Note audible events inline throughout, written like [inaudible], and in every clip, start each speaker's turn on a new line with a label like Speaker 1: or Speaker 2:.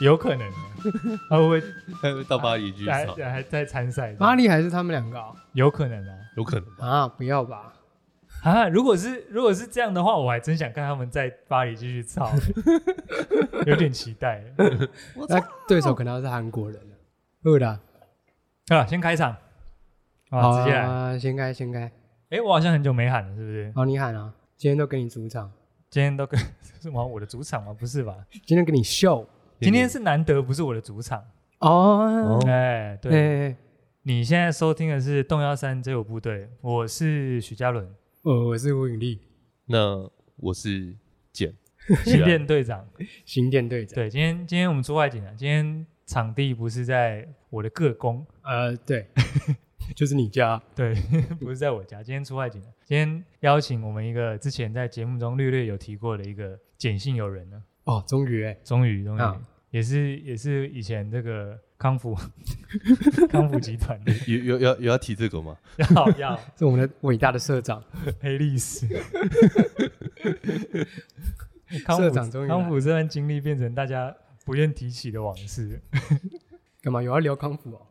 Speaker 1: 有可能，他会不
Speaker 2: [laughs] 到巴黎去
Speaker 1: 会还
Speaker 2: 找，
Speaker 1: 还在参赛？
Speaker 3: 巴黎还是他们两个哦
Speaker 1: 有可能啊
Speaker 2: 有可能吧？
Speaker 3: 啊？不要吧，
Speaker 1: 啊！如果是如果是这样的话，我还真想看他们在巴黎继续 [laughs] 操，有点期待。 [laughs]
Speaker 3: 那对手可能要是韩国人了。饿的，
Speaker 1: 啊，先开场，啊，直接来。
Speaker 3: 啊，先开先开，
Speaker 1: 哎，我好像很久没喊了，是不是？
Speaker 3: 好，你喊啊，今天都给你主场，
Speaker 1: 今天都跟 [laughs] 是玩我的主场吗？不是吧？
Speaker 3: 今天给你秀
Speaker 1: 今天是难得不是我的主场。
Speaker 3: 哦
Speaker 2: 哦，
Speaker 1: 哎，
Speaker 3: 哎
Speaker 1: 对，
Speaker 3: 哎，哎
Speaker 1: 你现在收听的是《动幺三》这有部队，我是许嘉伦，
Speaker 3: 哦我我是吴允丽，
Speaker 2: 那我是简，
Speaker 1: 新店队长。
Speaker 3: 新店队长，
Speaker 1: 对，今天今天我们出外景啊，今天场地不是在我的个工，
Speaker 3: 呃，对， [laughs] 就是你家，
Speaker 1: 对， [laughs] 不是在我家，今天出外景啊，今天邀请我们一个之前在节目中略略有提过的一个简姓友人呢，
Speaker 3: 哦，终于哎，
Speaker 1: 终于终于、
Speaker 3: 啊
Speaker 1: 也是也是以前这个康复 [laughs] 康复集团的
Speaker 3: [laughs]
Speaker 2: 有有有有要提这个吗？
Speaker 1: 要要
Speaker 3: 是我们的伟大的社长，
Speaker 1: 黑历
Speaker 3: [laughs]
Speaker 1: 史。 [laughs] 康
Speaker 3: 社长
Speaker 1: 复
Speaker 3: 终于来了
Speaker 1: 康复这段经历变成大家不愿提起的往事，
Speaker 3: 干嘛有要聊康复哦？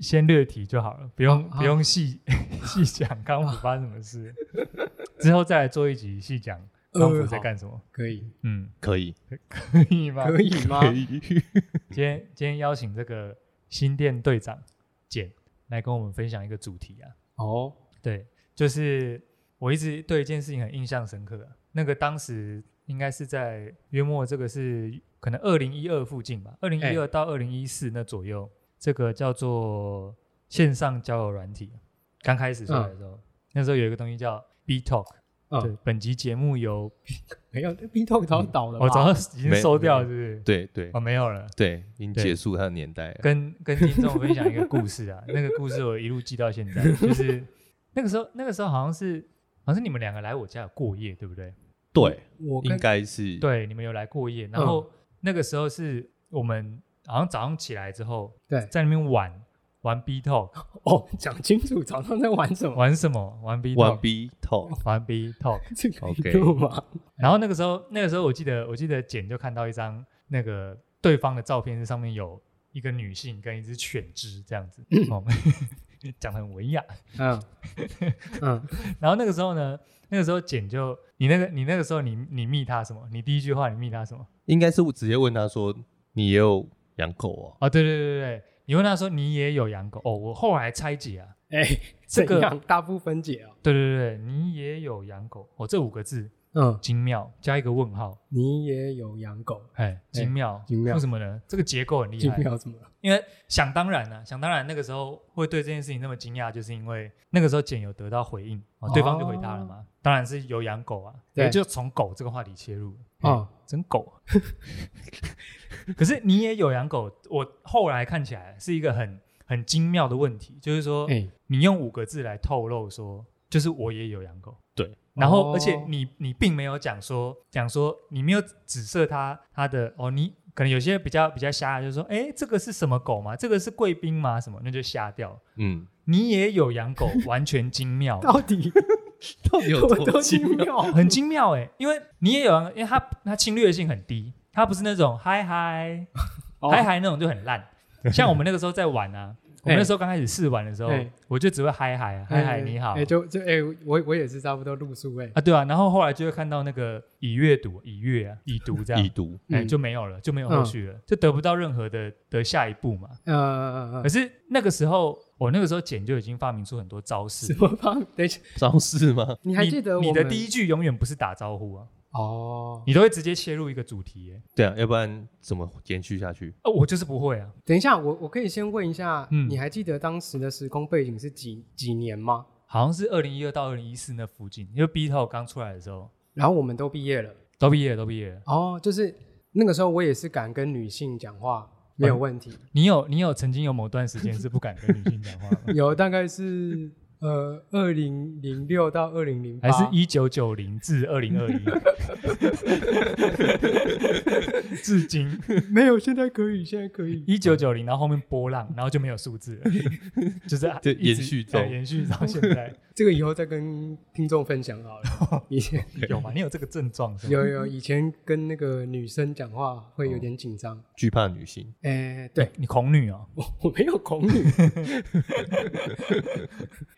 Speaker 1: 先略提就哦好了，不用、
Speaker 3: 啊
Speaker 1: 不用细 [laughs] 细讲康复发生什么 [laughs] 事，之后再来做一集细讲康复在干什么。
Speaker 3: 呃可以
Speaker 1: 嗯，
Speaker 2: 可以，
Speaker 1: 呃可以吗？
Speaker 3: 可以吗？
Speaker 2: 以。
Speaker 1: 今天今天邀请这个新店队长简来跟我们分享一个主题啊，
Speaker 3: 哦，
Speaker 1: 对，就是我一直对一件事情很印象深刻啊、那个当时应该是在约莫这个是可能二零一二附近吧，二零一二
Speaker 3: 哎
Speaker 1: 到二零一四那左右，这个叫做线上交友软体，刚开始出来的时候，那时候有一个东西叫 B Talk，、
Speaker 3: 嗯
Speaker 1: 对，本集节目由
Speaker 3: 没有，B Talk 早就倒了吧，
Speaker 1: 我早已经
Speaker 2: 没
Speaker 1: 收掉了，
Speaker 2: 没
Speaker 1: 是不是？
Speaker 2: [laughs] 对对
Speaker 1: 哦，没有了。
Speaker 2: 对，已经结束他的年代了。
Speaker 1: 跟 [laughs] 跟听众分享一个故事啊，那个故事我一路记到现在，就是那个时候，那个时候好像是好像是你们两个来我家有过夜，对不对？
Speaker 2: 对，
Speaker 3: 我
Speaker 2: 应
Speaker 3: 跟
Speaker 2: 该是
Speaker 1: 对，你们有来过夜，然后那个时候是我们好像早上起来之后，
Speaker 3: 对
Speaker 1: 在那边玩玩 B talk，
Speaker 3: 哦讲清楚早上在玩什么，
Speaker 1: 玩什么？玩 B
Speaker 2: One
Speaker 1: talk，
Speaker 2: B Talk。
Speaker 1: 玩 B talk。
Speaker 3: 这个
Speaker 2: OK
Speaker 3: 录吗？
Speaker 1: 然后那个时候，那个时候我记得，我记得简就看到一张那个对方的照片，是上面有一个女性跟一只犬只这样子，哦， [laughs] 讲的很文雅。
Speaker 3: [laughs] 嗯嗯，
Speaker 1: 然后那个时候呢，那个时候简就你那个你那个时候你你密他什么？你第一句话你密他什么？
Speaker 2: 应该是我直接问他说：“你也有养狗哦
Speaker 1: 哦，对对对对对，你问他说你也有养狗哦，我后来拆解啊，
Speaker 3: 哎，
Speaker 1: 这
Speaker 3: 怎
Speaker 1: 个
Speaker 3: 样大部分解哦，
Speaker 1: 对对对，你也有养狗哦，这五个字
Speaker 3: 嗯，
Speaker 1: 精妙加一个问号，
Speaker 3: 你也有养狗，
Speaker 1: 哎，精妙，
Speaker 3: 精妙
Speaker 1: 为什么呢？这个结构很厉
Speaker 3: 金
Speaker 1: 害，
Speaker 3: 票怎么了？
Speaker 1: 因为想当然呢、想当然那个时候会对这件事情那么惊讶，就是因为那个时候简有得到回应，哦，对方就回他了嘛，当然是有养狗啊，
Speaker 3: 对
Speaker 1: 也就从狗这个话题切入，哦。
Speaker 3: 哦，
Speaker 1: 真狗。 [laughs] 可是你也有养狗，我后来看起来是一个很很精妙的问题，就是说
Speaker 3: 哎，
Speaker 1: 你用五个字来透露说，就是我也有养狗。
Speaker 2: 对，
Speaker 1: 然后、
Speaker 3: 哦
Speaker 1: 而且你你并没有讲说讲说你没有指涉它它的哦，你可能有些比较比较瞎，就是说哎这个是什么狗吗？这个是贵宾吗？什么那就瞎掉。！”
Speaker 2: 嗯，
Speaker 1: 你也有养狗，完全精
Speaker 3: [laughs]
Speaker 1: 妙。
Speaker 3: 到底
Speaker 2: 到底有
Speaker 3: [laughs] 我
Speaker 2: 多
Speaker 3: 都
Speaker 2: 精
Speaker 3: 金
Speaker 2: 妙？
Speaker 3: 票，
Speaker 1: 很精妙哎、因为你也有啊，因为它它侵略性很低，它不是那种嗨嗨
Speaker 3: 哦
Speaker 1: 嗨嗨那种就很
Speaker 3: [laughs]
Speaker 1: 烂。像我们那个时候在玩啊，我们那时候刚开始试玩的时候
Speaker 3: 哎，
Speaker 1: 我就只会嗨嗨啊，嗨
Speaker 3: 哎
Speaker 1: 嗨你好
Speaker 3: 哎，就就哎，我我也是差不多路数哎，
Speaker 1: 啊，对啊，然后后来就会看到那个已阅读、已阅啊、已读这
Speaker 3: [laughs]
Speaker 2: 已
Speaker 1: 样，
Speaker 2: 读
Speaker 1: 哎
Speaker 3: 嗯
Speaker 1: 就没有了，就没有后续了，就得不到任何的的下一步嘛。
Speaker 3: 呃呃，呃
Speaker 1: 可是那个时候，我那个时候简就已经发明出很多招
Speaker 3: [laughs] 什
Speaker 1: 式。
Speaker 3: 么方？等一下，
Speaker 2: 招式吗？
Speaker 3: 你还记得我
Speaker 1: 你的
Speaker 3: 们
Speaker 1: 第一句永远不是打招呼啊，
Speaker 3: 哦？
Speaker 1: 你都会直接切入一个主题、欸。
Speaker 2: 对啊，要不然怎么延续下去？
Speaker 1: 哦，我就是不会啊。
Speaker 3: 等一下，我我可以先问一下，
Speaker 1: 嗯
Speaker 3: 你还记得当时的时空背景是几几年吗？
Speaker 1: 好像是二零一二到二零一四那附近，因为 B Talk 刚出来的时候，
Speaker 3: 然后我们都毕业了，
Speaker 1: 都毕业了，都毕业了。
Speaker 3: 哦，就是那个时候我也是敢跟女性讲话，没有问题。
Speaker 2: [laughs]
Speaker 1: 你有你有曾经有某段时间是不敢跟女性讲话吗？
Speaker 3: 有大概是呃，二零零六到二零零八，
Speaker 1: 还
Speaker 2: 啊
Speaker 1: 是一九九零至二零二一，
Speaker 2: [laughs]
Speaker 1: 至今
Speaker 3: 没有？现在可以，现在可以。
Speaker 1: 一九九零，然后后面波浪，然后就没有数字了，
Speaker 2: [laughs]
Speaker 1: 就是啊
Speaker 2: 就
Speaker 1: 一
Speaker 2: 延
Speaker 1: 直
Speaker 2: 续
Speaker 1: 对
Speaker 2: 中
Speaker 1: 延续到现
Speaker 2: [laughs]
Speaker 1: 在，
Speaker 3: 这个以后再跟听众分享好了。以前
Speaker 1: 有吗？你有这个症状是吗？
Speaker 3: 有有以前跟那个女生讲话会有点紧张。
Speaker 2: 惧怕
Speaker 1: [laughs]
Speaker 2: 女性，
Speaker 3: 哎、对
Speaker 1: 你恐女哦，
Speaker 3: 我我没有恐女， [laughs]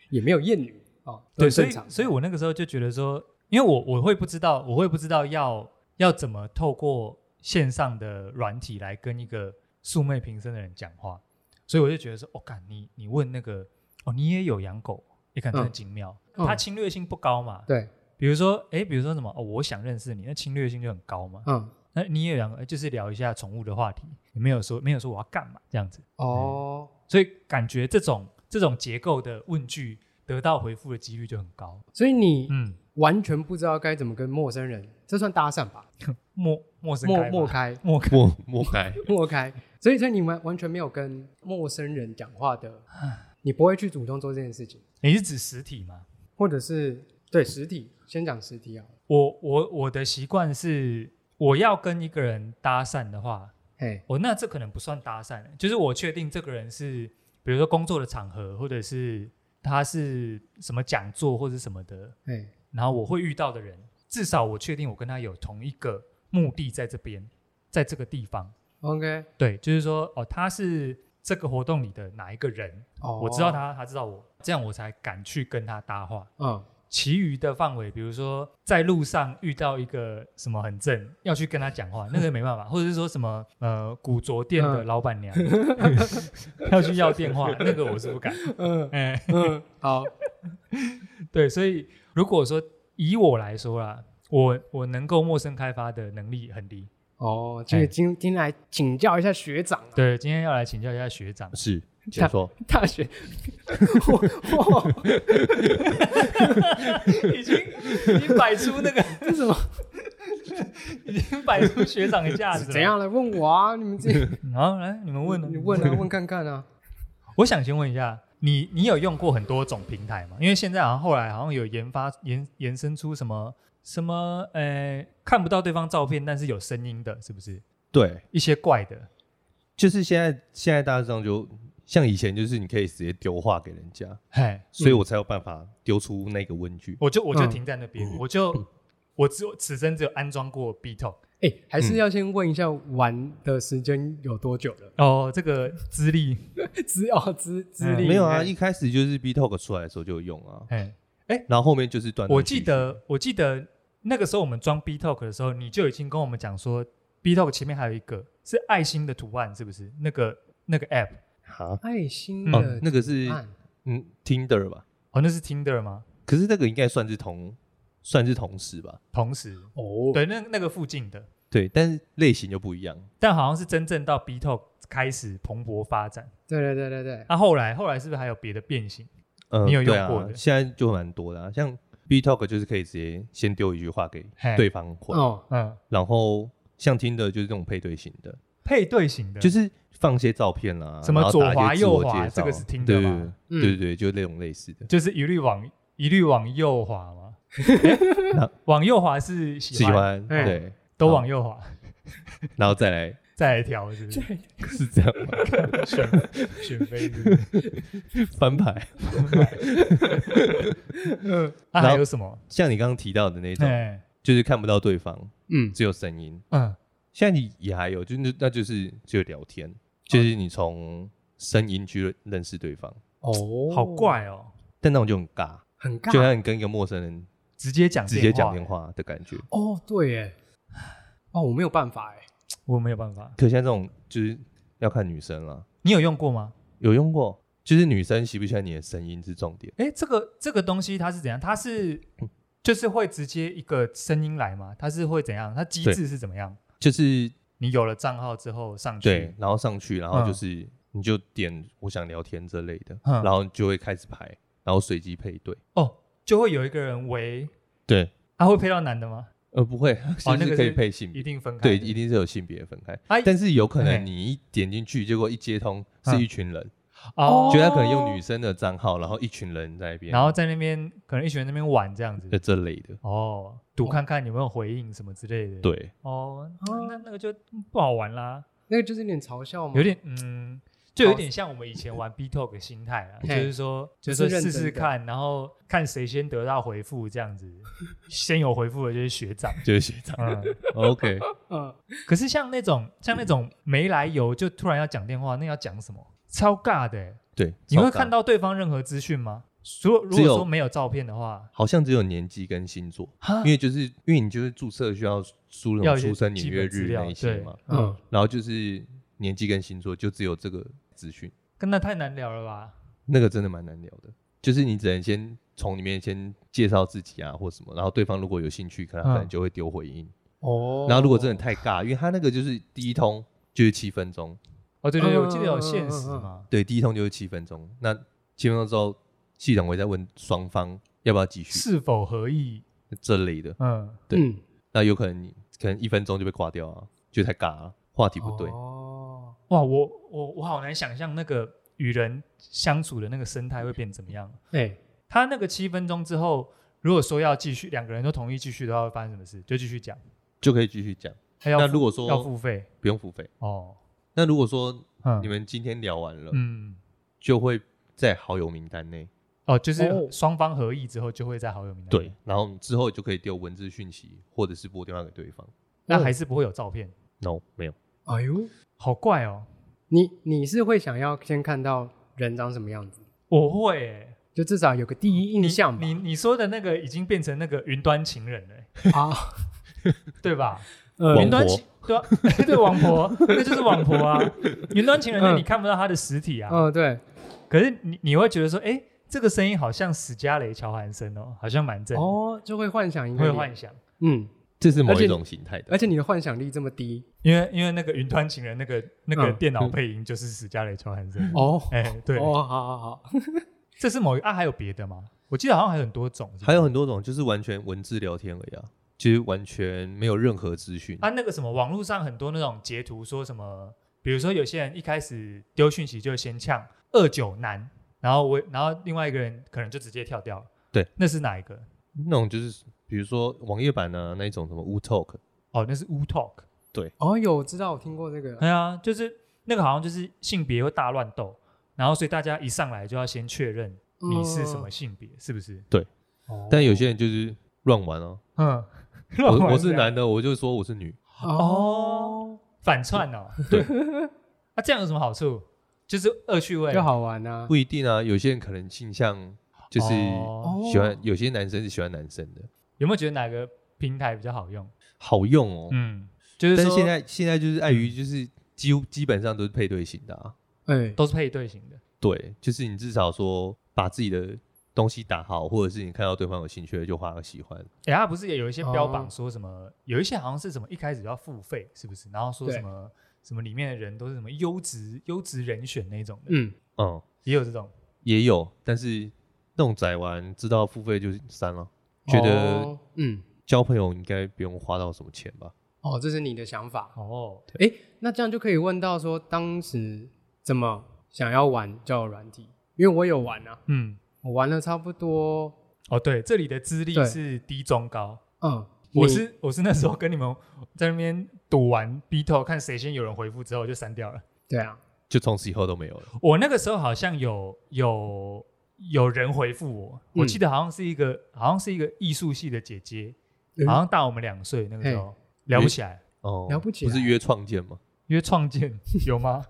Speaker 3: 也没有厌女哦，
Speaker 1: 对，
Speaker 3: 都很
Speaker 1: 所以
Speaker 3: 正常。
Speaker 1: 所以我那个时候就觉得说，因为我我会不知道，我会不知道要要怎么透过线上的软体来跟一个素昧平生的人讲话，所以我就觉得说，哦，干你你问那个哦，你也有养狗，你看真的
Speaker 3: 嗯
Speaker 1: 精妙，
Speaker 3: 嗯
Speaker 1: 它侵略性不高嘛，
Speaker 3: 对，
Speaker 1: 比如说哎，比如说什么哦，我想认识你，那侵略性就很高嘛，
Speaker 3: 嗯，
Speaker 1: 那你也有养狗，哎就是聊一下宠物的话题，也没有说没有说我要干嘛这样子，
Speaker 3: 哦，
Speaker 1: 所以感觉这种这种结构的问句得到回复的几率就很高，
Speaker 3: 所以你
Speaker 1: 嗯。
Speaker 3: 完全不知道该怎么跟陌生人，这算搭讪吧？
Speaker 1: 陌陌生
Speaker 3: 陌
Speaker 1: 开吧陌
Speaker 3: 陌开，
Speaker 1: 开
Speaker 2: 莫莫开，
Speaker 3: [laughs] 陌开。所以，所以你完完全没有跟陌生人讲话的，
Speaker 1: 嗯
Speaker 3: 你不会去主动做这件事情，
Speaker 1: 你是指实体吗？
Speaker 3: 或者是对实体，先讲实体啊。
Speaker 1: 我我我的习惯是，我要跟一个人搭讪的话，
Speaker 3: 嘿，
Speaker 1: 我那这可能不算搭讪，欸就是我确定这个人是，比如说工作的场合，或者是他是什么讲座或者什么的，
Speaker 3: 嘿，
Speaker 1: 然后我会遇到的人，至少我确定我跟他有同一个目的在这边，在这个地方，
Speaker 3: OK，
Speaker 1: 对，就是说哦，他是这个活动里的哪一个人，
Speaker 3: 哦，
Speaker 1: 我知道，他，他知道我，这样我才敢去跟他搭话。
Speaker 3: 嗯，
Speaker 1: 其余的范围，比如说在路上遇到一个什么很正，要去跟他讲话，那个没办 [laughs] 法，或者是说什么呃古着店的老板 [laughs] 娘、要去要电话，那个我是不敢。
Speaker 3: 嗯
Speaker 1: 哎、
Speaker 3: 嗯，
Speaker 1: [laughs]
Speaker 3: 好，
Speaker 1: 对，所以如果说以我来说啦，我我能够陌生开发的能力很低。
Speaker 3: 哦，这
Speaker 1: 哎
Speaker 3: 个今今天来请教一下学长啊，
Speaker 1: 对，今天要来请教一下学长，
Speaker 2: 是，请说，
Speaker 3: 大学，哇哇，
Speaker 1: [laughs] 已经已经摆出那个
Speaker 3: 这什么？
Speaker 1: 已经摆出学长的架子 [laughs] 了
Speaker 3: 怎？样来问我啊？你们自己
Speaker 1: 好，来你们问啊，
Speaker 3: 你问啊，问看看啊。
Speaker 1: 我想先问一下，你你有用过很多种平台吗？因为现在好像后来好像有研发延延伸出什么什么呃看不到对方照片，但是有声音的，是不是？
Speaker 2: 对，
Speaker 1: 一些怪的，
Speaker 2: 就是现在现在大致上就像以前，就是你可以直接丢话给人家，
Speaker 1: 嘿，
Speaker 2: 所以我才有办法丢出那个问句。
Speaker 1: 我就我就
Speaker 3: 嗯
Speaker 1: 停在那边，我就我只有此生只有安装过 B Talk
Speaker 3: 哎，还
Speaker 1: 嗯
Speaker 3: 是要先问一下玩的时间有多久了？
Speaker 1: 哦，这个资 [laughs] 历，
Speaker 3: 资哦资资
Speaker 1: 嗯
Speaker 3: 历
Speaker 2: 没有啊，
Speaker 3: 哎
Speaker 2: 一开始就是 B Talk 出来的时候就有用啊，
Speaker 1: 哎，
Speaker 2: 然后后面就是断断
Speaker 1: 我
Speaker 2: 续续。
Speaker 1: 记得我记得那个时候我们装 B Talk 的时候，你就已经跟我们讲说 B Talk 前面还有一个是爱心的图案，是不是？那个那个 App
Speaker 2: 哈，
Speaker 3: 爱心
Speaker 1: 嗯
Speaker 2: 哦
Speaker 3: 的，
Speaker 2: 那个是
Speaker 3: 按
Speaker 2: 嗯 Tinder 吧，
Speaker 1: 哦，那是 Tinder 吗？
Speaker 2: 可是那个应该算是同算是同时吧，
Speaker 1: 同时，
Speaker 3: 哦，
Speaker 1: 对，那那个附近的，
Speaker 2: 对，但是类型就不一样。
Speaker 1: 但好像是真正到 B Talk 开始蓬勃发展。
Speaker 3: 对对对对对，
Speaker 1: 那、后来后来是不是还有别的变形？
Speaker 2: 呃，
Speaker 1: 你有
Speaker 2: 对
Speaker 1: 用过
Speaker 2: 啊
Speaker 1: 的？
Speaker 2: 现在就蛮多的、啊，像 B Talk 就是可以直接先丢一句话给
Speaker 1: 嘿
Speaker 2: 对方回，
Speaker 3: 哦，
Speaker 1: 嗯，
Speaker 2: 然后像 Tinder 就是这种配对型的，
Speaker 1: 配对型的，
Speaker 2: 就是是放些照片啦，
Speaker 1: 什么
Speaker 2: 然后打一些
Speaker 1: 左滑
Speaker 2: 自
Speaker 1: 右
Speaker 2: 我
Speaker 1: 滑
Speaker 2: 介
Speaker 1: 这个
Speaker 2: 绍
Speaker 1: 是 Tinder
Speaker 2: 对对
Speaker 1: 吗
Speaker 3: 嗯
Speaker 2: 对对对，就那种类似的，
Speaker 1: 就是一律往一律往右滑
Speaker 2: [laughs]
Speaker 1: 嘛。诶往右滑是喜
Speaker 2: 喜
Speaker 1: 欢，
Speaker 2: 欢嗯
Speaker 3: 哎
Speaker 2: 对，
Speaker 1: 都往右滑，
Speaker 2: 然后再来 [laughs]
Speaker 1: 再来调是不是？
Speaker 2: 是这样吗
Speaker 1: 选选妃是不是，
Speaker 2: 翻牌，
Speaker 1: [laughs] 那、
Speaker 2: 嗯然后
Speaker 1: 还有什么？
Speaker 2: 像你刚刚提到的那种，
Speaker 1: 哎，
Speaker 2: 就是看不到对方，
Speaker 3: 嗯
Speaker 2: 只有声音。
Speaker 1: 嗯，
Speaker 2: 现在也还有，就是那那就是只有聊天，就是你从声音去认识对方，
Speaker 3: 哦，
Speaker 1: 好，怪哦，
Speaker 2: 但那种就很尬，
Speaker 3: 很
Speaker 2: 就
Speaker 3: 尬
Speaker 2: 像你跟一个陌生人
Speaker 1: 直接讲
Speaker 2: 直接讲
Speaker 1: 电
Speaker 2: 电
Speaker 1: 话，
Speaker 2: 话的感觉。
Speaker 3: 哦，对耶，哦，我没有办法哎，
Speaker 1: 我没有办法。
Speaker 2: 可现在这种就是要看女生了，
Speaker 1: 你有用过吗？
Speaker 2: 有用过，就是女生喜不喜欢你的声音是重点。
Speaker 1: 哎，这个这个东西它是怎样？它是就是会直接一个声音来吗？它是会怎样？它机
Speaker 2: 对
Speaker 1: 制是怎么样？
Speaker 2: 就是
Speaker 1: 你有了账号之后上去，
Speaker 2: 对，然后上去，然后
Speaker 1: 嗯
Speaker 2: 就是、你就点我想聊天之类的，
Speaker 1: 嗯
Speaker 2: 然后就会开始排，然后随机配对。
Speaker 1: 哦，就会有一个人围，
Speaker 2: 对，
Speaker 1: 他、会配到男的吗？
Speaker 2: 呃，不
Speaker 1: [laughs]
Speaker 2: 会，哦
Speaker 1: 那个
Speaker 2: 可以
Speaker 1: 是
Speaker 2: 配性别
Speaker 1: 一，定分开，
Speaker 2: 对，一定是有性别分开。
Speaker 1: 啊
Speaker 2: 但是有可
Speaker 1: 嘿
Speaker 2: 能你一点进去，结果一接通
Speaker 1: 嗯
Speaker 2: 是一群人，
Speaker 1: 哦，
Speaker 2: 觉得他可能用女生的账号，然后一群人在那边，
Speaker 1: 然后在那边可能一群人那边玩这样子
Speaker 2: 就，这类的，
Speaker 1: 哦，赌看看有没有回应什么之类的，，
Speaker 2: 对，
Speaker 1: 哦，那那个就不好玩啦，
Speaker 3: 那个就是有点嘲笑嘛，
Speaker 1: 有点嗯，就有点像我们以前玩 B Talk 的心态啦，就
Speaker 3: 嘿
Speaker 1: 是说，就是
Speaker 3: 不是
Speaker 1: 说
Speaker 3: 认
Speaker 1: 试
Speaker 3: 真
Speaker 1: 试
Speaker 3: 的
Speaker 1: 看，然后看谁先得到回复，这样
Speaker 3: [laughs]
Speaker 1: 子，先有回复的就是学长。
Speaker 2: 就是学
Speaker 1: [laughs]
Speaker 2: 长。
Speaker 1: 嗯，
Speaker 2: OK，
Speaker 3: 嗯，
Speaker 1: 可是像那种像那种没来由就突然要讲电话，那要讲什么？超尬的欸、
Speaker 2: 对，
Speaker 1: 你会
Speaker 2: 超尬
Speaker 1: 看，到对方任何资讯吗？如果如
Speaker 2: 只
Speaker 1: 果
Speaker 2: 有
Speaker 1: 说没有照片的话，
Speaker 2: 好像只有年纪跟星座，
Speaker 1: 哈
Speaker 2: 因为就是因为你就是注册需要输入
Speaker 1: 嗯要一些
Speaker 2: 出生年
Speaker 1: 基
Speaker 2: 月
Speaker 1: 本资
Speaker 2: 日那
Speaker 1: 料
Speaker 2: 一些
Speaker 1: 对
Speaker 2: 嘛，，
Speaker 1: 嗯
Speaker 3: 嗯，
Speaker 2: 然后就是年纪跟星座就只有这个资讯，
Speaker 1: 跟那太难聊了吧？
Speaker 2: 那个真的蛮难聊的，就是你只能先从里面先介绍自己啊或什么，然后对方如果有兴趣，可能他可
Speaker 1: 嗯
Speaker 2: 能就会丢回应，
Speaker 3: 哦
Speaker 2: 然后如果真的太尬，因为他那个就是第一通就是七分钟，
Speaker 1: 哦，对对对，我记得有
Speaker 3: 嗯嗯
Speaker 1: 限
Speaker 3: 嗯
Speaker 1: 时
Speaker 3: 嗯
Speaker 1: 嘛，
Speaker 2: 对，第一通就是七分钟，那七分钟之后系统会再问双方要不要继续
Speaker 1: 是否合意？
Speaker 2: 这类的，
Speaker 1: 嗯，
Speaker 2: 对
Speaker 3: 嗯，
Speaker 2: 那有可能你可能一分钟就被挂掉啊，就太尬了，话题不对。
Speaker 3: 哦，
Speaker 1: 哇，我我我好难想象那个与人相处的那个生态会变怎么样。
Speaker 3: 哎，
Speaker 1: 他那个七分钟之后，如果说要继续，两个人都同意继续的话，会发生什么事？就继续讲。
Speaker 2: 就可以继续讲。
Speaker 1: 他要
Speaker 2: 那
Speaker 1: 付
Speaker 2: 如果
Speaker 1: 要
Speaker 2: 说
Speaker 1: 付费
Speaker 2: 不用付费，
Speaker 1: 哦，
Speaker 2: 那如果说
Speaker 1: 嗯，
Speaker 2: 你们今天聊完了，
Speaker 1: 嗯。
Speaker 2: 就会在好友名单内。
Speaker 1: 哦，就是
Speaker 3: 哦
Speaker 1: 双方合意之后就会在好友名单。，
Speaker 2: 对，然后之后就可以丢文字讯息，或者是拨电话给对方。
Speaker 3: 哦
Speaker 1: 那还是不会有照片，
Speaker 2: No，没有，
Speaker 3: 哎呦，
Speaker 1: 好怪哦。
Speaker 3: 你你是会想要先看到人长什么样子，
Speaker 1: 我会耶，
Speaker 3: 就至少有个第一印欸象吧
Speaker 1: 你你你说的那个已经变成那个云端情人了耶，
Speaker 3: 啊，
Speaker 1: 对吧？
Speaker 2: [laughs] 网
Speaker 1: 云
Speaker 3: 嗯，
Speaker 1: 端
Speaker 2: 婆
Speaker 1: 情对啊， [laughs] 对网婆，那就是网婆啊。云端情人，那
Speaker 3: 嗯
Speaker 1: 你看不到他的实体啊，
Speaker 3: 嗯，对，
Speaker 1: 可是你你会觉得说，哎，这个声音好像史嘉蕾·乔韩森哦，好像蛮正的，
Speaker 3: 哦，就会幻想一个
Speaker 1: 会
Speaker 3: 脸
Speaker 1: 幻想。
Speaker 3: 嗯，
Speaker 2: 这是某
Speaker 3: 而且
Speaker 2: 一
Speaker 3: 你
Speaker 2: 种形态的。
Speaker 3: 而且你的幻想力这么低
Speaker 1: 因为因为那个云端情人那个那个
Speaker 3: 嗯
Speaker 1: 电脑配音就是史嘉蕾·乔韩森，
Speaker 3: 哦，
Speaker 1: 哎、对，
Speaker 3: 哦，好好好，
Speaker 1: 这是某一啊，还有别的吗？我记得好像还有很多种，是不是
Speaker 2: 还有很多种，就是完全文字聊天而已啊，其实完全没有任何资讯。
Speaker 1: 啊，那个什么，网络上很多那种截图，说什么，比如说有些人一开始丢讯息就先呛二九男，然后我，然后另外一个人可能就直接跳掉了。
Speaker 2: 对，
Speaker 1: 那是哪一个？
Speaker 2: 那种就是比如说网页版啊，那一种什么 w Talk，
Speaker 1: 哦，那是 Wu Talk。
Speaker 3: 哦，有知道，我听过这个，
Speaker 1: 对啊，就是那个好像就是性别会大乱斗，然后所以大家一上来就要先确认你是什么
Speaker 3: 嗯？
Speaker 1: 性别，是不是？
Speaker 3: 哦
Speaker 2: 但有些人就是乱玩哦。
Speaker 1: 嗯，
Speaker 2: 我
Speaker 1: [laughs] 乱玩
Speaker 2: 我是
Speaker 1: 这样
Speaker 2: 男的，我就说我是女，
Speaker 3: 哦，
Speaker 1: 反串哦。
Speaker 2: [laughs]
Speaker 1: [laughs]
Speaker 2: 对，
Speaker 1: 那、这样有什么好处？就是恶趣味，
Speaker 3: 就好玩啊，
Speaker 2: 不一定啊。有些人可能倾向就是
Speaker 1: 哦
Speaker 2: 喜欢，有些男生是喜欢男生的。
Speaker 1: 有没有觉得哪个平台比较好用？
Speaker 2: 好用哦。
Speaker 1: 嗯，就是
Speaker 2: 但是
Speaker 1: 说
Speaker 2: 现在现在就是碍
Speaker 3: 嗯
Speaker 2: 于就是几乎基本上都是配对型的啊，
Speaker 3: 哎，
Speaker 1: 都是配对型的。
Speaker 2: 对，就是你至少说把自己的东西打好，或者是你看到对方有兴趣的就划个喜欢，
Speaker 1: 哎、他不是也有一些
Speaker 3: 哦
Speaker 1: 标榜说什么，有一些好像是什么一开始要付费，是不是？然后说
Speaker 3: 对
Speaker 1: 什么什么里面的人都是什么优质优质人选那种的，
Speaker 3: 嗯，
Speaker 2: 嗯，
Speaker 1: 也有这种。
Speaker 2: 也有，但是那种宅玩知道付费就是删了，觉得
Speaker 3: 哦，嗯，
Speaker 2: 交朋友应该不用花到什么钱吧？
Speaker 3: 哦，这是你的想法，
Speaker 1: 哦，
Speaker 3: 那这样就可以问到说，当时怎么想要玩交友软体？因为我有玩啊，
Speaker 1: 嗯，
Speaker 3: 我玩了差不多，
Speaker 1: 哦，对，这里的资历
Speaker 3: 对
Speaker 1: 是低中高。
Speaker 3: 嗯，
Speaker 1: 我
Speaker 3: 你
Speaker 1: 是我是那时候跟你们在那边赌完 B 头，看谁先有人回复之后就删掉了。
Speaker 3: 对啊，
Speaker 2: 就从此以后都没有了。
Speaker 1: 我那个时候好像有有有人回复我，我
Speaker 3: 嗯
Speaker 1: 记得好像是一个好像是一个艺术系的姐姐，
Speaker 3: 嗯
Speaker 1: 好像大我们两岁那个时候聊不起来，
Speaker 2: 哦，
Speaker 3: 嗯了不起啊
Speaker 2: 不是
Speaker 3: 来
Speaker 2: 约创建吗？
Speaker 1: 因为创
Speaker 3: [laughs]
Speaker 1: 建有吗？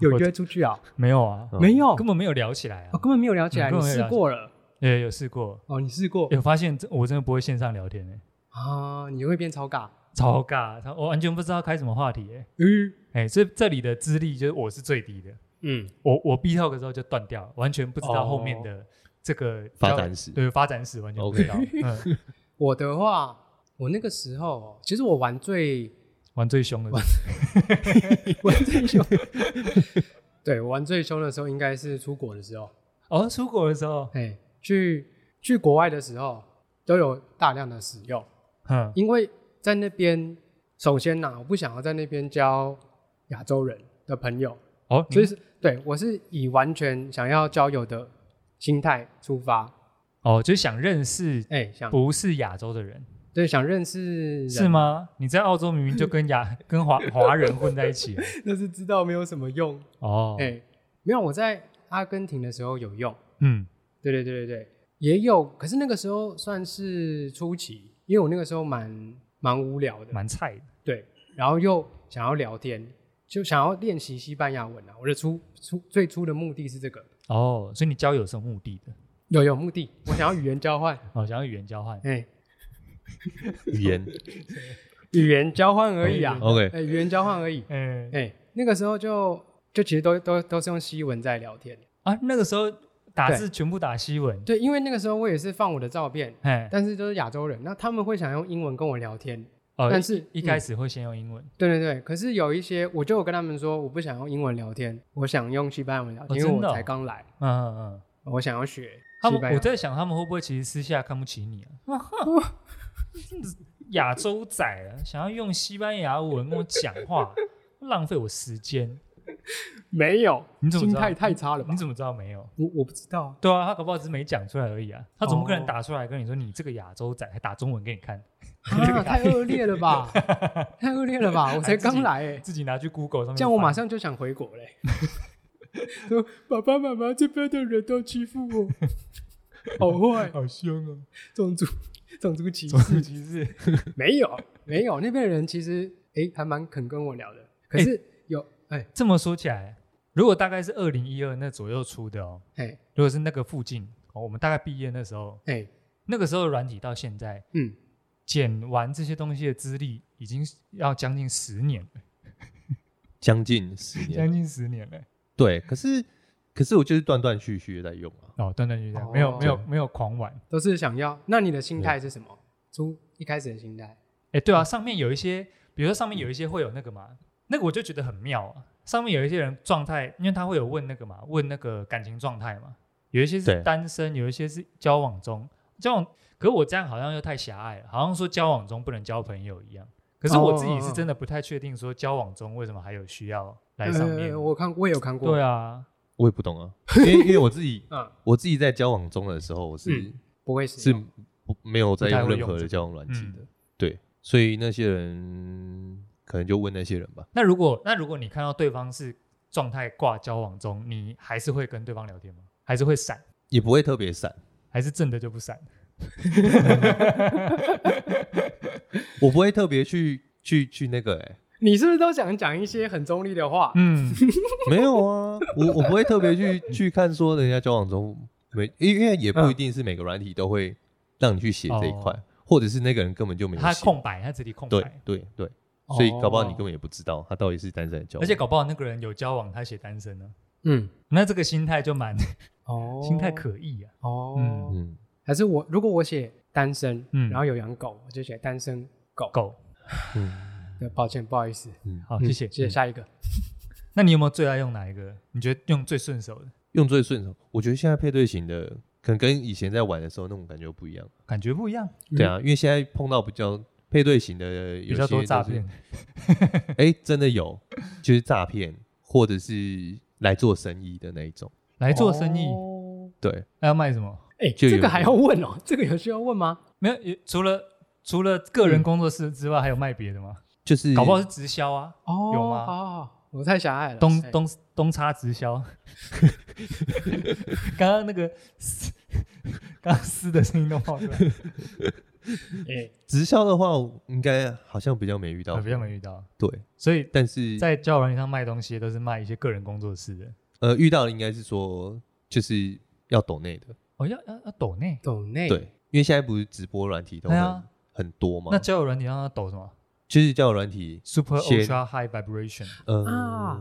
Speaker 3: 有约出去啊？
Speaker 1: 没有啊，
Speaker 2: 嗯
Speaker 3: 没有，
Speaker 1: 根本没有聊起来
Speaker 3: 我
Speaker 1: 啊。
Speaker 3: 根本没有聊起来，
Speaker 1: 嗯根
Speaker 3: 你
Speaker 1: 本没有
Speaker 3: 试
Speaker 1: 聊起来
Speaker 3: 过了
Speaker 1: 也有试过，
Speaker 3: 哦，你试过
Speaker 1: 有发现这我真的不会线上聊天诶，欸
Speaker 3: 啊？你会变超尬，
Speaker 1: 超尬，他我完全不知道开什么话题诶。
Speaker 3: 嗯
Speaker 1: 哎，这这里的资历就是我是最低的，
Speaker 3: 嗯，
Speaker 1: 我我 B talk 的时候就断掉了，完全不知道
Speaker 3: 哦
Speaker 1: 后面的这个
Speaker 2: 哦发展史
Speaker 1: 对发展史完全不知道。 [laughs] 嗯，
Speaker 3: 我的话，我那个时候哦其实我玩最
Speaker 1: 玩最凶的是
Speaker 3: 玩最凶，对我玩最凶的时候应该是出国的时候，
Speaker 1: 哦，出国的时候，
Speaker 3: 哎，去去国外的时候都有大量的使用。
Speaker 1: 嗯，
Speaker 3: 因为在那边，首先呐、我不想要在那边教亚洲人，的朋友，
Speaker 1: 哦，
Speaker 3: 所以
Speaker 1: 你
Speaker 3: 是对我是以完全想要交友的心态出发，
Speaker 1: 哦，就是想认识
Speaker 3: 哎、想
Speaker 1: 不是亚洲的人，
Speaker 3: 对想认识人
Speaker 1: 是？吗？你在澳洲明明就跟亚 [laughs] 跟华华人混在一起了
Speaker 3: 那是知道没有什么用，
Speaker 1: 哦，
Speaker 3: 哎、没有我在阿根廷的时候有用，
Speaker 1: 嗯，
Speaker 3: 对对对对对，也有，可是那个时候算是初期，因为我那个时候蛮蛮无聊的，
Speaker 1: 蛮菜的，
Speaker 3: 对，然后又想要聊天，就想要练习西班牙文啊。我的初初最初的目的是这个，
Speaker 1: 哦，所以你交友是有目的的，
Speaker 3: 有有目的，我想要语言交换，
Speaker 1: 哦，想要语言交换，
Speaker 3: 哎、
Speaker 2: 语言
Speaker 3: 语言交换而已啊，
Speaker 1: 哦
Speaker 2: OK，
Speaker 3: 哎、语言交换而已，
Speaker 1: 嗯
Speaker 3: 哎、那个时候就就其实都都都是用西文在聊天，
Speaker 1: 啊，那个时候打字全部打西文，
Speaker 3: 对，因为那个时候我也是放我的照片，
Speaker 1: 哎，
Speaker 3: 但是都是亚洲人，那他们会想用英文跟我聊天，
Speaker 1: 哦，
Speaker 3: 但是
Speaker 1: 一开
Speaker 3: 始、
Speaker 1: 始会先用英文，
Speaker 3: 对对对，可是有一些我就有跟他们说，我不想用英文聊天，我想用西班牙文聊天，
Speaker 1: 哦
Speaker 3: 因为
Speaker 1: 真的
Speaker 3: 我
Speaker 1: 哦
Speaker 3: 才刚来，
Speaker 1: 嗯嗯嗯。
Speaker 3: 我想要学
Speaker 1: 他
Speaker 3: 西
Speaker 1: 们
Speaker 3: 班牙
Speaker 1: 我
Speaker 3: 文。
Speaker 1: 在想，他们会不会其实私下看不起你 [laughs] 啊？亚洲仔啊，想要用西班牙文跟我讲话，浪费我时间。
Speaker 3: 没有，
Speaker 1: 你怎么
Speaker 3: 心
Speaker 1: 知道
Speaker 3: 态太差了吧？
Speaker 1: 你怎么知道没有？
Speaker 3: 我我不知道啊，
Speaker 1: 对啊，他搞不好只是没讲出来而已啊。他总不可能
Speaker 3: 哦
Speaker 1: 打出来跟你说你这个亚洲仔，还打中文给你看， [laughs]
Speaker 3: 啊太恶劣了吧，太恶劣了吧！我才刚来、欸，
Speaker 1: 自己拿去 Google 上面翻。
Speaker 3: 这样我马上就想回国
Speaker 1: [laughs]
Speaker 3: 嘞、说爸爸妈妈这边的人都欺负
Speaker 1: [laughs]
Speaker 3: 我，好坏，
Speaker 1: 好凶 [laughs] 哦，
Speaker 3: 种族种族歧
Speaker 1: 种族
Speaker 3: 视
Speaker 1: 歧视。
Speaker 3: 没有没有，那边的人其实哎、欸还蛮肯跟我聊的，可是有哎哎、
Speaker 1: 这么说起来，如果大概是二零一二那左右出的哦，
Speaker 3: 欸
Speaker 1: 如果是那个附近哦，我们大概毕业那时候，
Speaker 3: 欸
Speaker 1: 那个时候的软体到现在。
Speaker 3: 嗯，
Speaker 1: 剪完这些东西的资历已经要将近十年了，
Speaker 2: 将近十年，
Speaker 1: 将近十年了。
Speaker 2: 对，可是可是我就是断断续续地在用啊，
Speaker 1: 哦，断断续续，
Speaker 3: 哦
Speaker 1: 没有没有
Speaker 2: 对
Speaker 1: 没有狂玩。
Speaker 3: 都是想要。那你的心态是什么？出一开始的心态，
Speaker 1: 哎，对啊，上面有一些，比如说上面有一些会有那个嘛，那个我就觉得很妙啊。上面有一些人状态，因为他会有问那个嘛，问那个感情状态嘛，有一些是
Speaker 2: 对
Speaker 1: 单身，有一些是交往中，交往。可我这样好像又太狭隘了，好像说交往中不能交朋友一样。可是我自己
Speaker 3: 哦哦
Speaker 1: 是
Speaker 3: 哦
Speaker 1: 真的不太确定，说交往中为什么还有需要来上面？
Speaker 3: 呃我看我也有看过，
Speaker 1: 对啊，
Speaker 2: 我也不
Speaker 1: [laughs]
Speaker 2: 懂啊，因为因为我自己
Speaker 3: 嗯，
Speaker 2: 我自己在交往中的时候，我是、
Speaker 3: 嗯不会使
Speaker 2: 是
Speaker 3: 用
Speaker 2: 不没有在
Speaker 1: 不太
Speaker 2: 用
Speaker 1: 会
Speaker 2: 任
Speaker 1: 用
Speaker 2: 何
Speaker 1: 这
Speaker 2: 的
Speaker 1: 个
Speaker 2: 交往软件
Speaker 1: 嗯
Speaker 2: 的，对，所以那些人可能就问那些人吧，
Speaker 1: 那如果那如果你看到对方是状态挂交往中，你还是会跟对方聊天吗？还是会闪？
Speaker 2: 也不会特别闪，
Speaker 1: 还是正的就不闪？
Speaker 2: 我不会特别去去去那个、欸，
Speaker 3: 你是不是都想讲一些很中立的话？
Speaker 1: 嗯，
Speaker 2: 没有啊，我我不会特别
Speaker 1: [laughs]
Speaker 2: 去去看说人家交往中没，因为因为也不一定是每个软体都会让你去写这一块，
Speaker 1: 哦
Speaker 2: 或者是那个人根本就没有
Speaker 1: 他
Speaker 2: 写，
Speaker 1: 空白，他这里空
Speaker 2: 对
Speaker 1: 白，
Speaker 2: 对对，所以搞不好你
Speaker 3: 哦
Speaker 2: 根本也不知道他到底是单身还是交往，
Speaker 1: 而且搞不好那个人有交往，他写单身呢、
Speaker 3: 嗯，
Speaker 1: 那这个心态就蛮、
Speaker 3: 哦
Speaker 1: 心态可疑啊。
Speaker 3: 哦，
Speaker 1: 嗯
Speaker 2: 嗯，
Speaker 3: 还是我如果我写单身，
Speaker 1: 嗯
Speaker 3: 然后有养狗，我就写单身狗。
Speaker 1: 狗，
Speaker 3: 对，抱歉，不好意思。
Speaker 1: 好，
Speaker 3: 嗯
Speaker 1: 哦谢谢。
Speaker 3: 谢谢。下一个。
Speaker 1: 那你有没有最爱用哪一个？你觉得用最顺手的
Speaker 2: 用最顺手，我觉得现在配对型的可能跟以前在玩的时候那种感觉不一样。
Speaker 1: 感觉不一样，
Speaker 2: 对啊，因为现在碰到比较配对型的，
Speaker 1: 嗯比较多诈骗。。
Speaker 2: 哎、真的有，就是诈骗，或者是来做生意的那一种。
Speaker 1: 来做生意，
Speaker 3: 哦
Speaker 2: 对，
Speaker 1: 那要卖什么？
Speaker 3: 哎，
Speaker 2: 就有
Speaker 3: 这个还要问哦？这个有需要问吗？
Speaker 1: 没有，也除了除了个人工作室之外，还有卖别的吗？
Speaker 3: 嗯
Speaker 2: 就是
Speaker 1: 搞不好是直销啊。
Speaker 3: 哦，
Speaker 1: 有吗
Speaker 3: 好好好，我太狭隘了。
Speaker 1: 东
Speaker 3: 哎
Speaker 1: 东东差直销， [laughs] 刚刚那个嘶 [laughs] 刚刚撕的声音都冒出来，
Speaker 3: 哎，
Speaker 2: 直销的话，应该好像比较没遇到
Speaker 1: 我。比较没遇到。
Speaker 2: 对，
Speaker 1: 所以
Speaker 2: 但是
Speaker 1: 在交友软件上卖东西，都是卖一些个人工作室的。
Speaker 2: 呃，遇到的应该是说就是要抖内的。
Speaker 1: 哦，要要要抖内，
Speaker 3: 懂内
Speaker 2: 对，因为现在不是直播软体都
Speaker 1: 对
Speaker 2: 很、
Speaker 1: 啊
Speaker 2: 很多嘛
Speaker 1: 那，交友软件上要抖什么
Speaker 2: 就是叫软体，
Speaker 1: ？Super
Speaker 2: 先
Speaker 1: Ultra High Vibration。
Speaker 2: 呃，
Speaker 3: 啊，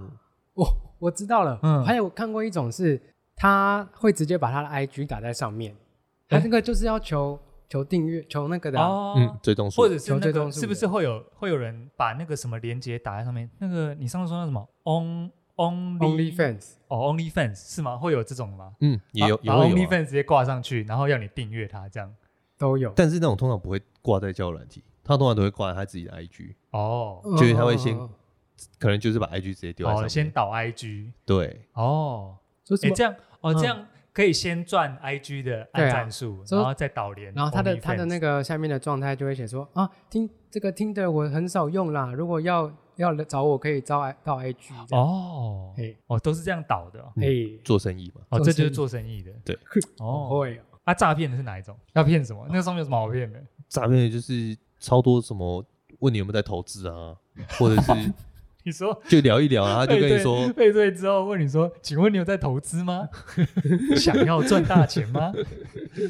Speaker 3: 我我知道了。
Speaker 1: 嗯
Speaker 3: 我还有看过一种是，他会直接把他的 IG 打在上面，他
Speaker 1: 哎
Speaker 3: 那个就是要求求订阅，求那个的啊。
Speaker 2: 嗯
Speaker 1: 哦，，
Speaker 2: 追踪数
Speaker 1: 或者是
Speaker 3: 求
Speaker 1: 那
Speaker 3: 追
Speaker 1: 个
Speaker 3: 踪数
Speaker 1: 是不
Speaker 3: 的
Speaker 1: 是会有会有人把那个什么连接打在上面？那个你上次说那什么 On Only
Speaker 3: OnlyFans
Speaker 1: 哦 Only Fans 是吗？会有这种的吗？
Speaker 2: 嗯也有也
Speaker 1: 把把
Speaker 2: 会有、啊，
Speaker 1: OnlyFans 直接挂上去，然后要你订阅它这样。
Speaker 3: 都有，
Speaker 2: 但是那种通常不会挂在交友软体，他通常都会挂在他自己的 IG，
Speaker 1: 哦，
Speaker 2: 就是他会先
Speaker 3: 嗯嗯嗯嗯
Speaker 2: 可能就是把 IG 直接丢在上
Speaker 1: 哦，
Speaker 2: 面。
Speaker 1: 先导 IG
Speaker 2: 对，
Speaker 1: 哦，哎、
Speaker 3: 说什么？
Speaker 1: 这样哦，
Speaker 3: 嗯
Speaker 1: 这样可以先赚 IG 的
Speaker 3: 对
Speaker 1: 按
Speaker 3: 啊
Speaker 1: 赞数，
Speaker 3: 所以
Speaker 1: 然后再导联 OnlyFans，
Speaker 3: 然后他的他的那个下面的状态就会写说啊，听这个听的我很少用啦，如果要要找我可以招 I 到 IG 这样。
Speaker 1: 哦
Speaker 3: 哎
Speaker 1: 哦，都是这样导的哦，
Speaker 2: 嗯
Speaker 3: 哎，
Speaker 2: 做生意嘛，
Speaker 1: 哦
Speaker 3: 做
Speaker 1: 这就是
Speaker 3: 生意
Speaker 1: 做生意的，
Speaker 2: 对，
Speaker 3: [laughs]
Speaker 1: 哦，
Speaker 3: 会哦
Speaker 1: 啊，诈骗的是哪一种？要骗什么？那个上面有什么好骗的？ [laughs]
Speaker 2: 诈骗就是超多什么问你有没有在投资啊，或者
Speaker 1: [laughs]
Speaker 2: 是
Speaker 1: 你说
Speaker 2: 就聊一聊，然
Speaker 1: [laughs]
Speaker 2: 啊后他就跟你说
Speaker 1: 配对之后问你说：“请问你有在投资
Speaker 3: [laughs]
Speaker 1: 吗？想要赚大钱吗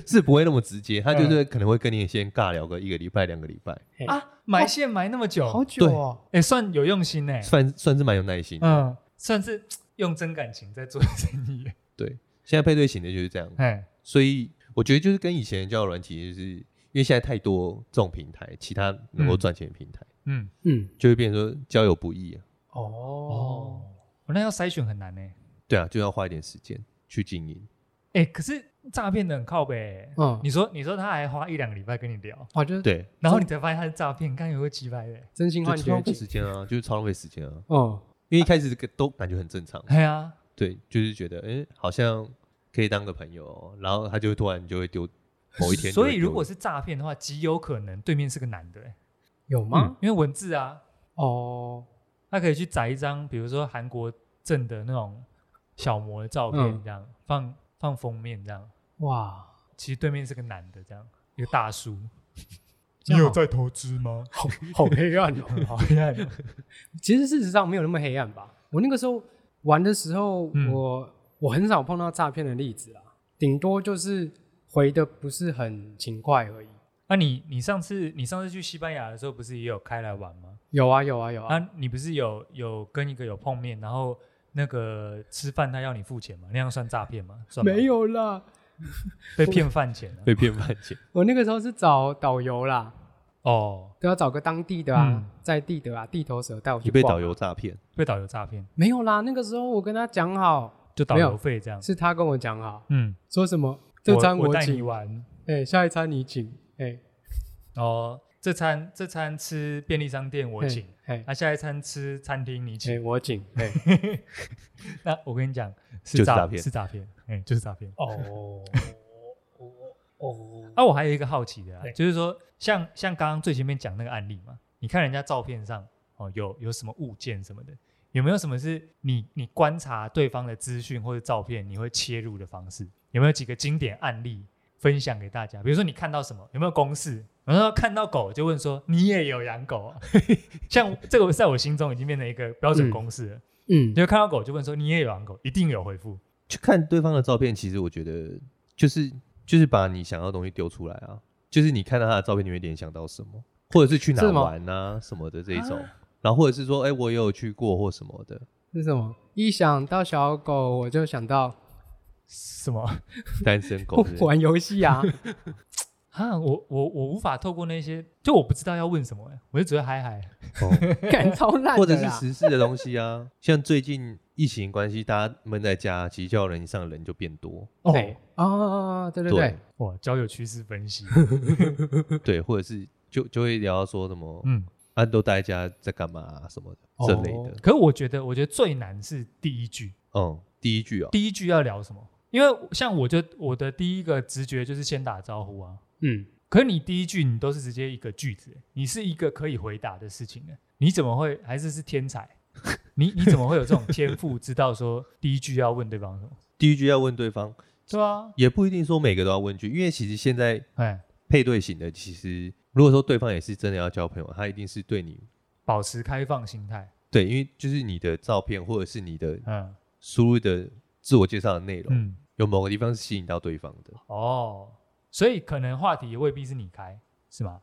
Speaker 2: 是不会那么直接，他
Speaker 1: 嗯
Speaker 2: 就是可能会跟你先尬聊个一个礼拜、两个礼拜，？”
Speaker 3: 嘿
Speaker 1: 啊，埋线埋那么久，
Speaker 3: 好久哦，
Speaker 1: 哎、算有用心呢、
Speaker 2: 算算是蛮有耐心的。
Speaker 1: 嗯，算是嘖用真感情在做生意。
Speaker 3: 嗯
Speaker 2: 对，现在配对型的就是这样，
Speaker 1: 哎，
Speaker 2: 所以我觉得就是跟以前的交友软体，就是因为现在太多这种平台，其他能够
Speaker 1: 嗯
Speaker 2: 赚钱的平台，
Speaker 1: 嗯，
Speaker 3: 嗯，
Speaker 2: 就会变成说交友不易啊。
Speaker 1: 哦
Speaker 3: 哦，，
Speaker 1: 我那要筛选很难呢、
Speaker 2: 对啊，就要花一点时间去经营。
Speaker 1: 哎、可是诈骗的很靠北、
Speaker 3: 嗯
Speaker 1: 你说，你说他还花一两个礼拜跟你聊，
Speaker 3: 哦，就是
Speaker 2: 对，
Speaker 1: 然后你才发现他是诈骗，看有个几百嘞。
Speaker 3: 真心
Speaker 2: 就
Speaker 3: 换
Speaker 2: 超
Speaker 3: 绝
Speaker 2: 浪费
Speaker 3: 技
Speaker 2: 时间啊，就是超浪费时间啊。
Speaker 3: 哦，
Speaker 2: 因为一开始都感觉很正常，
Speaker 1: 哎呀，
Speaker 2: 对，就是觉得哎、诶好像可以当个朋友哦，然后他就会突然就会 [laughs] 丢某一天就会丢。
Speaker 1: 所以如果是诈骗的话，极有可能对面是个男的、欸，
Speaker 3: 有吗？
Speaker 1: 因为文字啊，
Speaker 3: 哦，
Speaker 1: 他可以去载一张，比如说韩国正的那种小模的照片，
Speaker 3: 嗯
Speaker 1: 这样、放放封面这样。
Speaker 3: 哇，
Speaker 1: 其实对面是个男的，这样一个大叔。
Speaker 3: 这样好
Speaker 1: 在投资吗？
Speaker 3: 好好
Speaker 1: [laughs]
Speaker 3: 黑暗哦。
Speaker 1: 好黑暗哦。
Speaker 3: 其实事实上没有那么黑暗吧。我那个时候玩的时候，
Speaker 1: 嗯
Speaker 3: 我我很少碰到诈骗的例子啦，啊顶多就是回的不是很勤快而已。
Speaker 1: 啊你，你上次你上次去西班牙的时候，不是也有开来玩吗？
Speaker 3: 有啊有啊有啊，
Speaker 1: 啊，你不是有有跟一个有碰面，然后那个吃饭他要你付钱吗？那样算诈骗吗？算吗
Speaker 3: 没有啦，
Speaker 1: 被骗饭钱了。
Speaker 2: 被骗饭 [laughs] 钱，
Speaker 3: 我那个时候是找导游啦，
Speaker 1: 哦，
Speaker 3: 都要找个当地的啊，
Speaker 1: 嗯
Speaker 3: 在地的啊，地头蛇带我去
Speaker 2: 你被
Speaker 3: 逛
Speaker 2: 导游诈骗，
Speaker 1: 被导游诈骗，
Speaker 3: 没有啦，那个时候我跟他讲好，
Speaker 1: 就导
Speaker 3: 没
Speaker 1: 游
Speaker 3: 有
Speaker 1: 费这样。
Speaker 3: 是他跟我讲好，
Speaker 1: 嗯，
Speaker 3: 说什么这餐
Speaker 1: 我带你
Speaker 3: 请，
Speaker 1: 玩。
Speaker 3: 哎、下一餐你请，哎、
Speaker 1: 哦，这餐这餐吃便利商店我
Speaker 3: 哎
Speaker 1: 请，，
Speaker 3: 哎、
Speaker 1: 那、下一餐吃餐厅你 [laughs]
Speaker 3: 哎、
Speaker 1: 请。
Speaker 3: 我请，哎、
Speaker 1: 那我跟你讲，
Speaker 2: 就是是
Speaker 1: 诈
Speaker 2: 诈骗
Speaker 1: 是诈骗，哎、就是诈骗。
Speaker 3: [laughs] 哦，哦，
Speaker 1: 啊，我还有一个好奇的、啊
Speaker 3: 对，
Speaker 1: 就是说，像像刚刚最前面讲那个案例嘛，你看人家照片上哦，有有什么物件什么的，有没有什么是你你观察对方的资讯或者照片，你会切入的方式？有没有几个经典案例分享给大家？比如说你看到什么，有没有公式？然后看到狗就问说：“你也有养狗、啊？” [laughs] 像这个在我心中已经变成一个标准
Speaker 3: 嗯
Speaker 1: 公式了。
Speaker 3: 嗯
Speaker 1: 你，就看到狗就问说：“你也有养狗？”一定有回复。
Speaker 2: 去看对方的照片，其实我觉得就是就是把你想要的东西丢出来啊，就是你看到他的照片，你会联想到什么，或者是去哪
Speaker 3: 是吗
Speaker 2: 玩啊什么的这一种，然后或者是说哎、我也有去过或什么的，
Speaker 3: 是什么？一想到小狗，我就想到
Speaker 1: 什么？
Speaker 2: 单身 [laughs] 狗是不是
Speaker 3: [laughs] 玩游戏啊。
Speaker 1: 啊，我我我无法透过那些，就我不知道要问什么、欸，我就只会嗨嗨。
Speaker 2: 哦
Speaker 3: 感超烂
Speaker 2: 或者
Speaker 3: 的
Speaker 2: 是
Speaker 3: 啦。
Speaker 2: 时事的东西啊， [laughs] 像最近疫情关系，大家闷在家，其实交友软件上的人就变多，
Speaker 1: 哦，
Speaker 3: 对哦哦哦，对对对
Speaker 2: 对，
Speaker 1: 哇，交友趋势分析，
Speaker 3: 嗯
Speaker 2: 对，或者是就就会聊到说什么、
Speaker 1: 嗯，
Speaker 2: 啊，都待在家在干嘛、啊、什么的
Speaker 3: 哦
Speaker 2: 这类的，
Speaker 1: 可是我觉得，我觉得最难是第一句，
Speaker 2: 嗯，第一句啊、
Speaker 1: 第一句要聊什么？因为像我就我的第一个直觉就是先打招呼啊。
Speaker 3: 嗯，
Speaker 1: 可是你第一句你都是直接一个句子欸、你是一个可以回答的事情的，你怎么会还是是天才？你你怎么会有这种天赋，知道说第一句要问对方什么？ [laughs]
Speaker 2: 第一句要问对方。
Speaker 1: 对啊，
Speaker 2: 也不一定说每个都要问句，因为其实现在
Speaker 1: 哎，
Speaker 2: 配对型的，其实如果说对方也是真的要交朋友，他一定是对你
Speaker 1: 保持开放心态，
Speaker 2: 对，因为就是你的照片或者是你的
Speaker 1: 嗯
Speaker 2: 输入的自我介绍的内容，
Speaker 1: 嗯。
Speaker 2: 有某个地方是吸引到对方的，
Speaker 1: 哦，所以可能话题也未必是你开，是吗？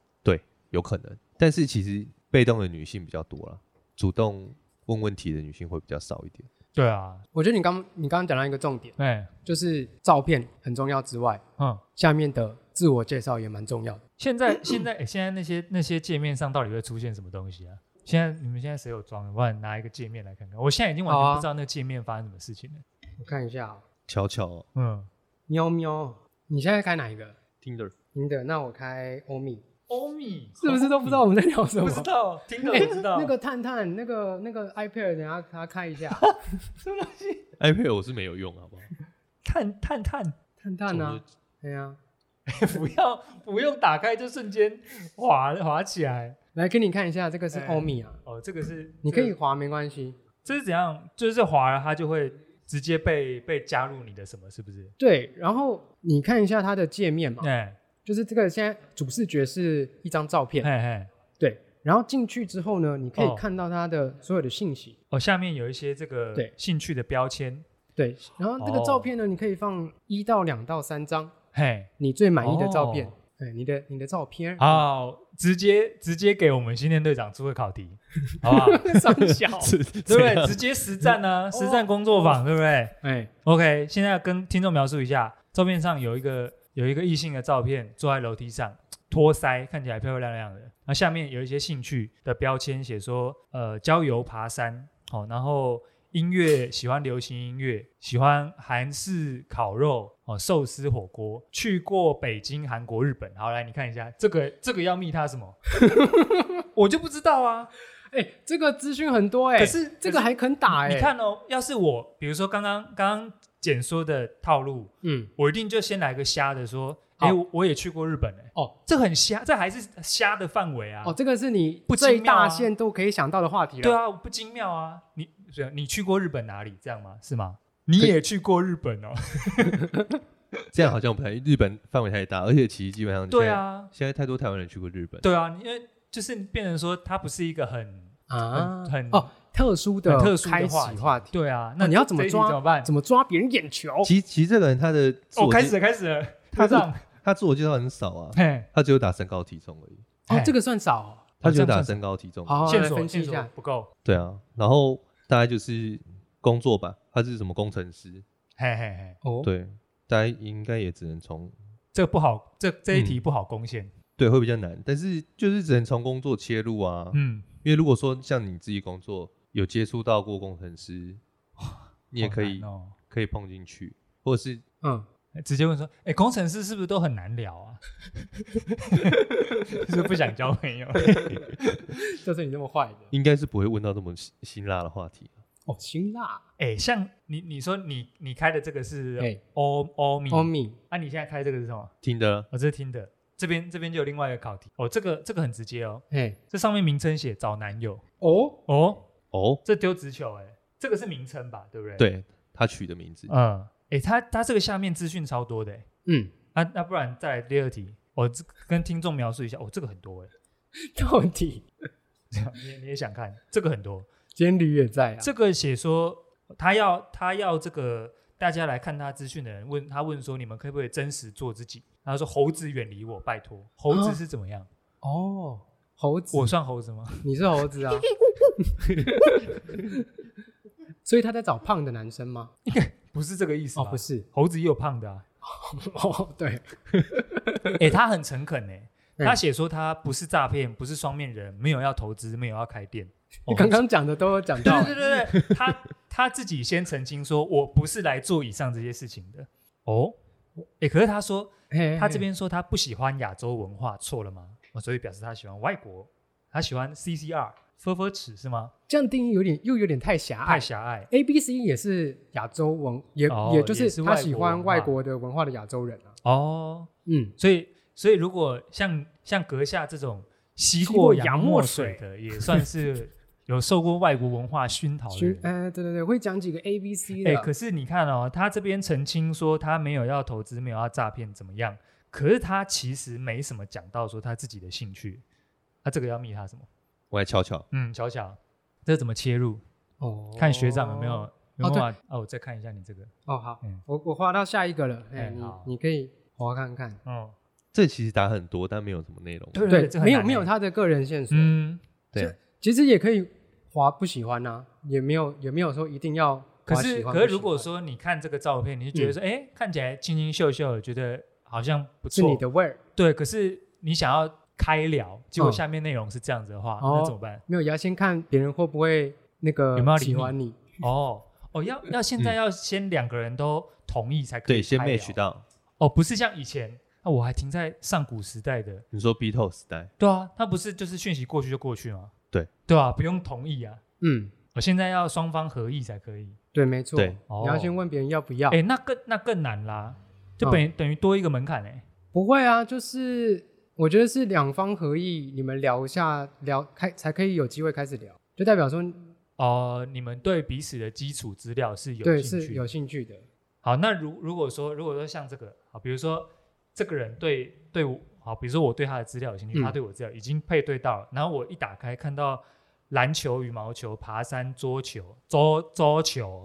Speaker 2: 有可能。但是其实被动的女性比较多啦，主动问问题的女性会比较少一点。
Speaker 1: 对啊，
Speaker 3: 我觉得你刚你刚刚讲到一个重点，
Speaker 1: 哎，
Speaker 3: 就是照片很重要之外，
Speaker 1: 嗯，
Speaker 3: 下面的自我介绍也蛮重要的。
Speaker 1: 现在现在、哎现在那些那些界面上到底会出现什么东西啊？现在你们现在谁有装？不然拿一个界面来看看。我现在已经完
Speaker 3: 好
Speaker 1: 全
Speaker 3: 啊
Speaker 1: 不知道那个界面发生什么事情了。
Speaker 3: 我看一下哦，
Speaker 2: 悄悄、哦、
Speaker 1: 嗯，
Speaker 3: 喵喵，你现在开哪一个？
Speaker 2: Tinder
Speaker 3: 您的，那我开欧米。
Speaker 1: 欧米
Speaker 3: 是不是都不知道我们在聊什么
Speaker 1: 不？
Speaker 3: [laughs]
Speaker 1: 知道，听都
Speaker 3: 哎
Speaker 1: 不知道。
Speaker 3: 那个探探，那个那个 iPad，等一下给他看一 [laughs] 下。
Speaker 1: 什么东西？
Speaker 2: iPad 我是没有用，好不好？
Speaker 1: 探探探，
Speaker 3: 探探啊，对呀、啊，
Speaker 1: 不要不用打开就瞬间滑滑起来。
Speaker 3: 来给你看一下，这个是
Speaker 1: 哎
Speaker 3: 欧米啊，
Speaker 1: 哦，这个是
Speaker 3: 你可以
Speaker 1: 这个
Speaker 3: 滑没关系。
Speaker 1: 这是怎样？就是滑了它就会直接被被加入你的什么？是不是？
Speaker 3: 对，然后你看一下它的界面嘛，
Speaker 1: 哎
Speaker 3: 就是这个现在主视觉是一张照
Speaker 1: 哎
Speaker 3: 片，
Speaker 1: 哎，
Speaker 3: 对，然后进去之后呢，你可以
Speaker 1: 哦
Speaker 3: 看到它的所有的信息，
Speaker 1: 哦，下面有一些这个
Speaker 3: 对
Speaker 1: 兴趣的标签，
Speaker 3: 对，然后这个
Speaker 1: 哦
Speaker 3: 照片呢，你可以放一到两到三张
Speaker 1: 嘿，
Speaker 3: 你最满意的照片
Speaker 1: 哦，啊
Speaker 3: 对，你的你的照片，
Speaker 1: 好，直接直接给我们新任队长出个考题，好不
Speaker 3: [laughs]
Speaker 1: 好？
Speaker 3: 上小，
Speaker 1: [laughs] 对不对？直接实战呢、
Speaker 3: 哦
Speaker 1: 实战工作坊，对不对
Speaker 3: 哎，
Speaker 1: ？OK，现在跟听众描述一下，照片上有一个有一个异性的照片，坐在楼梯上，托腮，看起来漂漂亮亮的。然后下面有一些兴趣的标签，写说呃，郊游、爬山，好、然后音乐喜欢流行音乐，喜欢韩式烤肉。哦，寿司火锅，去过北京、韩国、日本。好，来你看一下，这个这个要密他什
Speaker 3: [laughs]
Speaker 1: 么？我就不知道啊。
Speaker 3: 哎，这个资讯很多哎，
Speaker 1: 可是
Speaker 3: 这个还肯打哎，
Speaker 1: 你，看哦，要是我，比如说刚刚刚刚简说的套路，
Speaker 3: 嗯，
Speaker 1: 我一定就先来个瞎的说，
Speaker 3: 好
Speaker 1: 哎、我我也去过日本、哎，
Speaker 3: 哦，
Speaker 1: 这很瞎，这还是瞎的范围啊。
Speaker 3: 哦，这个是你
Speaker 1: 不
Speaker 3: 最
Speaker 1: 精妙啊
Speaker 3: 大限度可以想到的话题了，
Speaker 1: 对啊，不精妙啊。你是啊你去过日本哪里？这样吗？是吗？你也去过日本哦？
Speaker 2: 这样好像不太日本范围太大，而且其实基本上
Speaker 1: 对
Speaker 2: 现在，
Speaker 1: 啊，
Speaker 2: 现在太多台湾人去过日本，
Speaker 1: 对啊，因为就是变成说，它不是一个很
Speaker 3: 啊，
Speaker 1: 很很
Speaker 3: 哦，特殊的
Speaker 1: 很特殊的
Speaker 3: 开启
Speaker 1: 话题
Speaker 3: 话题，
Speaker 1: 对啊。那
Speaker 3: 哦你要怎么
Speaker 1: 这一题
Speaker 3: 抓
Speaker 1: 怎么办？
Speaker 3: 怎么抓别人眼球？哦
Speaker 2: 其实其实这个人他的自
Speaker 1: 哦，
Speaker 2: 我
Speaker 1: 开
Speaker 2: 介
Speaker 1: 始了，开始了，
Speaker 2: 他
Speaker 1: 这样，
Speaker 2: 他自我介绍很少啊，
Speaker 1: 嘿，
Speaker 2: 他只有打身高体重而已，
Speaker 3: 哦
Speaker 1: 嘿，
Speaker 3: 这个算少哦，
Speaker 2: 他只有
Speaker 1: 这样算
Speaker 2: 打身高体重，
Speaker 3: 好，好
Speaker 1: 线
Speaker 3: 来
Speaker 1: 索
Speaker 3: 分析
Speaker 1: 线
Speaker 3: 一
Speaker 1: 索
Speaker 3: 下，
Speaker 1: 不够，
Speaker 2: 对啊，然后大概就是工作吧，他是什么工程师，
Speaker 1: 嘿嘿嘿，
Speaker 3: 哦，
Speaker 2: 对，大家应该也只能从
Speaker 1: 这不好，这这一题
Speaker 3: 嗯
Speaker 1: 不好攻陷，
Speaker 2: 对会比较难，但是就是只能从工作切入啊，
Speaker 1: 嗯，
Speaker 2: 因为如果说像你自己工作有接触到过工程师，你也
Speaker 1: 好
Speaker 2: 可以
Speaker 1: 难哦。
Speaker 2: 可以碰进去，或者是
Speaker 3: 嗯，
Speaker 1: 直接问说：“哎、工程师是不是都很难聊啊？” [laughs] 就是不想交朋友。
Speaker 3: 就是你这么坏的，
Speaker 2: 应该是不会问到这么辛辛辣的话题。
Speaker 3: 哦，辛辣，
Speaker 1: 哎、像你你说你你开的这个是
Speaker 3: 哎
Speaker 1: 欧欧米，
Speaker 3: 欧米，
Speaker 1: 啊，你现在开这个是什么？
Speaker 2: 听的
Speaker 1: 我、哦、这是听的，这边这边就有另外一个考题哦，这个这个很直接哦，
Speaker 3: 哎，
Speaker 1: 这上面名称写找男友
Speaker 3: 哦，
Speaker 1: 哦，
Speaker 2: 哦，
Speaker 1: 这丢直球哎、这个是名称吧，对不对？，
Speaker 2: 对他取的名字，
Speaker 1: 嗯，哎、他他这个下面资讯超多的、哎
Speaker 3: [laughs] 嗯，
Speaker 1: 啊，那不然再来第二题，我、哦、这跟听众描述一下，哦，这个很多哎、
Speaker 3: 到底
Speaker 1: 这样你也你也想看，这个很多。
Speaker 3: 今天驴也在啊，
Speaker 1: 这个写说他要他要这个大家来看他资讯的人问他问说你们可不可以真实做自己？他说猴子远离我，拜托。猴子是怎么样？嗯
Speaker 3: 哦，猴子，
Speaker 1: 啊我算猴子吗？
Speaker 3: 你是猴子啊，所以他在找胖的男生吗？
Speaker 1: [laughs] 不是这个意思
Speaker 3: 哦，
Speaker 1: 吧
Speaker 3: 不是，
Speaker 1: 猴子也有胖 [laughs] 的啊。
Speaker 3: 哦，对，
Speaker 1: 哎、他很诚恳哎、
Speaker 3: 嗯
Speaker 1: 他写说他不是诈骗，不是双面人，没有要投资，没有要开店。哦
Speaker 3: 你刚刚讲的都有讲
Speaker 1: 对
Speaker 3: 到，
Speaker 1: 对对对对，他 [laughs] 他自己先澄清说，我不是来做以上这些事情的。哦，哎、可是他说
Speaker 3: 嘿
Speaker 1: 他这，边说他不喜欢亚洲文化，错了吗？我所以表示他喜欢外国，他喜欢 CCR，f 呵尺是吗？
Speaker 3: 这样定义有点又有点太狭隘
Speaker 1: 太。狭隘。
Speaker 3: A、B、C 也是亚洲文，也、
Speaker 1: 哦
Speaker 3: 也就
Speaker 1: 也是
Speaker 3: 他
Speaker 1: 外
Speaker 3: 喜
Speaker 1: 国
Speaker 3: 欢
Speaker 1: 文
Speaker 3: 外
Speaker 1: 化
Speaker 3: 国的文化的亚洲人啊。
Speaker 1: 哦，
Speaker 3: 嗯，
Speaker 1: 所以所以如果像像阁下这种吸
Speaker 3: 吸过
Speaker 1: 过
Speaker 3: 洋
Speaker 1: 洋
Speaker 3: 墨
Speaker 1: 墨水
Speaker 3: 水
Speaker 1: 的，也算是有受过外国文化熏陶的
Speaker 3: 学
Speaker 1: 人。
Speaker 3: 呃，对对对，会讲几个 A、B、C 的。
Speaker 1: 哎，可是你看哦，他这边澄清说他没有要投资，没有要诈骗，怎么样？可是他其实没什么讲到说他自己的兴趣，他、这个要密他什么？
Speaker 2: 我来瞧瞧。
Speaker 1: 嗯，巧巧，这怎么切入？
Speaker 3: 哦
Speaker 1: 看学长有没有有
Speaker 3: 哦
Speaker 1: 没有
Speaker 3: 对
Speaker 1: 办法哦，我再看一下你这个，
Speaker 3: 哦，好，
Speaker 1: 嗯
Speaker 3: 我我滑到下一个了。哎、
Speaker 1: 哎
Speaker 3: 你
Speaker 1: 好
Speaker 3: 你可以滑看看。
Speaker 1: 哦，
Speaker 2: 这其实打很多，但没有什么内容。
Speaker 1: 对这很
Speaker 3: 没有
Speaker 1: 难
Speaker 3: 没有
Speaker 1: 欸
Speaker 3: 他的个人线索，
Speaker 1: 嗯，
Speaker 2: 对啊，
Speaker 3: 其实也可以滑不喜欢啊，也没有也没有说一定要
Speaker 1: 可
Speaker 3: 滑
Speaker 1: 是
Speaker 3: 喜欢。
Speaker 1: 可是
Speaker 3: 不喜
Speaker 1: 如果
Speaker 3: 欢嗯
Speaker 1: 说你看这个照片，你就觉得说，哎，看起来清清秀秀的，觉得好像不
Speaker 3: 是你
Speaker 1: 错，
Speaker 3: 的味儿，
Speaker 1: 对，可是你想要开聊，结果
Speaker 3: 嗯
Speaker 1: 下面内容是这样子的话，
Speaker 3: 哦
Speaker 1: 那怎么办？
Speaker 3: 没有也要先看别人会不会那个
Speaker 1: 有没有理
Speaker 3: 喜欢你。
Speaker 1: 哦哦，要要现在要先两个人都同意才可以
Speaker 2: 嗯对，先
Speaker 1: 开聊
Speaker 2: match 到。
Speaker 1: 哦，不是像以前那我还停在上古时代的，
Speaker 2: 你说 BTO 时代，
Speaker 1: 对啊，他不是就是讯息过去就过去吗？
Speaker 2: 对，
Speaker 1: 对啊，不用同意啊，
Speaker 3: 嗯，
Speaker 1: 我现在要双方合意才可以。
Speaker 3: 对，没错，
Speaker 2: 对
Speaker 1: 哦
Speaker 3: 你要先问嗯别人要不要
Speaker 1: 哎、。那更那更难啦，就等于、等于多一个门槛哎、
Speaker 3: 不会啊，就是我觉得是两方合意，你们聊一下，聊开才可以有机会开始聊，就代表说
Speaker 1: 哦、你们对彼此的基础资料是有
Speaker 3: 对
Speaker 1: 兴
Speaker 3: 是
Speaker 1: 趣
Speaker 3: 有
Speaker 1: 的。
Speaker 3: 兴趣的。
Speaker 1: 好，那如如果说如果说像这个，好，比如说这个人对对我，好，比如说我对他的资料有兴趣，
Speaker 3: 嗯
Speaker 1: 他对我资料已经配对到了，然后我一打开看到篮球、羽毛球、爬山、桌球、桌桌球、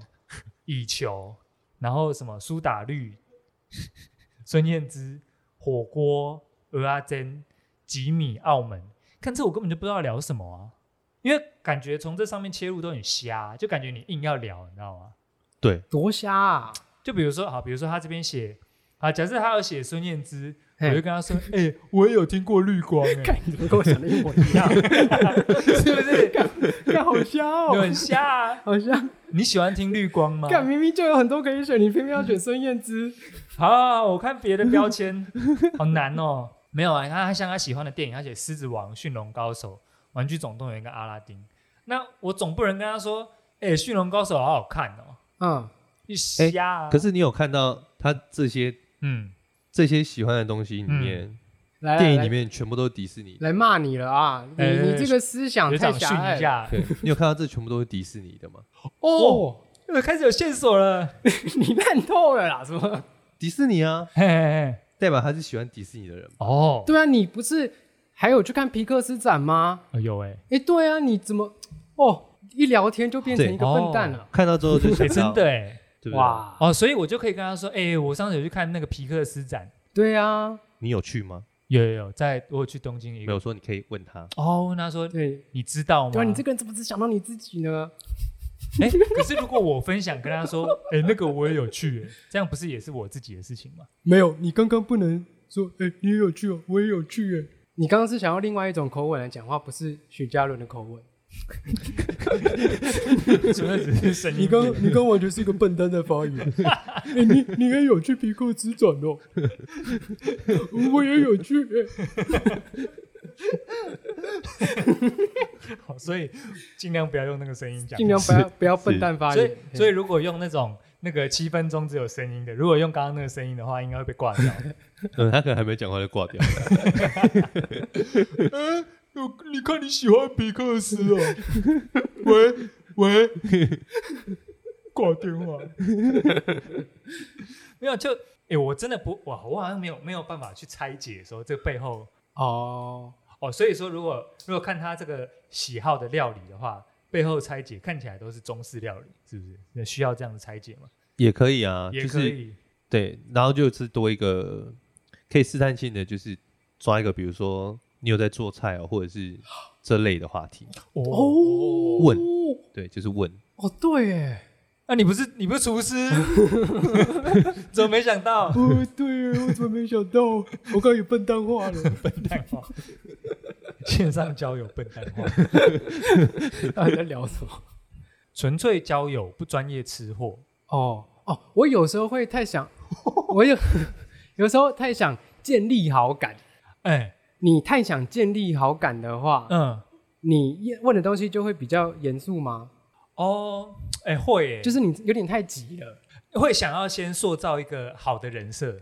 Speaker 1: 乙球，然后什么苏打绿、孙燕姿、火锅、鹅阿珍、吉米、澳门，看这我根本就不知道聊什么啊，因为感觉从这上面切入都很瞎，就感觉你硬要聊，你知道吗？
Speaker 2: 对，
Speaker 3: 多瞎啊！
Speaker 1: 就比如说，好，比如说他这边写啊，假设他有写孙燕姿，我
Speaker 3: 嘿
Speaker 1: 就跟他说，哎、我也有听过绿光、欸，
Speaker 3: 看你怎么跟我想的一模一
Speaker 1: [laughs]
Speaker 3: 样，
Speaker 1: 是不是？
Speaker 3: [laughs] 干好瞎
Speaker 1: 你
Speaker 3: 哦，
Speaker 1: 很瞎、啊，
Speaker 3: 好像
Speaker 1: 你喜欢听绿光吗？
Speaker 3: 干明明就有很多可以选，你偏偏要选孙燕姿。
Speaker 1: 好好，好我看别的标签，好难哦。没有啊，你看他像他喜欢的电影，他写《狮子王》《驯龙高手》《玩具总动员》跟《阿拉丁》，那我总不能跟他说，哎、驯龙高手》好好看哦，
Speaker 3: 嗯，
Speaker 1: 你瞎、啊
Speaker 2: 可是你有看到他这些
Speaker 1: 嗯，
Speaker 2: 这些喜欢的东西里面，
Speaker 3: 来
Speaker 2: 电影里
Speaker 3: 面
Speaker 2: 面全部都是迪士尼，
Speaker 3: 来骂你了啊！你
Speaker 1: 哎哎
Speaker 3: 你这个思想
Speaker 1: 学
Speaker 3: 啊太
Speaker 1: 长
Speaker 3: 狭
Speaker 1: 训
Speaker 3: 隘
Speaker 1: 一
Speaker 3: 了。
Speaker 1: 下
Speaker 2: 对，你有看到这全部都是迪士尼的吗？
Speaker 1: 哦，，呃开始有线索了，
Speaker 3: [laughs] 你烂透了啦！什么？
Speaker 2: 迪士尼啊，
Speaker 1: 嘿嘿嘿，
Speaker 2: 代表他是喜欢迪士尼的人嘛。
Speaker 1: 哦，
Speaker 3: 对啊，你不是还有去看皮克斯展吗？
Speaker 1: 哎呦喂，
Speaker 3: 哎，对啊，你怎么哦？一聊天就变成
Speaker 2: 对
Speaker 3: 一个笨蛋了，
Speaker 2: 看到之后就
Speaker 3: [laughs]
Speaker 1: 哎、
Speaker 2: 想 [laughs] 到，
Speaker 1: 真的哎，
Speaker 2: 对不对？
Speaker 3: 哇！
Speaker 1: 哦，所以我就可以跟他说，哎、我上次有去看那个皮克斯展，
Speaker 3: 对啊，
Speaker 2: 你有去吗？
Speaker 1: 有有有，在我有去东京一
Speaker 2: 没
Speaker 1: 个，
Speaker 2: 有说你可以问他，
Speaker 1: 哦，问他说
Speaker 3: 对
Speaker 1: 你知道吗？
Speaker 3: 对啊，你这个人怎么只想到你自己呢？
Speaker 1: 哎、可是如果我分享跟他
Speaker 3: [laughs]
Speaker 1: 说，哎、那个我也有去耶，这样不是也是我自己的事情吗？
Speaker 3: 没有，你刚刚不能说，哎，你也有趣哦，我也有趣哎。你刚刚是想要另外一种口吻来讲话，不是许嘉伦的口吻。
Speaker 1: 所以只是声音。
Speaker 3: 你刚
Speaker 1: [laughs]
Speaker 3: 你刚完全是一个笨蛋在发 [laughs] 言。哎你你也有去皮克斯展 [laughs] 哦，我也有去、哎
Speaker 1: 好，哦所以尽量不要用那个声音讲。
Speaker 3: [laughs] 尽量不要不要笨蛋发
Speaker 1: 所
Speaker 3: 言
Speaker 1: 以。，
Speaker 3: 哎
Speaker 1: 所以如果用那种那个七分钟只有声音的，如果用刚刚那个声音的话，应该会被挂掉。
Speaker 2: 嗯，他可能还没讲话就挂掉。
Speaker 1: 我你看你喜欢皮克斯哦， [laughs] 喂 [laughs] 喂，挂电话。 [laughs] 没有，就哎、诶我真的不哇，我好像没有没有办法去拆解说这背后
Speaker 3: 哦，
Speaker 1: 哦，所以说如果如果看他这个喜好的料理的话，背后拆解看起来都是中式料理，是不是？那需要这样子拆解吗？
Speaker 2: [laughs] 也可以啊，
Speaker 1: 也
Speaker 2: 就
Speaker 1: 可
Speaker 2: 是
Speaker 1: 以，
Speaker 2: 对，然后就是多一个可以试探性的，就是抓一个，比如说你有在做菜哦，或者是这类的话题，
Speaker 1: 哦
Speaker 2: 问对，就是问，
Speaker 3: 哦，对，哎，
Speaker 1: 那、你不是你不是厨
Speaker 2: [laughs]
Speaker 1: 师？怎么没想到？ [laughs]
Speaker 3: 哦，对，哎我怎么没想到？我刚也笨蛋化 [laughs] 了，
Speaker 1: 笨蛋话，线上交友笨蛋话。
Speaker 3: 到底在聊什么？
Speaker 1: 纯粹交友，不专业吃货。
Speaker 3: 哦哦，我有时候会
Speaker 1: [laughs]
Speaker 3: 太想，我有 [laughs] 有时候太想建立好感。
Speaker 1: 哎、
Speaker 3: 你太想建立好感的话，
Speaker 1: 嗯，
Speaker 3: 你问的东西就会比较严肃吗？
Speaker 1: 哦，哎、会耶，
Speaker 3: 就
Speaker 1: 就是
Speaker 3: 你有点太急了。
Speaker 1: 会想要先塑造一个好的人设，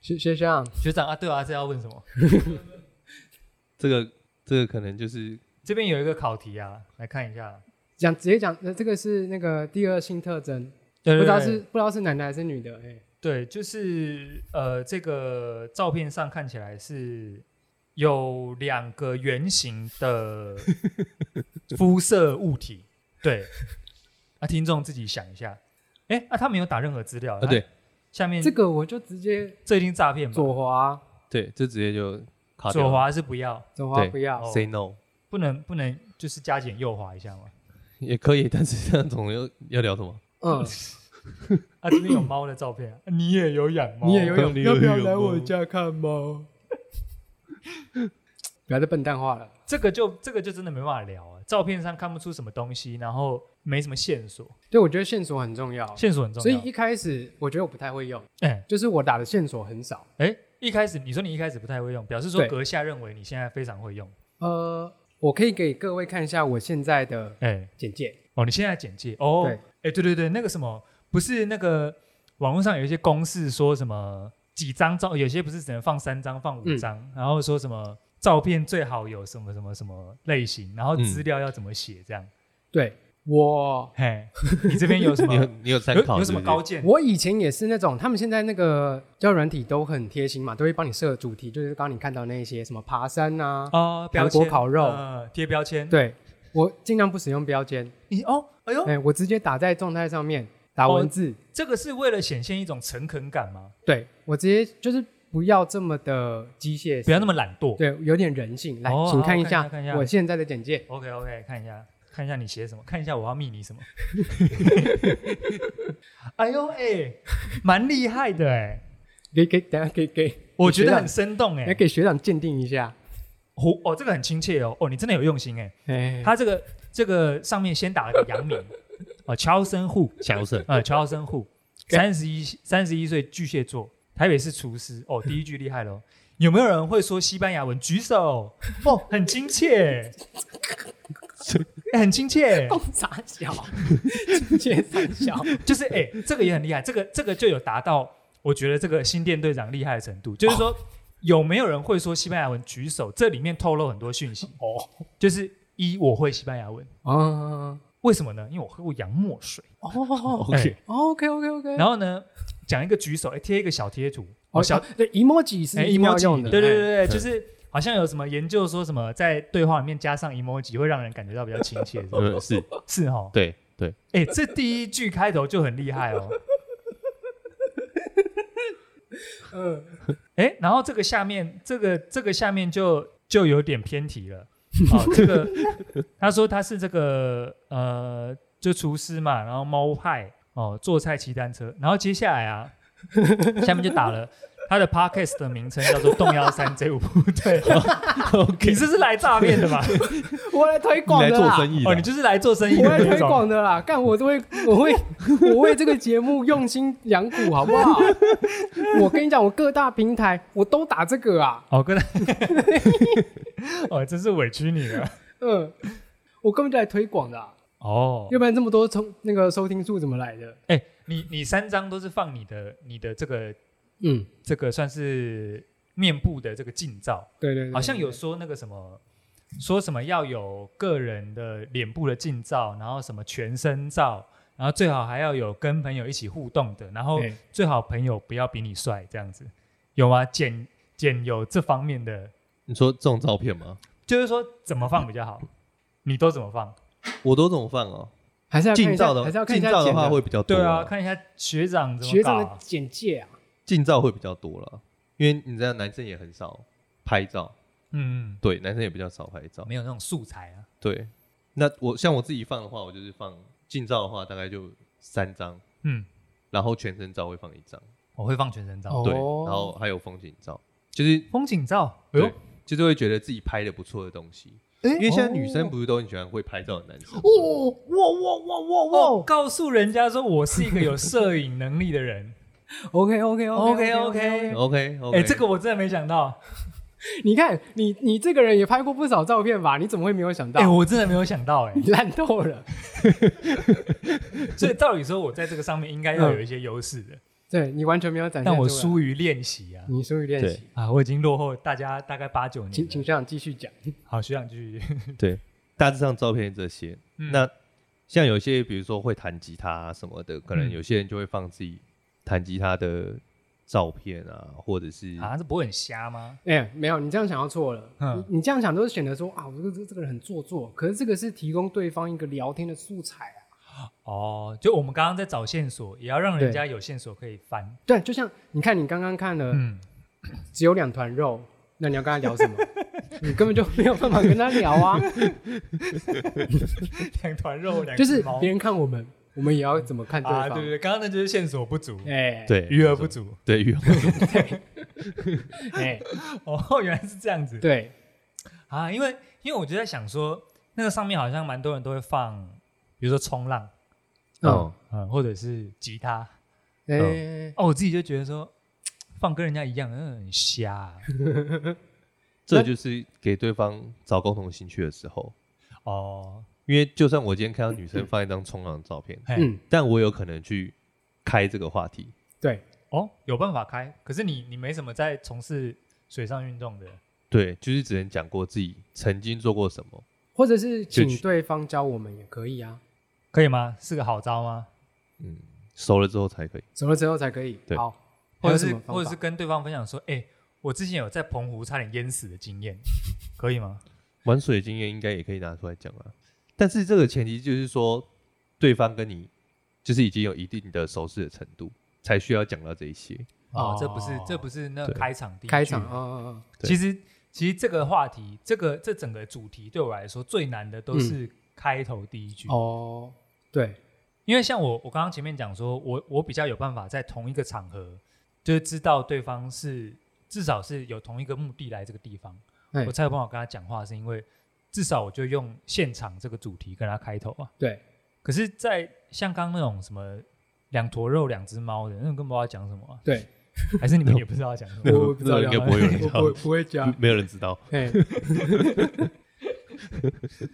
Speaker 3: 学学长，
Speaker 1: 学长啊，对啊，这要问什么？
Speaker 2: 这个这个可能就是
Speaker 1: 这边有一个考题啊，来看一下，
Speaker 3: 讲直接讲，呃，这个是那个第二性特征，
Speaker 1: 对
Speaker 3: 不知道是不知道是男的还是女的，哎，
Speaker 1: 对，就是呃，这个照片上看起来是有两个圆形的肤色物 [laughs] 体，对，啊，听众自己想一下，哎、啊，他没有打任何资料，
Speaker 2: 啊，对，
Speaker 1: 下面
Speaker 3: 这
Speaker 1: 这
Speaker 3: 个我就直接
Speaker 1: 这一定诈骗吧？
Speaker 3: 左滑，
Speaker 2: 对，这直接就卡掉
Speaker 1: 左
Speaker 2: 了哦
Speaker 1: 滑是不要，
Speaker 3: 左滑
Speaker 2: 对
Speaker 3: 不要，
Speaker 2: ，say no
Speaker 1: 不能不能就是加减右滑一下吗？
Speaker 2: 也可以，但是那种要要聊什么？
Speaker 1: 哦
Speaker 3: 嗯，
Speaker 1: 啊，这边有猫的照片、啊， [laughs] 你也有养猫，
Speaker 3: 你也有
Speaker 2: 有要
Speaker 3: 要不
Speaker 2: 不
Speaker 3: 要
Speaker 2: 要
Speaker 3: 来
Speaker 2: 来
Speaker 3: 我
Speaker 2: 我
Speaker 3: 家看猫？ [laughs] 不要再笨蛋化了。
Speaker 1: 这个就这个就真的没办法聊啊，照片上看不出什么东西，然后没什么线索，
Speaker 3: 对，我觉得线索很重要，
Speaker 1: 线索很重
Speaker 3: 所以
Speaker 1: 要。
Speaker 3: 一开始我觉得我不太会用，
Speaker 1: 哎
Speaker 3: 就是我打的线索很少。
Speaker 1: 哎，一开始你说你一开始不太会用，表示说
Speaker 3: 对
Speaker 1: 阁下认为你现在非常会用。
Speaker 3: 呃，我可以给各位看一下我现在的
Speaker 1: 哎，
Speaker 3: 简介。
Speaker 1: 哦，你现在简介哦，
Speaker 3: 对
Speaker 1: 哎，对对对，那个什么，不是那个网络上有一些公式说什么几张照，有些不是只能放三张、放五
Speaker 3: 嗯
Speaker 1: 张，然后说什么照片最好有什么什么什么类型，然后
Speaker 2: 嗯
Speaker 1: 资料要怎么写这样。
Speaker 3: 对我，
Speaker 1: 嘿，你这边有什么
Speaker 3: [laughs]
Speaker 2: 你 [laughs] 有你有参
Speaker 1: 有
Speaker 2: 考
Speaker 1: 有什么
Speaker 2: 是不是
Speaker 1: 高见？
Speaker 3: 我以前也是那种，他们现在那个交友软体都很贴心嘛，都会帮你设主题，就是刚刚你看到那些什么爬山啊，
Speaker 1: 哦，标
Speaker 3: 韩国
Speaker 1: 签
Speaker 3: 烤肉
Speaker 1: 呃贴标签。，
Speaker 3: 对我尽量不使用标签，
Speaker 1: 你哦，哎呦，
Speaker 3: 哎、我直接打在状态上面打文字，
Speaker 1: 这个是为了显现一种诚恳感吗？
Speaker 3: 对我直接就是不要这么的机械，
Speaker 1: 不要那
Speaker 3: 么
Speaker 1: 么懒惰。
Speaker 3: 对，有点人性。来，
Speaker 1: 哦
Speaker 3: 请
Speaker 1: 好
Speaker 3: 看一
Speaker 1: 看一
Speaker 3: 下
Speaker 1: 下看一下
Speaker 3: 我现在的简介。
Speaker 1: OK OK，看一下，看一下你写什么，看一下我要密你
Speaker 3: [laughs]
Speaker 1: 什么。哎呦哎、蛮厉害的哎、
Speaker 3: 给给，等下给给，
Speaker 1: 我觉
Speaker 3: 学
Speaker 1: 得
Speaker 3: 长
Speaker 1: 很生动哎、
Speaker 3: 来给学长鉴定一下。
Speaker 1: 哦哦，这个很亲切哦，哦，你真的有用心哎、
Speaker 3: 哎，
Speaker 1: 他这个这个上面先打了个洋名，哦，乔森户，
Speaker 2: 乔森
Speaker 1: 呃，乔森户，三十一三十一岁巨蟹座，台北市厨师。哦，第一句厉害喽！有没有人会说西班牙文？举 [laughs] 手。哦，很亲 [laughs] 切，欸很亲切，
Speaker 3: 共傻 [laughs] 小，借三小，
Speaker 1: 就是哎、欸这个也很厉害，这个这个就有达到我觉得这个新店队长厉害的程度，就是说。有没有人会说西班牙文？举手。这里面透露很多讯息哦，就是一我会西班牙文，
Speaker 3: 哦
Speaker 1: 为什么呢？因为我喝过洋墨水。
Speaker 3: 哦
Speaker 1: 哎
Speaker 2: OK，
Speaker 3: ，OK OK OK。
Speaker 1: 然后呢，讲一个举手，哎，贴一个小贴图，嗯哦，小
Speaker 3: 对 emoji 是
Speaker 1: 哎
Speaker 3: 一定要用
Speaker 1: 对
Speaker 3: 的，
Speaker 1: 对对
Speaker 3: 哎
Speaker 1: 对，就是好像有什么研究说什么在对话里面加上 emoji 会让人感觉到比较亲切，是不是
Speaker 2: 嗯是，
Speaker 1: 是哈，
Speaker 2: 对对，
Speaker 1: 哎，这第一句开头就很厉害哦，
Speaker 3: 嗯，
Speaker 1: 哎，然后这个下面这个这个下面就就有点偏题了，
Speaker 3: [laughs]
Speaker 1: 哦，这个他说他是这个呃，就厨师嘛，然后猫派哦，做菜骑单车，然后接下来啊，下面就打了。他的 podcast 的名称叫做“动幺三 J 五部队”，你这是来诈骗的吧？
Speaker 3: 我来推
Speaker 2: 你
Speaker 3: 广
Speaker 2: 来
Speaker 3: 的
Speaker 2: 做
Speaker 3: 啦，
Speaker 2: 生意的啊
Speaker 1: 哦，你就是来做生意
Speaker 3: 我
Speaker 1: 的
Speaker 3: 来
Speaker 1: 那
Speaker 3: 推
Speaker 1: 种。
Speaker 3: 广的啦，干我都会，
Speaker 1: [laughs]
Speaker 3: 我会，我为这个节目用心良苦，好不好？ [laughs] 我跟你讲，我各大平台我都打这个啊，
Speaker 1: 哦，跟他， [laughs] 哦，真是委屈你了。
Speaker 3: 嗯，我根本就来推广的啊、
Speaker 1: 哦，
Speaker 3: 要不然这么多从那个收听数怎么来的？
Speaker 1: 哎，你你三张都是放你的你的这个
Speaker 3: 嗯，
Speaker 1: 这个算是面部的这个近照，
Speaker 3: 对对对，
Speaker 1: 好像有
Speaker 3: 对
Speaker 1: 说那个什么。说什么要有个人的脸部的近照，然后什么全身照，然后最好还要有跟朋友一起互动的，然后
Speaker 3: 对
Speaker 1: 最好朋友不要比你帅，这样子有吗？简简有这方面的，
Speaker 2: 你说这种照片吗？
Speaker 1: 就是说怎么放比较好，你都怎么放？
Speaker 2: 我都这种放哦，
Speaker 3: 还是要看一
Speaker 2: 近
Speaker 3: 下
Speaker 2: 照
Speaker 3: 还是要
Speaker 2: 的
Speaker 3: 看一
Speaker 2: 近
Speaker 3: 下
Speaker 2: 照的
Speaker 3: 剪
Speaker 2: 话会比较多
Speaker 1: 对
Speaker 2: 啦，
Speaker 1: 啊，看一下学长怎么
Speaker 3: 哦学
Speaker 1: 搞
Speaker 3: 长的
Speaker 1: 啊。
Speaker 3: 简介啊，
Speaker 2: 近照会比较多了，因为你知道男生也很少拍照，
Speaker 1: 嗯，
Speaker 2: 对，男生也比较少拍照，
Speaker 1: 没有那种素材啊。
Speaker 2: 对。那我像我自己放的话，我就是放近照的话，大概就三张，
Speaker 1: 嗯，
Speaker 2: 然后全身照会放一张，
Speaker 1: 我会放全身照、
Speaker 3: 哦
Speaker 2: 对，然后还有风景照，就是
Speaker 1: 风景照。哎呦
Speaker 2: 对，，就是会觉得自己拍的不错的东西。
Speaker 1: 哎
Speaker 2: 因为现在女生不是都很喜欢会拍照的男生？
Speaker 3: 哦，哇哇哇哇
Speaker 1: 哦，
Speaker 3: 哇
Speaker 1: 告诉人家说我是一个有摄影能力的 [laughs] 人。
Speaker 3: ，OK OK OK
Speaker 1: 哦 OK，OK，OK
Speaker 2: OK OK，
Speaker 1: 哎，这个我真的没想到，
Speaker 3: 你看你你这个人也拍过不少照片吧？你怎么会没有想
Speaker 1: 哎，
Speaker 3: 到？
Speaker 1: 我真的没有想到，
Speaker 3: [laughs]
Speaker 1: 哎，
Speaker 3: 你烂透了，
Speaker 1: 所以照理说我在这个上面应该
Speaker 3: 嗯
Speaker 1: 要有一些优势的，
Speaker 3: 对你完全没有展现
Speaker 1: 但
Speaker 3: 出
Speaker 1: 我
Speaker 3: 来，
Speaker 1: 疏于练习啊。
Speaker 3: 你疏于练习，
Speaker 1: 啊，我已经落后大家大概八九年
Speaker 3: 嗯请请
Speaker 1: 了。
Speaker 3: 学长继续讲。
Speaker 1: 好，学长继续。 [laughs]
Speaker 2: 对，大致上照片这些。
Speaker 1: 嗯
Speaker 2: 那像有些比如说会弹吉他啊什么的，可能
Speaker 1: 嗯
Speaker 2: 有些人就会放自己弹吉他的照片啊，或者是
Speaker 1: 啊，这不会很瞎吗？
Speaker 3: 哎、没有，你这样想要错了。
Speaker 1: 嗯
Speaker 3: 你你这样想都是显得说啊，我这个这个人很做作，可是这个是提供对方一个聊天的素材啊。
Speaker 1: 哦，就我们刚刚在找线索，也要让人
Speaker 3: 对
Speaker 1: 家有线索可以翻。
Speaker 3: 对，就像你看，你刚刚看了、
Speaker 1: 嗯， [laughs]
Speaker 3: 只有两团肉，那你要跟他聊什么？你根本就没有办法跟他聊
Speaker 1: [laughs]
Speaker 3: 啊。
Speaker 1: 两团肉，两
Speaker 3: 就是
Speaker 1: 只哎猫
Speaker 3: 别人看我们，我们也要怎么看对
Speaker 1: 啊，
Speaker 3: 方？
Speaker 1: 对对对，刚刚那就是线索不足，
Speaker 3: 哎、
Speaker 2: 对
Speaker 1: 余额不足。
Speaker 2: 对，余额
Speaker 3: 哎、
Speaker 1: [laughs] 哦，原来是这样子。
Speaker 3: 对，
Speaker 1: 啊，因为因为我就在想说，那个上面好像蛮多人都会放，比如说冲浪，
Speaker 3: 嗯，
Speaker 2: 嗯，
Speaker 1: [laughs] 嗯，或者是吉他。
Speaker 3: 哎，
Speaker 1: 哦，我自己就觉得说，放跟人家一样，嗯，很瞎啊、
Speaker 2: 这就是给对方找共同兴趣的时候。
Speaker 1: 哦，
Speaker 2: 因为就算我今天看到女生放一张冲浪的照片，
Speaker 1: 嘿，
Speaker 3: 嗯，
Speaker 2: 但我有可能去开这个话题。
Speaker 3: 对，
Speaker 1: 哦，有办法开，可是你你没什么在从事水上运动的，
Speaker 2: 对，就是只能讲过自己曾经做过什么。
Speaker 3: 或者是
Speaker 2: 就
Speaker 3: 请
Speaker 2: 去
Speaker 3: 对方教我们也可以啊，
Speaker 1: 可以吗？是个好招吗？
Speaker 2: 嗯，熟了之后才可以。
Speaker 3: 熟了之后才可以。
Speaker 2: 对
Speaker 3: 好，
Speaker 1: 或者
Speaker 3: 还有
Speaker 1: 是
Speaker 3: 什么方法
Speaker 1: 或者是跟对方分享说，哎、我之前有在澎湖差点淹死的经验，可以吗？
Speaker 2: 玩水的经验应该也可以拿出来讲啊。但是这个前提就是说，对方跟你就是已经有一定的熟识的程度，才需要讲到这一些。
Speaker 1: 哦
Speaker 3: 哦，
Speaker 1: 这不是这不是那
Speaker 2: 对
Speaker 1: 开场第一
Speaker 3: 开
Speaker 1: 句
Speaker 3: 场，嗯嗯
Speaker 2: 对
Speaker 1: 其实其实这个话题，这个这整个主题对我来说最难的都是开头第一句，
Speaker 3: 嗯，哦，对，
Speaker 1: 因为像我我刚刚前面讲说，我我比较有办法在同一个场合，就是知道对方是至少是有同一个目的来这个地方，
Speaker 3: 哎
Speaker 1: 我才有办法跟他讲话，是因为至少我就用现场这个主题跟他开头啊。
Speaker 3: 对，
Speaker 1: 可是，在像刚刚那种什么两坨肉、两只猫的，那种更不知道讲什么、啊，
Speaker 3: 对，
Speaker 1: 还是你
Speaker 3: [laughs]
Speaker 1: 们也不知道讲什么？
Speaker 3: 我不知道
Speaker 2: 那
Speaker 3: 要
Speaker 2: 应该不会有人
Speaker 3: 我
Speaker 2: 知道
Speaker 3: 不会不
Speaker 2: [laughs]
Speaker 3: 会加。
Speaker 2: 没有人知道，
Speaker 3: 嘿 [laughs]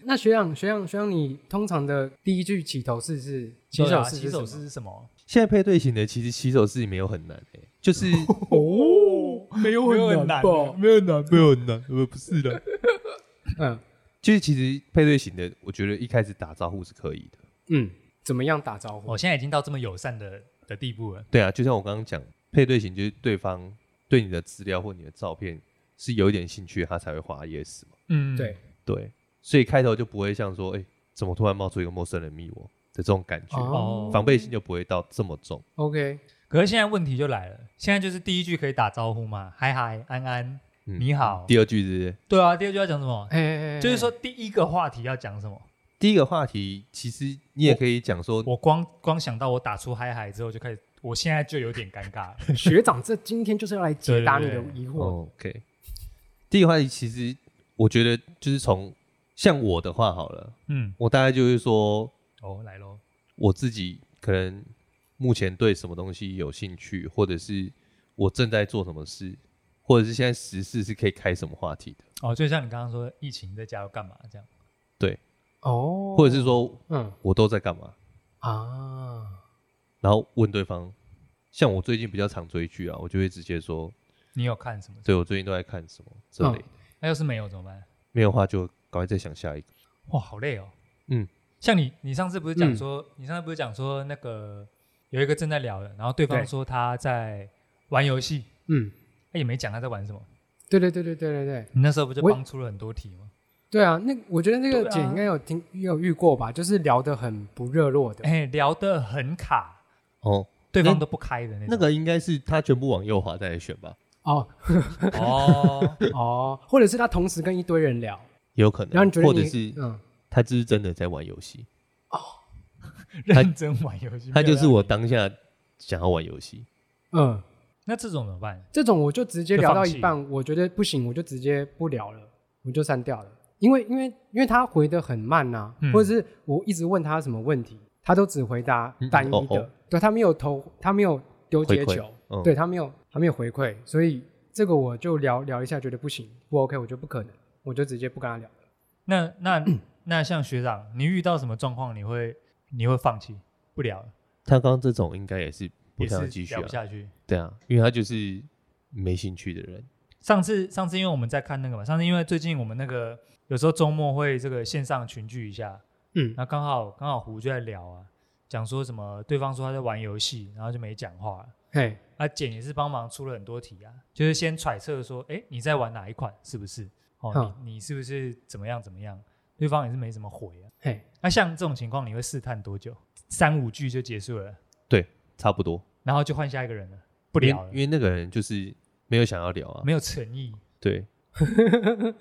Speaker 3: 那学长，学长，学长，你通常的第一句起头式是
Speaker 1: 起手
Speaker 3: 手
Speaker 1: 起
Speaker 3: 式
Speaker 1: 啊手
Speaker 3: 是
Speaker 1: 是什么？
Speaker 2: 现在配对型的其实洗手式没有很难、欸、就是
Speaker 3: 什么哦，没有
Speaker 1: 没有很
Speaker 3: 很
Speaker 1: 难哦
Speaker 3: 吧
Speaker 1: 的
Speaker 2: 没有难，没有很难，呃，不是的。
Speaker 3: 嗯
Speaker 2: 就是其实配对型的，我觉得一开始打招呼是可以的。
Speaker 3: 嗯，怎么样打招呼
Speaker 1: 我？现在已经到这么友善的的地步了。
Speaker 2: 对啊，就像我刚刚讲，配对型就是对方对你的资料或你的照片是有一点兴趣，他才会划 yes 嘛。
Speaker 1: 嗯，
Speaker 3: 对，
Speaker 2: 对，所以开头就不会像说，哎、怎么突然冒出一个陌生人密我的这种感觉，
Speaker 1: 哦
Speaker 2: 防备心就不会到这么重。
Speaker 3: OK，
Speaker 1: 可是现在问题就来了，现在就是第一句可以打招呼嘛，嗨嗨，安安，
Speaker 2: 嗯
Speaker 1: 你好。
Speaker 2: 第二句是不是
Speaker 1: 对啊，第二句要讲什么？
Speaker 3: 哎哎哎，哎
Speaker 1: 就是说，第一个话题要讲什么？
Speaker 2: 第一个话题，其实你也可以讲说，
Speaker 1: 我光光想到我打出嗨嗨之后就开始，我现在就有点尴尬 [laughs] 了。
Speaker 3: 哎学长这今天就是要来解答你
Speaker 1: 对
Speaker 3: 的
Speaker 1: 对
Speaker 3: 疑惑。
Speaker 2: 哦 OK。第一个话题，其实我觉得就是从像我的话好了，
Speaker 1: 嗯，
Speaker 2: 我大概就是说
Speaker 1: 哦，来喽。
Speaker 2: 我自己可能目前对什么东西有兴趣，或者是我正在做什么事，或者是现在时事是可以开什么话题的，
Speaker 1: 哦，就像你刚刚说，疫情在家要干嘛这样？
Speaker 3: 哦，
Speaker 2: 或者是说
Speaker 3: 嗯
Speaker 2: 我都在干嘛。
Speaker 3: 啊，
Speaker 2: 然后问对方，像我最近比较常追剧啊，我就会直接说，
Speaker 1: 你有看什么？
Speaker 2: 对我最近都在看什么之类的。
Speaker 1: 那要是没有怎么办？
Speaker 2: 没有的话就赶快再想下一个。
Speaker 1: 哇，好累哦。
Speaker 2: 嗯，
Speaker 1: 像你，你上次不是讲
Speaker 3: 嗯
Speaker 1: 说，你上次不是讲说那个有一个正在聊的，然后对方
Speaker 3: 对
Speaker 1: 说他在玩游戏，
Speaker 3: 嗯，
Speaker 1: 他也没讲他在玩什么。
Speaker 3: 对对对对对对对
Speaker 1: 你那时候不就
Speaker 3: 我
Speaker 1: 帮出了很多题吗？
Speaker 3: 对啊，那我觉得那
Speaker 1: 对
Speaker 3: 个
Speaker 1: 啊
Speaker 3: 姐应该有听有遇过吧，就是聊得很不热络的。
Speaker 1: 哎、聊得很卡，
Speaker 2: 哦，
Speaker 1: 对
Speaker 2: 那
Speaker 1: 方都不开的那种。
Speaker 2: 那个应该是他全部往右滑再来选吧，
Speaker 3: 哦
Speaker 1: 哦，
Speaker 3: 哦，或者是他同时跟一堆人聊，
Speaker 2: 也有可能。
Speaker 3: 然后你觉得
Speaker 2: 或
Speaker 3: 你
Speaker 2: 者是
Speaker 3: 嗯，
Speaker 2: 他就是真的在玩游戏，
Speaker 1: [laughs] 认真玩游戏，
Speaker 2: 他就是
Speaker 1: 不要让
Speaker 2: 我当下想要玩游戏。
Speaker 3: 嗯，
Speaker 1: 那这种怎么办？
Speaker 3: 这种我就直接聊到一
Speaker 1: 就
Speaker 3: 半，我觉得不行，我就直接不聊了，我就删掉了。因为因为因为他回的很慢呐、
Speaker 1: 嗯
Speaker 3: 或者是我一直问他什么问题，他都只回答单一的，
Speaker 2: 嗯哦哦
Speaker 3: 对他没有投，他没有丢接
Speaker 2: 回馈
Speaker 3: 球，
Speaker 2: 嗯
Speaker 3: 对他没有他没有回馈，所以这个我就聊聊一下，觉得不行，不 OK，我就不可能，我就直接不跟他聊。
Speaker 1: 那那那像学长，你遇到什么状况，你会你会放弃不聊了，
Speaker 2: 他刚刚这种应该也是不
Speaker 1: 也
Speaker 2: 想
Speaker 1: 是
Speaker 2: 继续
Speaker 1: 聊不
Speaker 2: 啊，
Speaker 1: 下去。
Speaker 2: 对啊，因为他就是没兴趣的人。
Speaker 1: 上次上次因为我们在看那个嘛，上次因为最近我们那个有时候周末会这个线上群聚一下，
Speaker 3: 嗯，
Speaker 1: 那刚好刚好胡就在聊啊，讲说什么对方说他在玩游戏，然后就没讲话了。
Speaker 3: 嘿，
Speaker 1: 啊，简也是帮忙出了很多题啊，就是先揣测说，哎、你在玩哪一款，是不是？哦，
Speaker 3: 嗯
Speaker 1: 你你是不是怎么样怎么样？对方也是没怎么回啊。
Speaker 3: 嘿，
Speaker 1: 那像这种情况，你会试探多久？三五句就结束了，
Speaker 2: 差不多，
Speaker 1: 然后就换下一个人了，不
Speaker 2: 不
Speaker 1: 聊了，
Speaker 2: 因为那个人就是没有想要聊啊，
Speaker 1: 没有诚意。
Speaker 2: 对， [laughs]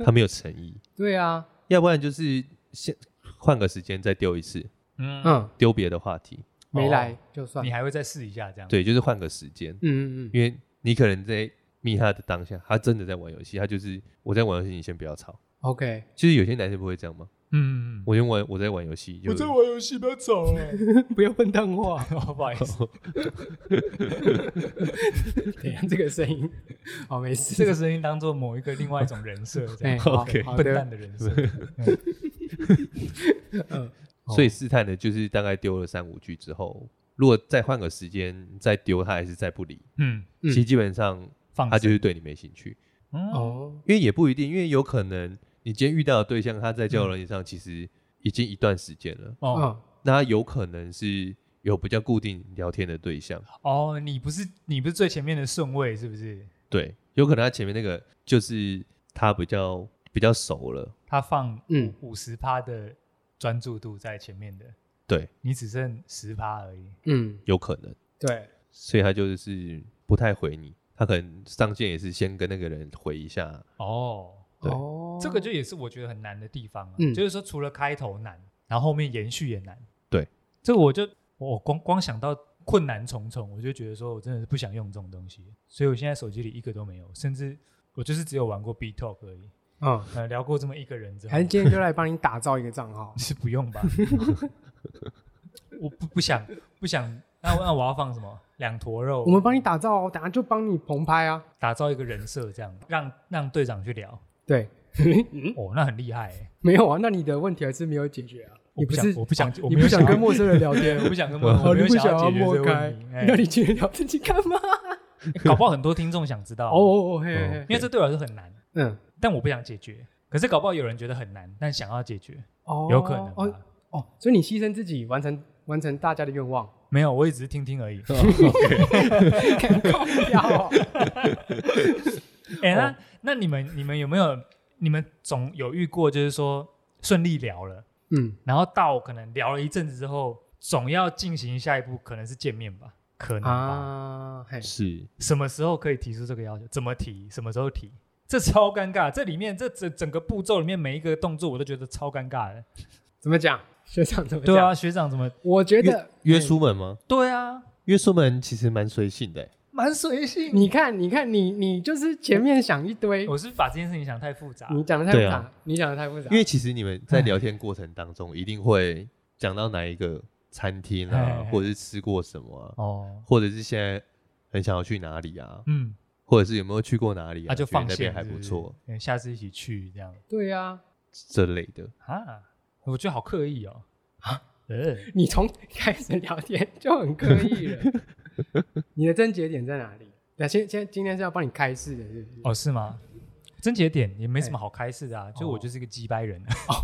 Speaker 2: 他没有诚意。
Speaker 3: 对啊，
Speaker 2: 要不然就是先换个时间再丢一次，
Speaker 1: 嗯，
Speaker 3: 嗯，
Speaker 2: 丢别的话题。
Speaker 3: 没来就算
Speaker 1: 你，还会再试一下这样。，
Speaker 2: 对，就是换个时间，
Speaker 3: 嗯嗯嗯，
Speaker 2: 因为你可能在密他的当下，他真的在玩游戏，他就是我在玩游戏，你先不要吵。
Speaker 3: OK，
Speaker 2: 其实有些男生不会这样吗？
Speaker 1: 嗯，嗯嗯
Speaker 2: 我先玩，我在玩游戏，就
Speaker 1: 玩游戏，不要吵啊！
Speaker 3: 不要问淡话。
Speaker 1: 哦 [laughs] 不好意思，
Speaker 3: [laughs] 等一下这个声音，好没事。
Speaker 1: 这个声音当做某一个另外一种人设，这
Speaker 3: 哎
Speaker 1: 样
Speaker 3: 好
Speaker 2: OK，
Speaker 3: 好
Speaker 1: 笨蛋
Speaker 3: 的，
Speaker 1: 的人设。
Speaker 3: 嗯，
Speaker 2: 所以试探的就是大概丢了三五句之后，如果再换个时间再丢，他还是再不理，
Speaker 1: 嗯，
Speaker 3: 嗯
Speaker 2: 其实基本上
Speaker 1: 放
Speaker 2: 他就
Speaker 1: 生
Speaker 2: 是对你没兴趣，
Speaker 1: 哦，
Speaker 3: 哦，
Speaker 2: 因为也不一定，因为有可能你今天遇到的对象他在交友软件上其实已经一段时间了，
Speaker 1: 哦
Speaker 3: 嗯，
Speaker 2: 那他有可能是有比较固定聊天的对象，
Speaker 1: 哦，你不是你不是最前面的顺位是不是？
Speaker 2: 对，有可能他前面那个就是他比较比较熟了，
Speaker 1: 他放
Speaker 3: 嗯
Speaker 1: 五十趴的专注度在前面的，
Speaker 2: 对，
Speaker 1: 你只剩十趴而已。
Speaker 3: 嗯，
Speaker 2: 有可能，
Speaker 3: 对，
Speaker 2: 所以他就是不太回你，他可能上线也是先跟那个人回一下，
Speaker 1: 哦，
Speaker 2: 对
Speaker 3: 哦，
Speaker 1: 这个就也是我觉得很难的地方、啊，
Speaker 3: 嗯
Speaker 1: 就是说除了开头难，然后后面延续也难。
Speaker 2: 对，
Speaker 1: 这个我就我光光想到困难重重，我就觉得说我真的是不想用这种东西，所以我现在手机里一个都没有，甚至我就是只有玩过 B Talk 而已。
Speaker 3: 嗯，
Speaker 1: 呃，聊过这么一个人之后。
Speaker 3: 还是，今天就来帮你打造一个账号
Speaker 1: 是不用吧？ [laughs] 我不不想不想，那那我要放什么？两坨肉，
Speaker 3: [laughs] 我们帮你打造哦，等下就帮你棚拍啊。
Speaker 1: 打造一个人设，这样让让队长去聊。
Speaker 3: 对，嗯
Speaker 1: 哦，那很厉害、欸。
Speaker 3: 没有啊，那你的问题还是没有解决啊。
Speaker 1: 我
Speaker 3: 你
Speaker 1: 不
Speaker 3: 不
Speaker 1: 想
Speaker 3: 是
Speaker 1: 我不想
Speaker 3: 哦
Speaker 1: 我
Speaker 3: 你
Speaker 1: 没有
Speaker 3: 不想
Speaker 1: 想要
Speaker 3: 跟陌生人聊天
Speaker 1: [laughs] 我，不想跟我，我
Speaker 3: [laughs]
Speaker 1: 没
Speaker 3: 哦，你
Speaker 1: 有
Speaker 3: 不
Speaker 1: 想
Speaker 3: 想
Speaker 1: 要
Speaker 3: 要
Speaker 1: 解决这
Speaker 3: 抹
Speaker 1: 个
Speaker 3: 开
Speaker 1: 问题。，
Speaker 3: 那
Speaker 1: 哎
Speaker 3: 你去聊自己干嘛？
Speaker 1: 搞不好很多听众想知道，啊
Speaker 3: 哦哦哦，嘿嘿嘿，
Speaker 1: 因为这对我来说很难，
Speaker 3: 嗯，
Speaker 1: 但我不想解决。可是搞不好有人觉得很难，但想要解决，
Speaker 3: 哦，
Speaker 1: 有可能啊
Speaker 3: 哦
Speaker 1: 吧。
Speaker 3: 哦，所以你牺牲自己完成完成大家的愿望， [laughs]
Speaker 1: 没有，我也只是听听而已。
Speaker 3: 哦敢靠腰哦
Speaker 1: 哎，
Speaker 3: 哦
Speaker 1: 那那你们你们有没有你们总有遇过，就是说顺利聊了，
Speaker 3: 嗯，
Speaker 1: 然后到可能聊了一阵子之后，总要进行下一步，可能是见面吧？可能吧？
Speaker 3: 啊，嘿，
Speaker 2: 是
Speaker 1: 什么时候可以提出这个要求？怎么提？什么时候提？这超尴尬，这里面这整整个步骤里面每一个动作，我都觉得超尴尬的。
Speaker 3: 怎么讲？学长怎么
Speaker 1: 对
Speaker 3: 讲？
Speaker 1: 啊，学长怎么？
Speaker 3: 我觉得
Speaker 2: 约书门吗？
Speaker 1: 对啊，
Speaker 2: 约书门其实蛮随性的、欸，
Speaker 1: 蛮随 [laughs] 性。
Speaker 3: 你看，你看，你你就是前面想一堆，
Speaker 1: 我是不是把这件事情想太复杂。
Speaker 3: 你讲的太复
Speaker 2: 对
Speaker 3: 杂
Speaker 2: 啊，
Speaker 3: 你讲的太复杂
Speaker 2: 因。为其实你们在聊天过程当中一定会讲到哪一个餐厅
Speaker 1: 哎哎
Speaker 2: 啊
Speaker 1: 哎，
Speaker 2: 或者是吃过什么啊，
Speaker 1: 哦，
Speaker 2: 或者是现在很想要去哪里啊，
Speaker 1: 嗯，
Speaker 2: 或者是有没有去过哪里
Speaker 1: 那
Speaker 2: 啊，
Speaker 1: 就
Speaker 2: 觉得
Speaker 1: 放
Speaker 2: 那边
Speaker 1: 线
Speaker 2: 还
Speaker 1: 是
Speaker 2: 不
Speaker 1: 不是
Speaker 2: 错，
Speaker 1: 嗯下次一起去这样
Speaker 3: 对啊，
Speaker 2: 这类的。
Speaker 1: 啊。我觉得好刻意哦。呃，
Speaker 3: 你从开始聊天就很刻意
Speaker 2: [laughs]
Speaker 3: 了。你的症结点在哪里？那现现在今天是要帮你开示的，是不是？
Speaker 1: 哦，是吗？真节点也没什么好开示的啊，就我就是一个鸡掰人，啊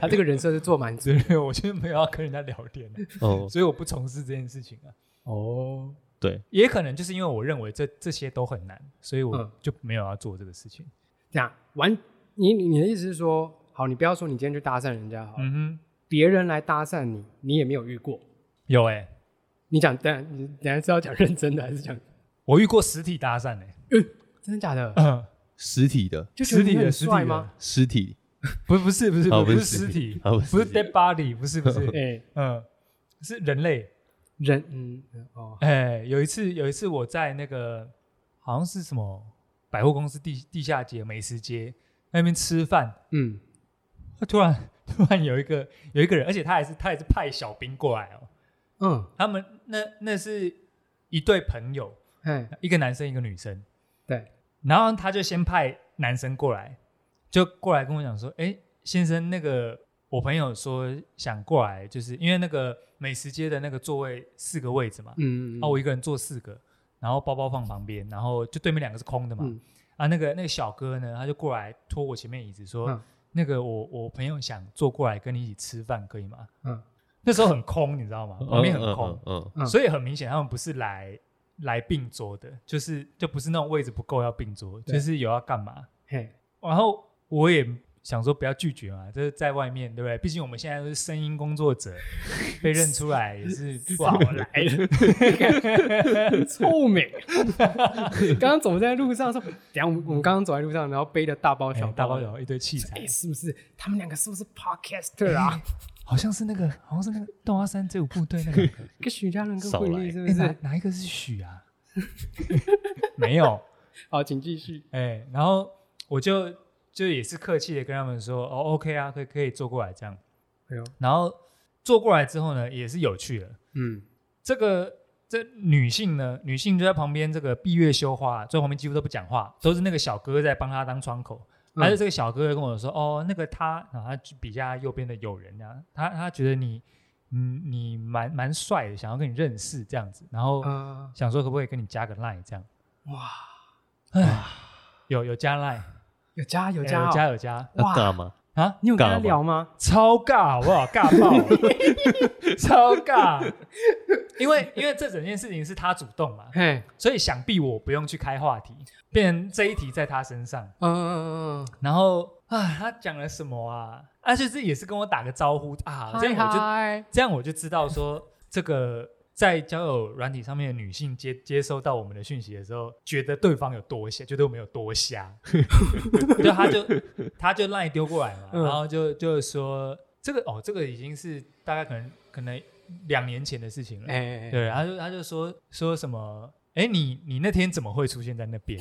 Speaker 3: 他这个人设是做满足
Speaker 1: 所以我就是没有要跟人家聊天的，
Speaker 2: 哦，
Speaker 1: 所以我不从事这件事情啊。
Speaker 3: 哦，
Speaker 2: 对，
Speaker 1: 也可能就是因为我认为这这些都很难，所以我
Speaker 3: 嗯
Speaker 1: 就没有要做这个事情。
Speaker 3: 这样完。你你你的意思是说，好，你不要说你今天去搭讪人家好了，
Speaker 1: 嗯哼，
Speaker 3: 别人来搭讪你，你也没有遇过。
Speaker 1: 有哎、
Speaker 3: 你讲，等下你等下是要讲认真的还是讲
Speaker 1: 我遇过实体搭讪哎、
Speaker 3: 真的假的？
Speaker 2: 啊
Speaker 1: 嗯，
Speaker 2: 实体的，
Speaker 3: 就觉得
Speaker 1: 实
Speaker 3: 你
Speaker 1: 体的
Speaker 3: 很
Speaker 1: 实体
Speaker 3: 帅
Speaker 1: 的
Speaker 3: 吗？？
Speaker 2: 实体，
Speaker 1: [laughs] 不，不是，不是，
Speaker 2: 哦
Speaker 1: 不
Speaker 2: 不
Speaker 1: 是
Speaker 2: 是
Speaker 1: 尸
Speaker 2: 尸体
Speaker 1: 体，
Speaker 2: 哦不
Speaker 1: 不
Speaker 2: 是
Speaker 1: 是
Speaker 2: 尸体
Speaker 1: dead body，不是，不是，
Speaker 3: 哎，
Speaker 1: 嗯，是人类。
Speaker 3: 人嗯嗯哦，
Speaker 1: 哎，有一次，有一次我在那个好像是什么百货公司地地下街美食街那边吃饭，
Speaker 3: 嗯，
Speaker 1: 突然突然有一个有一个人，而且他还是他也是派小兵过来哦。
Speaker 3: 嗯，
Speaker 1: 他们那那是一对朋友，
Speaker 3: 哎，
Speaker 1: 一个男生一个女生，
Speaker 3: 对，
Speaker 1: 然后他就先派男生过来，就过来跟我讲说：“哎，先生，那个我朋友说想过来，就是因为那个美食街的那个座位四个位置嘛，
Speaker 3: 嗯，嗯
Speaker 1: 啊，我一个人坐四个，然后包包放旁边，然后就对面两个是空的嘛，
Speaker 3: 嗯
Speaker 1: 啊，那个那个小哥呢，他就过来拖我前面椅子说：
Speaker 3: 嗯
Speaker 1: 那个我我朋友想坐过来跟你一起吃饭，可以吗？
Speaker 3: 嗯
Speaker 1: 那时候很空，你知道吗？旁边很空，
Speaker 2: 嗯嗯，
Speaker 3: 嗯
Speaker 1: 所以很明显他们不是来来并桌的，就是就不是那种位置不够要并桌，
Speaker 3: 对
Speaker 1: 就是有要干嘛。
Speaker 3: 嘿，
Speaker 1: 然后我也想说不要拒绝嘛，就是在外面，对不对？毕竟我们现在都是声音工作者，被认出来也是不
Speaker 3: [laughs]
Speaker 1: 好
Speaker 3: 我
Speaker 1: 啦。
Speaker 3: 来了，臭美。刚刚走在路上说，等下我们我们刚刚走在路上，然后背着大包
Speaker 1: 哎
Speaker 3: 小
Speaker 1: 大包
Speaker 3: 小，
Speaker 1: 有一堆器材 [laughs]
Speaker 3: 哎，，是不是他们两个是不是 podcaster 啊？
Speaker 1: 好像是那个，好像是那个动画三这五部队那
Speaker 3: [laughs]
Speaker 1: 个，
Speaker 3: 跟许家人跟
Speaker 2: 少
Speaker 3: 混
Speaker 2: 来
Speaker 3: 力是
Speaker 1: 哎
Speaker 3: 不
Speaker 1: 哪
Speaker 3: 是？
Speaker 1: 哪一个是许啊？ [laughs] 没有，
Speaker 3: 好，请继续。
Speaker 1: 哎、然后我就就也是客气的跟他们说，哦，OK 啊，可以可以坐过来这样。
Speaker 3: 哎呦，
Speaker 1: 然后坐过来之后呢，也是有趣了。
Speaker 3: 嗯，
Speaker 1: 这个这女性呢，女性就在旁边这个闭月羞花，坐在旁边几乎都不讲话，都是那个小哥在帮她当窗口。
Speaker 3: 嗯
Speaker 1: 还是这个小哥跟我说，哦，那个他，然后他就比下右边的友人啊，他他觉得你，嗯，你蛮蛮帅的，想要跟你认识这样子，然后
Speaker 3: 啊
Speaker 1: 想说可不可以跟你加个 line 这样，
Speaker 3: 哇，
Speaker 1: 有有加 line，
Speaker 3: 有加有
Speaker 1: 有
Speaker 3: 加
Speaker 1: 哎有
Speaker 3: 哦
Speaker 1: 加有加
Speaker 2: 要
Speaker 3: 哇
Speaker 2: 尬吗？
Speaker 1: 啊，
Speaker 3: 你有跟
Speaker 2: 尬
Speaker 3: 他
Speaker 2: 吧
Speaker 3: 聊吗？
Speaker 1: 超尬好不好？尬 [laughs] 爆了，超尬，因为因为这整件事情是他主动嘛，
Speaker 3: 嘿，
Speaker 1: 所以想必我不用去开话题，变成这一题在他身上。
Speaker 3: 嗯嗯嗯
Speaker 1: 然后啊，他讲了什么啊？啊，就是也是跟我打个招呼啊，
Speaker 3: 嗯，
Speaker 1: 这样我就
Speaker 3: 嗨
Speaker 1: 这样我就知道说，这个在交友软体上面的女性接接收到我们的讯息的时候，觉得对方有多瞎，觉得我们有多瞎，就他就他就赖丢过来嘛，
Speaker 3: 嗯
Speaker 1: 然后就就说这个哦，这个已经是大概可能可能两年前的事情了，
Speaker 3: 嗨哎，哎哎
Speaker 1: 对，他就他就说说什么，哎，你你那天怎么会出现在那边？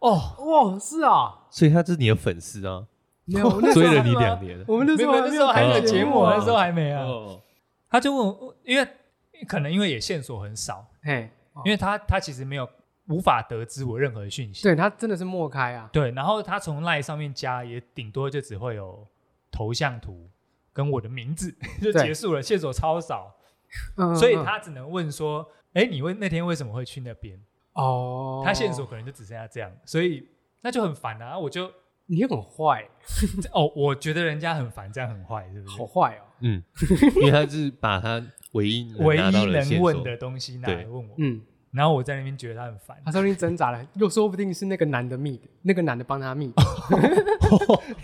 Speaker 1: 哦，
Speaker 3: 哇，是啊，
Speaker 2: 所以他就是你的粉丝啊，
Speaker 3: 没有，我
Speaker 2: [laughs]
Speaker 3: 那时
Speaker 2: 追
Speaker 3: 候
Speaker 2: 了你两年。
Speaker 3: 我们那时候
Speaker 1: 没有那时候还没有节目，
Speaker 2: 啊
Speaker 1: 那时候还没啊。
Speaker 2: 哦，
Speaker 1: 他就问我，因为可能因为也线索很少，
Speaker 3: 嘿，
Speaker 1: 因为他他其实没有无法得知我任何讯息。
Speaker 3: 对他真的是默开啊，
Speaker 1: 对然后他从 LINE 上面加也顶多就只会有头像图跟我的名
Speaker 3: [laughs]
Speaker 1: 字就
Speaker 3: 对
Speaker 1: 结束了，线索超少，
Speaker 3: 嗯
Speaker 1: 所以
Speaker 3: 嗯嗯
Speaker 1: 他只能问说：“哎，你问那天为什么会去那边
Speaker 3: 哦？”，
Speaker 1: 他线索可能就只剩下这样，所以那就很烦啊！我就 [laughs]
Speaker 3: 你很坏，
Speaker 1: 这哦，我觉得人家很烦，这样很坏，是不是
Speaker 3: 好？坏哦，
Speaker 2: 嗯，因为他是把他唯一能
Speaker 1: 唯
Speaker 2: 拿到
Speaker 1: 一
Speaker 2: 的线
Speaker 1: 能
Speaker 2: 索 [laughs]
Speaker 1: 问的东西拿来
Speaker 2: 对
Speaker 1: 问我，
Speaker 3: 嗯，
Speaker 1: 然后我在那边觉得他很烦，
Speaker 3: 他说不定挣扎了，又说不定是那个男的密的，那个男的帮他密，
Speaker 1: 哦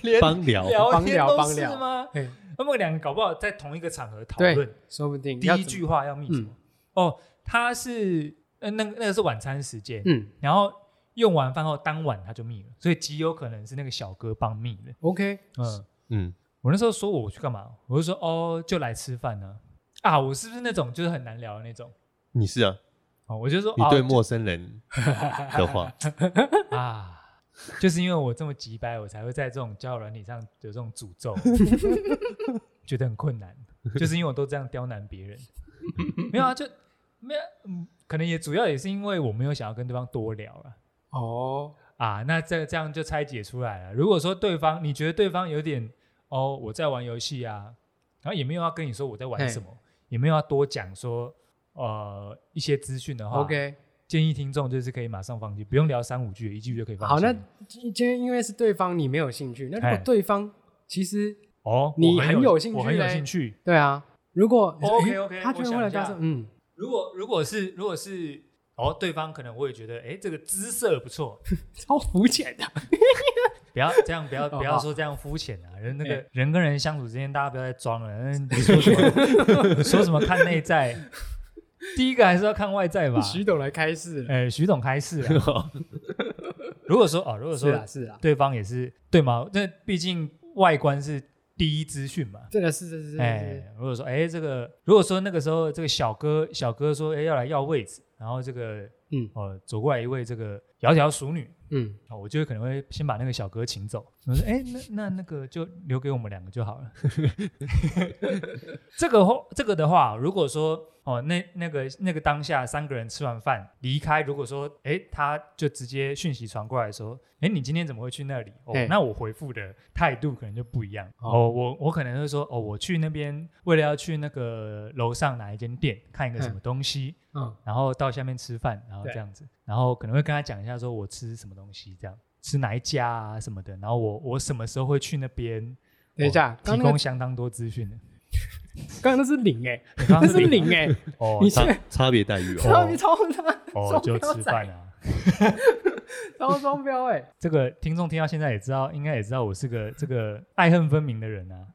Speaker 1: 连
Speaker 2: 帮聊，
Speaker 1: 聊
Speaker 3: 帮
Speaker 1: 天
Speaker 3: 聊
Speaker 1: 都
Speaker 3: 帮
Speaker 1: 是
Speaker 3: 聊
Speaker 1: 吗？
Speaker 3: 嘿，
Speaker 1: 他们两个搞不好在同一个场合讨
Speaker 3: 对
Speaker 1: 论，，
Speaker 3: 说不定
Speaker 1: 第
Speaker 3: 要
Speaker 1: 一
Speaker 3: 怎么，嗯
Speaker 1: 句话要密什么？哦，他是呃，那个那个是晚餐时间，
Speaker 3: 嗯
Speaker 1: 然后用完饭后当晚他就密了，所以极有可能是那个小哥帮密的。
Speaker 3: ，OK，
Speaker 1: 嗯，
Speaker 2: 嗯，
Speaker 1: 我那时候说我去干嘛？我就说哦，就来吃饭呢、啊。我是不是那种就是很难聊的那种？
Speaker 2: 你是啊，
Speaker 1: 哦，我就说
Speaker 2: 你
Speaker 1: 哦
Speaker 2: 对
Speaker 1: 就
Speaker 2: 陌生人的
Speaker 1: [laughs]
Speaker 2: 话，
Speaker 1: 啊，就是因为我这么急掰，我才会在这种交友软体上有这种诅咒， [laughs] 觉得很困难，就是因为我都这样刁难别人。没有啊，就没有、嗯，可能也主要也是因为我没有想要跟对方多聊啊。
Speaker 3: 哦，
Speaker 1: 啊，那这这样就拆解出来了。如果说对方你觉得对方有点哦，我在玩游戏啊，然后也没有要跟你说我在玩什么，也没有要多讲说呃一些资讯的话
Speaker 3: OK，
Speaker 1: 建议听众就是可以马上放弃，不用聊三五句，一句就可以放弃。
Speaker 3: 好，那今今天因为是对方你没有兴趣，那如
Speaker 1: 嘿
Speaker 3: 果对方其实
Speaker 1: 哦，
Speaker 3: 你
Speaker 1: 我
Speaker 3: 很
Speaker 1: 很
Speaker 3: 有兴趣
Speaker 1: 我很有
Speaker 3: 嘞
Speaker 1: 兴趣。
Speaker 3: 对啊，如果你说
Speaker 1: OK，OK，
Speaker 3: 诶他居然
Speaker 1: 哦我
Speaker 3: 会来
Speaker 1: 想
Speaker 3: 加
Speaker 1: 一下
Speaker 3: 上，嗯，
Speaker 1: 如果如果是如果是哦，对方可能我也觉得，哎，这个姿色不错，
Speaker 3: 超肤浅的，
Speaker 1: 不要这样，不要
Speaker 3: 哦
Speaker 1: 不要
Speaker 3: 好
Speaker 1: 说这样肤浅啊！人那
Speaker 3: 哎
Speaker 1: 个人跟人相处之间，大家不要再装了。嗯你说什么？你说什么 [laughs] 看内在？第一个还是要看外在吧。
Speaker 3: 徐董来开示了，
Speaker 1: 呃，徐总开示了。如果说哦，如果
Speaker 3: 是啊
Speaker 1: 说
Speaker 3: 啦是啦，
Speaker 1: 对方也是对吗？那毕竟外观是第一资讯嘛。
Speaker 3: 这个是是是是是，
Speaker 1: 哎，如果说哎这个，如果说那个时候这个小哥小哥说哎要来要位置，然后这个
Speaker 3: 嗯
Speaker 1: 哦走过来一位这个窈窕淑女
Speaker 3: 嗯，
Speaker 1: 啊，我就会可能会先把那个小哥请走，我说哎那那那个就留给我们两个就好了。 [laughs] 这个后这个的话，如果说哦那那个那个当下三个人吃完饭离开，如果说哎他就直接讯息传过来说哎你今天怎么会去那里？哦
Speaker 3: 嘿，
Speaker 1: 那我回复的态度可能就不一样。
Speaker 3: 哦
Speaker 1: 哦，我我可能会说哦我去那边为了要去那个楼上哪一间店看一个什么东西。
Speaker 3: 嗯，
Speaker 1: 然后到下面吃饭，然后
Speaker 3: 对
Speaker 1: 这样子，然后可能会跟他讲一下说我吃什么东西，这样吃哪一家啊什么的，然后我我什么时候会去那边，
Speaker 3: 等一下，
Speaker 1: 提
Speaker 3: 刚刚那
Speaker 1: 供
Speaker 3: 个
Speaker 1: 相当多资
Speaker 3: [laughs]
Speaker 1: 讯的。
Speaker 3: 刚刚那是零哎，
Speaker 1: 你刚刚
Speaker 3: 那是零
Speaker 1: 吗
Speaker 3: 哎，
Speaker 1: [laughs] 哦
Speaker 3: 你
Speaker 2: 差差别待
Speaker 1: [laughs]
Speaker 2: 遇哦，
Speaker 3: 超级超大，
Speaker 1: 哦
Speaker 3: [laughs] 双
Speaker 1: 就
Speaker 3: 标
Speaker 1: 吃
Speaker 3: 仔
Speaker 1: 饭啊。
Speaker 3: 超双标哎，
Speaker 1: 这个听众听到现在也知道，应该也知道我是个这个爱恨分明的人啊。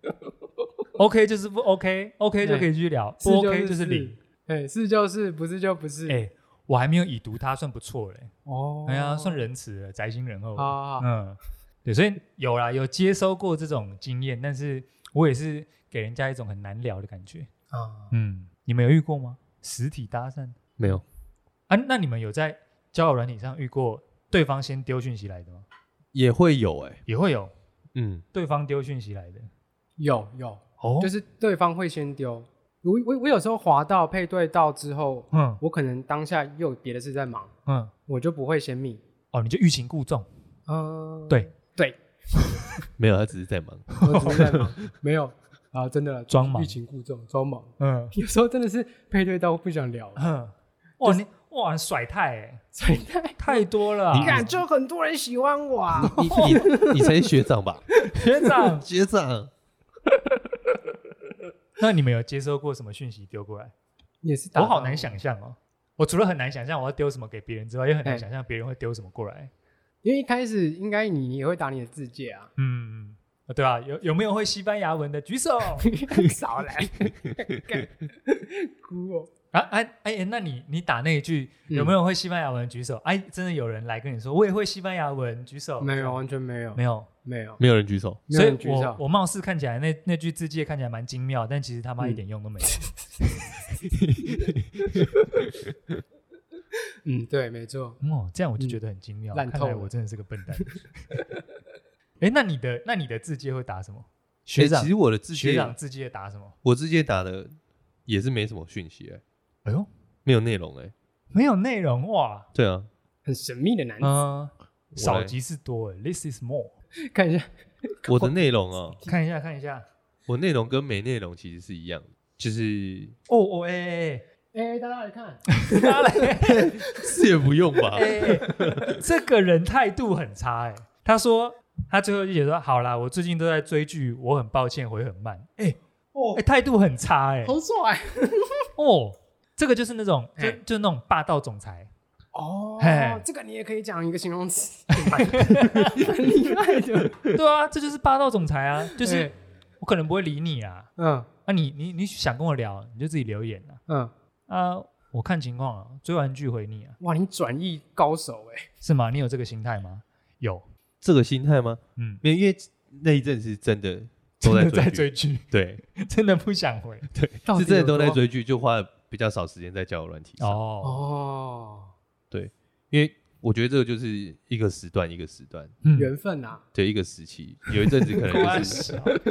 Speaker 1: OK 就是不 OK，OK、就可以继续聊，
Speaker 3: 是
Speaker 1: 不 OK
Speaker 3: 就是
Speaker 1: 零。，
Speaker 3: 哎，是就是，不是就不是，
Speaker 1: 哎、我还没有已读他，算不错嘞、
Speaker 3: 哦，
Speaker 1: 哎呀，算仁慈了，宅心仁厚了。
Speaker 3: 啊，
Speaker 1: 嗯，对，所以有啦，有接收过这种经验，但是我也是给人家一种很难聊的感觉。
Speaker 3: 啊，
Speaker 1: 嗯，你们有遇过吗？实体搭讪
Speaker 2: 没有，
Speaker 1: 啊？那你们有在交友软体上遇过对方先丢讯息来的吗？
Speaker 2: 也会有哎，
Speaker 1: 也会有
Speaker 2: 嗯，
Speaker 1: 对方丢讯息来的。
Speaker 3: 有有，
Speaker 1: 哦
Speaker 3: 就是对方会先丢。我我我有时候滑到配对到之后，
Speaker 1: 嗯
Speaker 3: 我可能当下又有别的事在忙，
Speaker 1: 嗯，
Speaker 3: 我就不会先密。
Speaker 1: 哦，你就欲擒故纵，
Speaker 3: 嗯、
Speaker 1: 对
Speaker 3: 对，
Speaker 2: 没有，他只是在忙。
Speaker 3: 我只是在忙，没有啊，真的啦
Speaker 1: 装忙
Speaker 3: 欲擒故纵，装忙。
Speaker 1: 嗯，
Speaker 3: 有时候真的是配对到不想聊
Speaker 1: 嗯， [laughs] 哇你哇甩太欸
Speaker 3: 所以 [laughs] 太
Speaker 1: 太多了啊，
Speaker 2: 你看
Speaker 3: 就很多人喜欢我
Speaker 1: [laughs]
Speaker 3: 啊。
Speaker 2: 你你你才是学长吧？，
Speaker 1: 学长 [laughs]
Speaker 2: 学长，
Speaker 1: 那你们有接收过什么讯息丢过来？
Speaker 3: 也是打
Speaker 1: 我
Speaker 3: 到
Speaker 1: 好难，想象哦。我除了很难想象我要丢什么给别人之外，也很难
Speaker 3: 哎
Speaker 1: 想象别人会丢什么过来。
Speaker 3: 因为一开始应该你你也会打你的字界啊， [laughs]
Speaker 1: 嗯，呃对啊，有有没有会西班牙文的举
Speaker 3: [laughs]
Speaker 1: 手啊
Speaker 3: 少来， [laughs] 哭哦。
Speaker 1: 啊？哎哎，那你你打那一句
Speaker 3: 嗯
Speaker 1: 有没有会西班牙文的举手？哎，真的有人来跟你说我也会西班牙文，举手？
Speaker 3: 没有，完全没有，
Speaker 1: 没有，
Speaker 3: 没有，
Speaker 2: 没有人举手，
Speaker 3: 没
Speaker 1: 所以
Speaker 3: 有人举
Speaker 1: 我
Speaker 3: 手。
Speaker 1: 我貌似看起来那那句字界看起来蛮精妙，但其实他妈
Speaker 3: 嗯
Speaker 1: 一点用都没有。
Speaker 3: 嗯，对，没错。
Speaker 1: 哦，这样我就觉得很精妙，
Speaker 3: 嗯烂
Speaker 1: 看
Speaker 3: 透
Speaker 1: 来
Speaker 3: 了
Speaker 1: 我真的是个笨蛋。 [laughs] 哎，那你的那你的字界会打什么？学
Speaker 2: 欸
Speaker 1: 长
Speaker 2: 其，实我的字
Speaker 1: 学长
Speaker 2: 界，
Speaker 1: 字界打什么？
Speaker 2: 我字界打的也是没什么讯息、欸，
Speaker 1: 哎呦，
Speaker 2: 没有内容、欸，哎，
Speaker 1: 没有内容哇，
Speaker 2: 对啊，
Speaker 3: 很神秘的男子，
Speaker 1: 嗯，少
Speaker 2: 来
Speaker 1: 即是多哎，this is
Speaker 3: [laughs]
Speaker 1: more。
Speaker 3: 看一下，
Speaker 2: 我的内容啊、
Speaker 1: 看一下，看一下。
Speaker 2: 我内容跟没内容其实是一样的，就是 [laughs]
Speaker 1: 哦哦，哎哎
Speaker 3: 哎、大家来看，
Speaker 1: 哎，他来，
Speaker 2: 是也不用
Speaker 1: [laughs]
Speaker 2: 吧
Speaker 1: 哎哎，这个人态度很差哎。他说，他最后就写说，好啦，我最近都在追剧，我很抱歉回很慢。哎
Speaker 3: 哦
Speaker 1: 哎，态度很差哎。
Speaker 3: 好帅
Speaker 1: 哦，这个就是那种，就
Speaker 3: 哎
Speaker 1: 就那种霸道总裁。
Speaker 3: 哦
Speaker 1: 嘿
Speaker 3: 这个你也可以讲一个形
Speaker 1: [laughs]
Speaker 3: 容词，很厉害的，
Speaker 1: 对啊，这就是霸道总裁啊， [laughs] 就是
Speaker 3: 哎
Speaker 1: 我可能不会理你啊，
Speaker 3: 嗯
Speaker 1: 啊你你你想跟我聊，你就自己留言啊。
Speaker 3: 嗯，
Speaker 1: 啊，我看情况啊，追完剧回你啊，
Speaker 3: 哇，你转译高手哎、
Speaker 1: [laughs] 是吗？你有这个心态吗？有，
Speaker 2: 这个心态吗？
Speaker 1: 嗯，
Speaker 2: 没有，因为那一阵是真的都在
Speaker 1: 真的在
Speaker 2: 追剧，
Speaker 1: 追剧， [laughs]
Speaker 2: 对，
Speaker 1: 真的不想回。
Speaker 3: 到底
Speaker 2: 是真的
Speaker 3: 有
Speaker 2: 都在
Speaker 3: 多
Speaker 2: 追剧，就花了比较少时间在交友软体上。
Speaker 1: 哦，
Speaker 3: 哦，
Speaker 2: 因为我觉得这个就是一个时段一个时段
Speaker 1: 嗯
Speaker 3: 缘分啊，
Speaker 2: 的一个时期，有一阵子可能
Speaker 1: 关
Speaker 2: 就
Speaker 1: 系哦
Speaker 2: 是，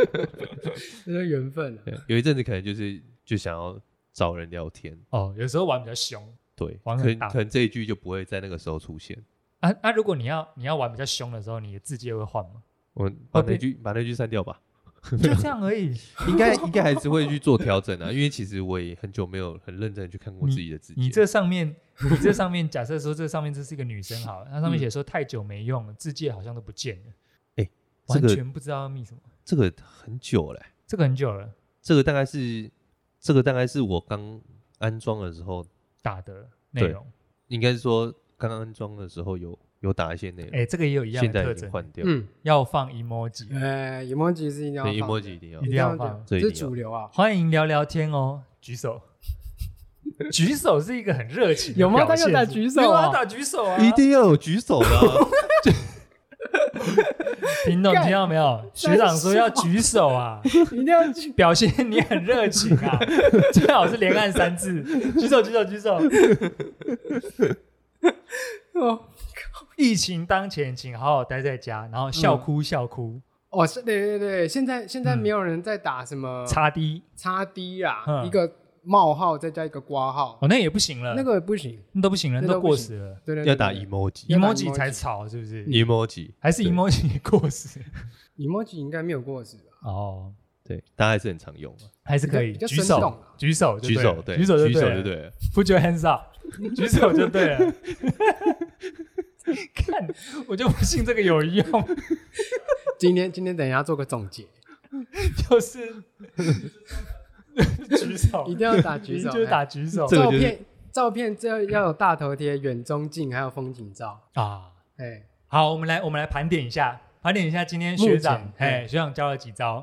Speaker 3: 这是缘分啊，
Speaker 2: 对有一阵子可能就是就想要找人聊天，
Speaker 1: [laughs] 哦，有时候玩比较凶
Speaker 2: 对，
Speaker 1: 玩
Speaker 2: 可
Speaker 1: 很
Speaker 2: 能
Speaker 1: 大
Speaker 2: 可能这一句就不会在那个时候出现。
Speaker 1: 啊啊！如果你要你要玩比较凶的时候，你的字界会换
Speaker 2: [laughs]
Speaker 1: 吗？
Speaker 2: 我把
Speaker 1: 会
Speaker 2: 那句把那句删掉吧，
Speaker 1: 就这样而已。
Speaker 2: 应
Speaker 1: [laughs]
Speaker 2: 该应该还是会去做调整啊，因为其实我也很久没有很认真地去看过自己的字
Speaker 1: 你
Speaker 2: 节。
Speaker 1: 这上面，你这上面，假设说这上面这是一个女生好了，它上
Speaker 2: 嗯
Speaker 1: 面写说太久没用了，字界好像都不见了，
Speaker 2: 哎
Speaker 1: 完
Speaker 2: 这个
Speaker 1: 全不知道要密什么。
Speaker 2: 这个很久了欸、
Speaker 1: 这个很久了，
Speaker 2: 这个大概是这个大概是我刚安装的时候，
Speaker 1: 打的内容，
Speaker 2: 应该是说刚安装的时候有有打一些内容，
Speaker 1: 哎，这个也有一样
Speaker 2: 现
Speaker 1: 的
Speaker 2: 在
Speaker 1: 特
Speaker 2: 已经
Speaker 1: 征，
Speaker 2: 换掉，
Speaker 3: 嗯，
Speaker 1: 要放 emoji，
Speaker 3: 呃，emoji 是一定要
Speaker 2: 对
Speaker 3: 放的
Speaker 2: emoji 一定要
Speaker 1: 一定要放 [laughs]
Speaker 2: 这
Speaker 3: 这
Speaker 2: 一定
Speaker 3: 是
Speaker 2: 要
Speaker 3: 主流啊。
Speaker 1: 欢迎聊聊天哦，举手。举手是一个很热情的
Speaker 3: 有吗
Speaker 1: 表现，
Speaker 3: 他有打举手啊
Speaker 1: 有啊，打举手啊！
Speaker 2: 一定要有举手的啊、
Speaker 1: 听懂
Speaker 3: 干
Speaker 1: 听到没有？学长说要举手啊，
Speaker 3: 一定要去
Speaker 1: 表现你很热情啊， [laughs] 最好是连按三次，举手举手举手。
Speaker 3: 哦
Speaker 1: 疫情当前，请好好待在家，然后笑
Speaker 2: 嗯
Speaker 1: 哭笑哭，
Speaker 3: 哦，是对对对，现在现在
Speaker 1: 嗯
Speaker 3: 没有人在打什么
Speaker 1: 擦低
Speaker 3: 叉 D 啊，
Speaker 1: 嗯
Speaker 3: 一个冒号再加一个挂号，
Speaker 1: 哦，那也不行了，
Speaker 3: 那个也不行，
Speaker 1: 那都不行了，那
Speaker 3: 那
Speaker 1: 都
Speaker 3: 都
Speaker 1: 过
Speaker 3: 不行
Speaker 1: 时了
Speaker 3: 对对
Speaker 2: [laughs]
Speaker 3: 对
Speaker 2: 要打
Speaker 3: 对
Speaker 2: emoji
Speaker 3: 要打
Speaker 1: ，emoji
Speaker 3: emoji
Speaker 1: 才吵是不是？
Speaker 2: emoji，
Speaker 1: 还是
Speaker 2: 对
Speaker 1: emoji 也过时
Speaker 3: emoji 应该没有过时吧？
Speaker 1: 哦，
Speaker 2: 对，大家还是很常用啊，
Speaker 1: 还是可以
Speaker 3: 比较
Speaker 1: 举
Speaker 3: 比较生动
Speaker 1: 手
Speaker 3: 啊，
Speaker 1: 举手就
Speaker 2: 举
Speaker 1: 对了，
Speaker 2: 手对，
Speaker 1: 举手
Speaker 2: 举
Speaker 1: 就
Speaker 2: 手
Speaker 1: 对
Speaker 2: 就
Speaker 1: 了
Speaker 2: 对了，
Speaker 1: ，Put your hands
Speaker 3: [laughs]
Speaker 1: up，举手就对了。看，我就不信这个有用，
Speaker 3: 今天今天等一下做个总结，
Speaker 1: 就是 [laughs] 举手
Speaker 3: 一，定
Speaker 1: [laughs]
Speaker 3: 要打举
Speaker 1: 哦你
Speaker 3: 手，哎
Speaker 1: 就是打举手
Speaker 2: 这个
Speaker 3: 照
Speaker 2: 就是
Speaker 3: 片照片，这要有大头贴、远中近，还有风景照，
Speaker 1: 啊。
Speaker 3: 哎，
Speaker 1: 好，我们来我们来盘点一下，盘点一下今天学长
Speaker 3: 目，前
Speaker 1: 哎，学长教了几招。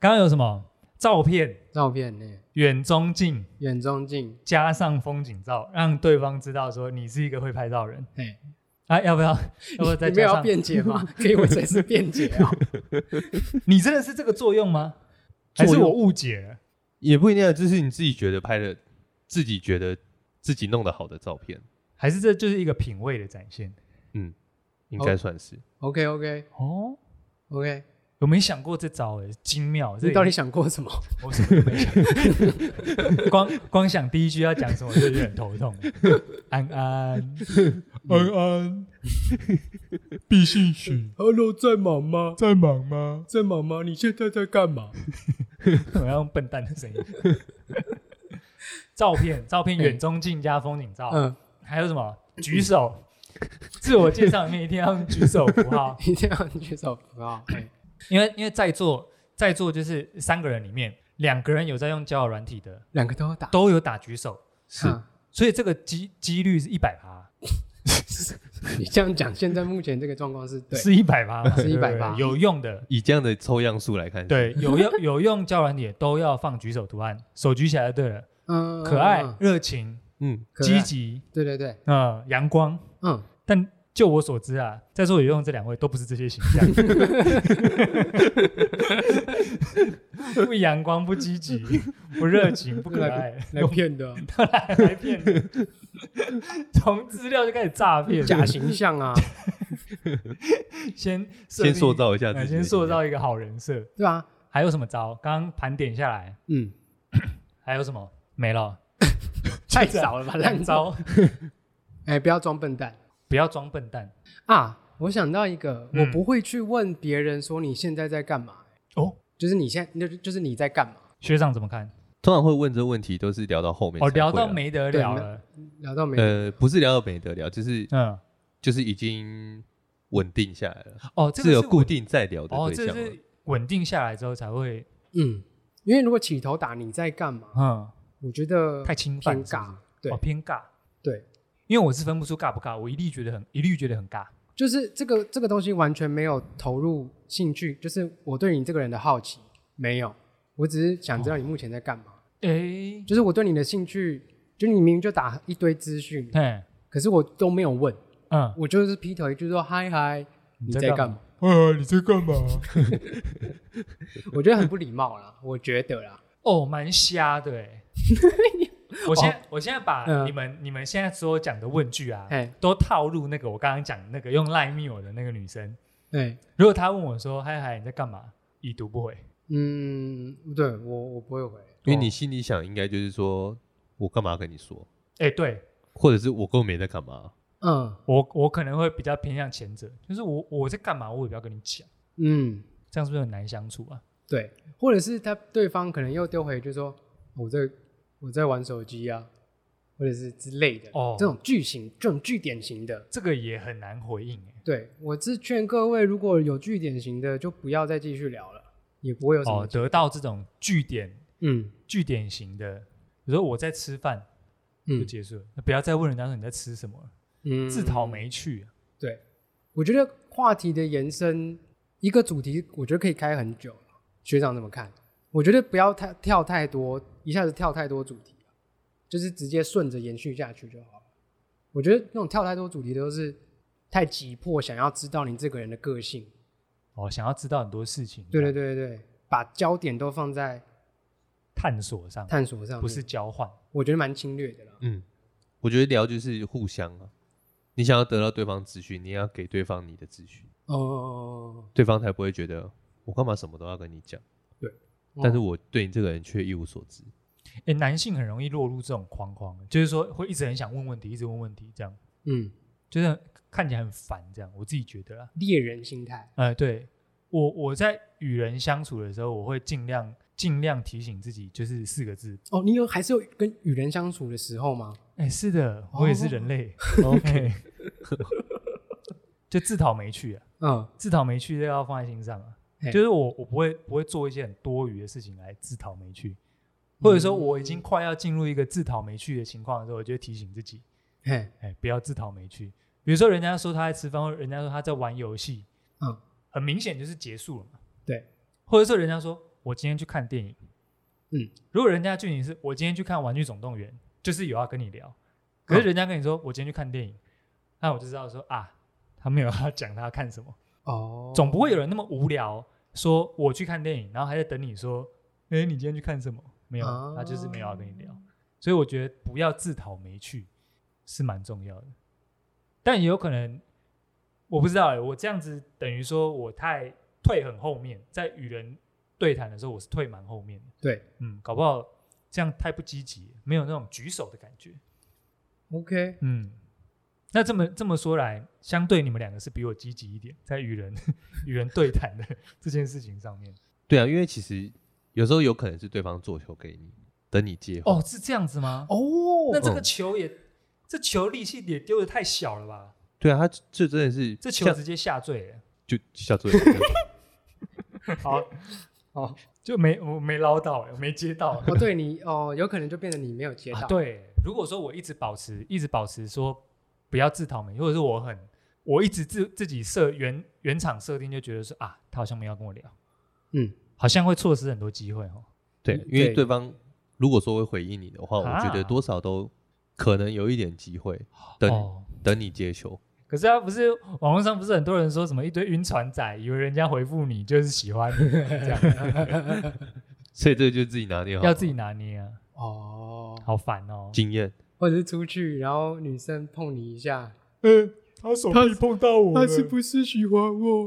Speaker 1: 刚刚有什么？照片、
Speaker 3: 照片哎，
Speaker 1: 远中近
Speaker 3: 远中近，
Speaker 1: 加上风景照，让对方知道说你是一个会拍照人。
Speaker 3: 哎，
Speaker 1: 啊，要不要？要不要再
Speaker 3: 你没有
Speaker 1: 加
Speaker 3: 要
Speaker 1: 上？
Speaker 3: 辩解吗？ [laughs] 可以，我才是辩解
Speaker 1: [laughs]
Speaker 3: 啊，
Speaker 1: 你真的是这个作用吗？还
Speaker 2: 作
Speaker 1: 是
Speaker 2: 用
Speaker 1: 我误解了？
Speaker 2: 也不一定要就是你自己觉得拍的，自己觉得自己弄得好的照片，
Speaker 1: 还是这就是一个品味的展现？
Speaker 2: 应该算是。
Speaker 3: OK OK
Speaker 1: 哦，
Speaker 3: OK，
Speaker 1: 我没想过这招哎、精妙！这
Speaker 3: 你到底想过什么？
Speaker 1: 我什么都没想，光光想 [laughs] 第一句要讲什么就有点头痛。 [laughs] 安安，安安，必信许
Speaker 3: Hello，在忙吗？
Speaker 1: 在忙吗？
Speaker 3: 在忙吗？你现在在干嘛？
Speaker 1: 我要用笨蛋的声音。照片，照片，
Speaker 3: 嗯
Speaker 1: 远中近加风景照，
Speaker 3: 嗯，
Speaker 1: 还有什么？举手。自我介绍里面一定要用举手符号，
Speaker 3: 一定要举手符号。哎
Speaker 1: 因为因为在座在座就是三个人里面，两个人有在用交友软体的，
Speaker 3: 两个都要打，
Speaker 1: 都有打举手，
Speaker 2: 是
Speaker 3: 啊
Speaker 1: 所以这个几几率是一百趴，
Speaker 3: 你这样讲，现在目前这个状况是对，
Speaker 1: 是一百趴嘛，
Speaker 3: 是
Speaker 1: 对不对
Speaker 3: 100%
Speaker 1: 有用的，
Speaker 2: 以这样的抽样数来看，，
Speaker 1: 对，有用有用交友软体的都要放举手图案，手举起来就对了，
Speaker 3: 嗯，
Speaker 1: 可爱
Speaker 3: 嗯、嗯
Speaker 1: 热情、
Speaker 2: 嗯，
Speaker 3: 可
Speaker 1: 积
Speaker 3: 爱
Speaker 1: 极、
Speaker 3: 对对对，
Speaker 1: 呃阳光，
Speaker 3: 嗯，
Speaker 1: 但就我所知啊，在座有用这两位都不是这些形象， [laughs] 不阳光、不积极、不热情、不可
Speaker 3: [laughs]
Speaker 1: 爱，
Speaker 3: 来骗的啊，
Speaker 1: 来来骗人， [laughs] 从资料就开始诈骗，
Speaker 3: 假形象啊，
Speaker 1: 先设
Speaker 2: 先
Speaker 1: 定
Speaker 2: 塑造一下自
Speaker 1: 呃
Speaker 2: 己，
Speaker 1: 先塑，造一个好人设。
Speaker 3: 对吧？
Speaker 1: 还有什么招？刚刚盘点下来，
Speaker 3: 嗯，
Speaker 1: 还有什么没了？
Speaker 3: [laughs] 太少了吧，烂
Speaker 1: 烂
Speaker 3: 招。
Speaker 1: 招，
Speaker 3: 哎，不要装笨蛋
Speaker 1: 不要装笨蛋
Speaker 3: 啊！我想到一个，
Speaker 1: 嗯
Speaker 3: 我不会去问别人说你现在在干嘛，
Speaker 1: 哦。
Speaker 3: 就是你现在，那就就是你在干嘛？
Speaker 1: 学长怎么看？
Speaker 2: 通常会问这个问题都是聊到后面才
Speaker 1: 哦，
Speaker 2: 会啊，
Speaker 1: 聊到没得聊了，
Speaker 3: 聊到没？
Speaker 2: 呃，不是聊到没得聊，就是
Speaker 1: 嗯，
Speaker 2: 就是已经稳定下来了，
Speaker 1: 哦，这个
Speaker 2: 是有
Speaker 1: 稳
Speaker 2: 固定在聊的
Speaker 1: 哦，
Speaker 2: 对
Speaker 1: 这
Speaker 2: 象了。啊
Speaker 1: 是稳定下来之后才会，
Speaker 3: 嗯，因为如果起头打你在干嘛，
Speaker 1: 嗯，
Speaker 3: 我觉得
Speaker 1: 太侵犯
Speaker 3: 偏
Speaker 1: 是不是
Speaker 3: 尬。对
Speaker 1: 哦，偏尬，
Speaker 3: 对，
Speaker 1: 因为我是分不出尬不尬，我一律觉得很一律觉得很尬，
Speaker 3: 就是这个这个东西完全没有投入兴趣，就是我对你这个人的好奇没有，我只是想知
Speaker 1: 哦
Speaker 3: 道你目前在干嘛。
Speaker 1: 诶，
Speaker 3: 就是我对你的兴趣，就你明明就打一堆资讯，
Speaker 1: 嘿，
Speaker 3: 可是我都没有问，
Speaker 1: 嗯，
Speaker 3: 我就是劈头一句说嗨嗨，你在干嘛？
Speaker 1: 呃，你在干嘛？
Speaker 3: 我觉得很不礼貌啦，我觉得啦，
Speaker 1: 哦，蛮瞎的
Speaker 3: [laughs]
Speaker 1: 哎。我现在、我现在把
Speaker 3: 嗯
Speaker 1: 你们、你们现在所讲的问句啊，
Speaker 3: 哎
Speaker 1: 都套入那个我刚刚讲的那个用赖密我的那个女生。
Speaker 3: 对，
Speaker 1: 如果她问我说：“嗨嗨，你在干嘛？”已读不回。
Speaker 3: 嗯，对我我不会回，
Speaker 1: 哦
Speaker 2: 因为你心里想应该就是说，我干嘛跟你说，
Speaker 1: 哎、对
Speaker 2: 或者是我根本没在干嘛，
Speaker 3: 嗯
Speaker 1: 我我可能会比较偏向前者，就是我我在干嘛，我也不要跟你讲，
Speaker 3: 嗯，
Speaker 1: 这样是不是很难相处啊？
Speaker 3: 对，或者是他对方可能又丢回去说我在我在玩手机啊，或者是之类的，
Speaker 1: 哦
Speaker 3: 这种句型，这种句典型的。
Speaker 1: 这个也很难回应、欸。
Speaker 3: 对，我是劝各位，如果有句典型的，就不要再继续聊了，也不会有什么
Speaker 1: 哦，得到这种据点
Speaker 3: 嗯
Speaker 1: 据点型的，比如说我在吃饭就
Speaker 3: 嗯
Speaker 1: 结束了，不要再问人家说你在吃什么了，
Speaker 3: 嗯
Speaker 1: 自讨。没趣、啊。
Speaker 3: 对，我觉得话题的延伸，一个主题，我觉得可以开很久。学长怎么看？我觉得不要太跳太多，一下子跳太多主题就是直接顺着延续下去就好了。我觉得那种跳太多主题都是太急迫，想要知道你这个人的个性。
Speaker 1: 哦，想要知道很多事情，
Speaker 3: 对对，对对对，把焦点都放在
Speaker 1: 探索上，
Speaker 3: 探索上面，
Speaker 1: 不是交换。
Speaker 3: 我觉得蛮侵略的啦。
Speaker 2: 嗯，我觉得聊就是互相啊，你想要得到对方资讯，你也要给对方你的资讯，
Speaker 3: 哦，
Speaker 2: 对方才不会觉得我干嘛什么都要跟你讲，但是我对你这个人却一无所知。
Speaker 1: 诶，男性很容易落入这种框框，就是说会一直很想问问题，一直问问题，这样
Speaker 3: 嗯，
Speaker 1: 就是看起来很烦，这样我自己觉得啦。
Speaker 3: 猎人心态，
Speaker 1: 呃，对我我在与人相处的时候，我会尽量尽量提醒自己，就是四个字。
Speaker 3: 哦，你有还是有跟与人相处的时候吗？
Speaker 1: 哎，是的，我也是人类。OK，就自讨没趣啊，
Speaker 3: 嗯，
Speaker 1: 自讨没趣这个要放在心上啊。
Speaker 3: 嘿
Speaker 1: 就是我我不会不会做一些很多余的事情来自讨没趣，或者说我已
Speaker 3: 嗯
Speaker 1: 经快要进入一个自讨没趣的情况的时候，我就会提醒自己，
Speaker 3: 嘿，
Speaker 1: 哎，不要自讨没趣。比如说，人家说他在吃饭，或者人家说他在玩游戏，
Speaker 3: 嗯，
Speaker 1: 很明显就是结束了嘛。
Speaker 3: 对，
Speaker 1: 或者说人家说我今天去看电影，
Speaker 3: 嗯，
Speaker 1: 如果人家去你是我今天去看《玩具总动员》，就是有要跟你聊，可是
Speaker 3: 嗯
Speaker 1: 人家跟你说我今天去看电影，那我就知道说啊，他没有要讲他要看什么，
Speaker 3: 哦，
Speaker 1: 总不会有人那么无聊说我去看电影，然后还在等你说，哎，你今天去看什么？没有，
Speaker 3: 哦
Speaker 1: 他就是没有要跟你聊。所以我觉得不要自讨没趣是蛮重要的，但也有可能我不知道欸，我这样子等于说我太退很后面，在与人对谈的时候，我是退蛮后面的。
Speaker 3: 对
Speaker 1: 嗯，搞不好这样太不积极，没有那种举手的感觉。
Speaker 3: ，OK，
Speaker 1: 嗯，那这么这么说来，相对你们两个是比我积极一点，在与人 [laughs] 与人对谈的这件事情上面。
Speaker 2: 对啊，因为其实有时候有可能是对方做球给你，等你接话。
Speaker 1: 哦，是这样子吗？
Speaker 3: 哦
Speaker 1: 那这个球也，这球力气也丢的太小了吧？
Speaker 2: 对啊，他这真的是
Speaker 1: 这
Speaker 2: 像
Speaker 1: 球直接下坠了。
Speaker 2: 就叫做
Speaker 1: 好，
Speaker 3: 哦
Speaker 1: [laughs] 就没我没捞到、我没接到、
Speaker 3: 哦，对你哦，有可能就变成你没有接
Speaker 1: 啊
Speaker 3: 到，
Speaker 1: 对，如果说我一直保持，一直保持说不要自讨没，或者是我很，我一直自自己设原原厂设定就觉得说啊，他好像没有跟我聊，
Speaker 3: 嗯，
Speaker 1: 好像会错失很多机会哦。 [laughs]
Speaker 2: 对，因
Speaker 3: 对
Speaker 2: 为对方如果说会回应你的话，我觉
Speaker 1: 啊
Speaker 2: 得多少都可能有一点机会等
Speaker 1: 哦，
Speaker 2: 等你接球。
Speaker 1: 可是他啊不是网络上不是很多人说什么一堆晕船仔，以为人家回复你就是喜欢你，这 [laughs] 样
Speaker 2: 所以这个就自己拿捏好，
Speaker 1: 要自己拿捏啊，
Speaker 3: 哦，
Speaker 1: 好烦 [laughs] 哦。
Speaker 2: 经验。
Speaker 3: 或者是出去然后女生碰你一下，
Speaker 1: 嗯，他手
Speaker 3: 臂
Speaker 1: 碰到我
Speaker 3: 她是不是喜欢我？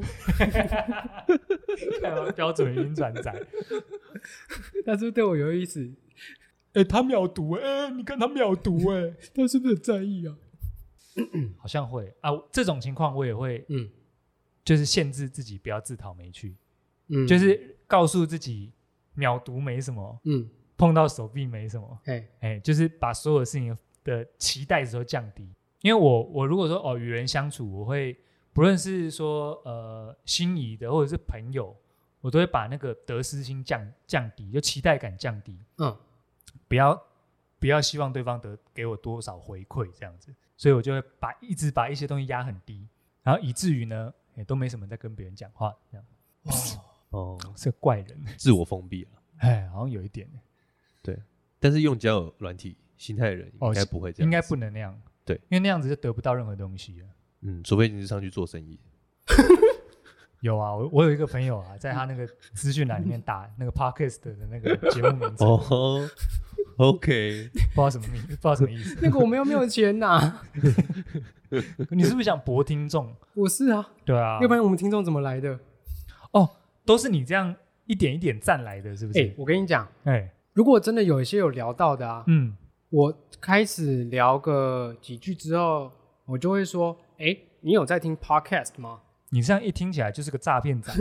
Speaker 1: 标准晕船仔？
Speaker 3: 她是不是对我有意思？
Speaker 1: 哎、他秒读哎、你看他秒读哎、
Speaker 3: 她是不是很在意啊？
Speaker 1: [laughs] 好像会啊。这种情况我也会
Speaker 3: 嗯
Speaker 1: 就是限制自己不要自讨没趣，
Speaker 3: 嗯，
Speaker 1: 就是告诉自己秒读没什么，
Speaker 3: 嗯，
Speaker 1: 碰到手臂没什么，
Speaker 3: 哎，
Speaker 1: 哎，就是把所有事情的期待值都降低。因为我我如果说哦与人相处，我会不论是说呃心仪的或者是朋友，我都会把那个得失心降降低，就期待感降低，
Speaker 3: 嗯，
Speaker 1: 不要不要希望对方得给我多少回馈这样子，所以我就会把一直把一些东西压很低，然后以至于呢也都没什么在跟别人讲话这样。
Speaker 3: 哇，
Speaker 2: 哦，
Speaker 1: 是个怪人，
Speaker 2: 自我封闭了。
Speaker 1: 哎，好像有一点，
Speaker 2: 但是用交友软体心态的人
Speaker 1: 哦
Speaker 2: 应该不会这样，
Speaker 1: 应该不，能那样，
Speaker 2: 对
Speaker 1: 因为那样子就得不到任何东西了。
Speaker 2: 嗯，除非你是上去做生意，
Speaker 1: 有啊，我我有一个朋友啊，在他那个资讯栏里面打那个 podcast 的那个节目名字，
Speaker 2: 哦吼，OK，
Speaker 1: 不知道什么名，不知道什么意思。
Speaker 3: [laughs] 那个我们又没有钱呐，
Speaker 1: 你是不是想博听众？
Speaker 3: [laughs] 我是啊，
Speaker 1: 对啊
Speaker 3: 要不然我们听众怎么来的？
Speaker 1: 都是你这样一点一点赞来的，是不
Speaker 3: 哎
Speaker 1: 是，？
Speaker 3: 我跟你讲，
Speaker 1: 哎、
Speaker 3: 如果真的有一些有聊到的啊，
Speaker 1: 嗯，
Speaker 3: 我开始聊个几句之后，我就会说：“哎，你有在听 podcast 吗？
Speaker 1: 你这样一听起来就是个诈骗仔。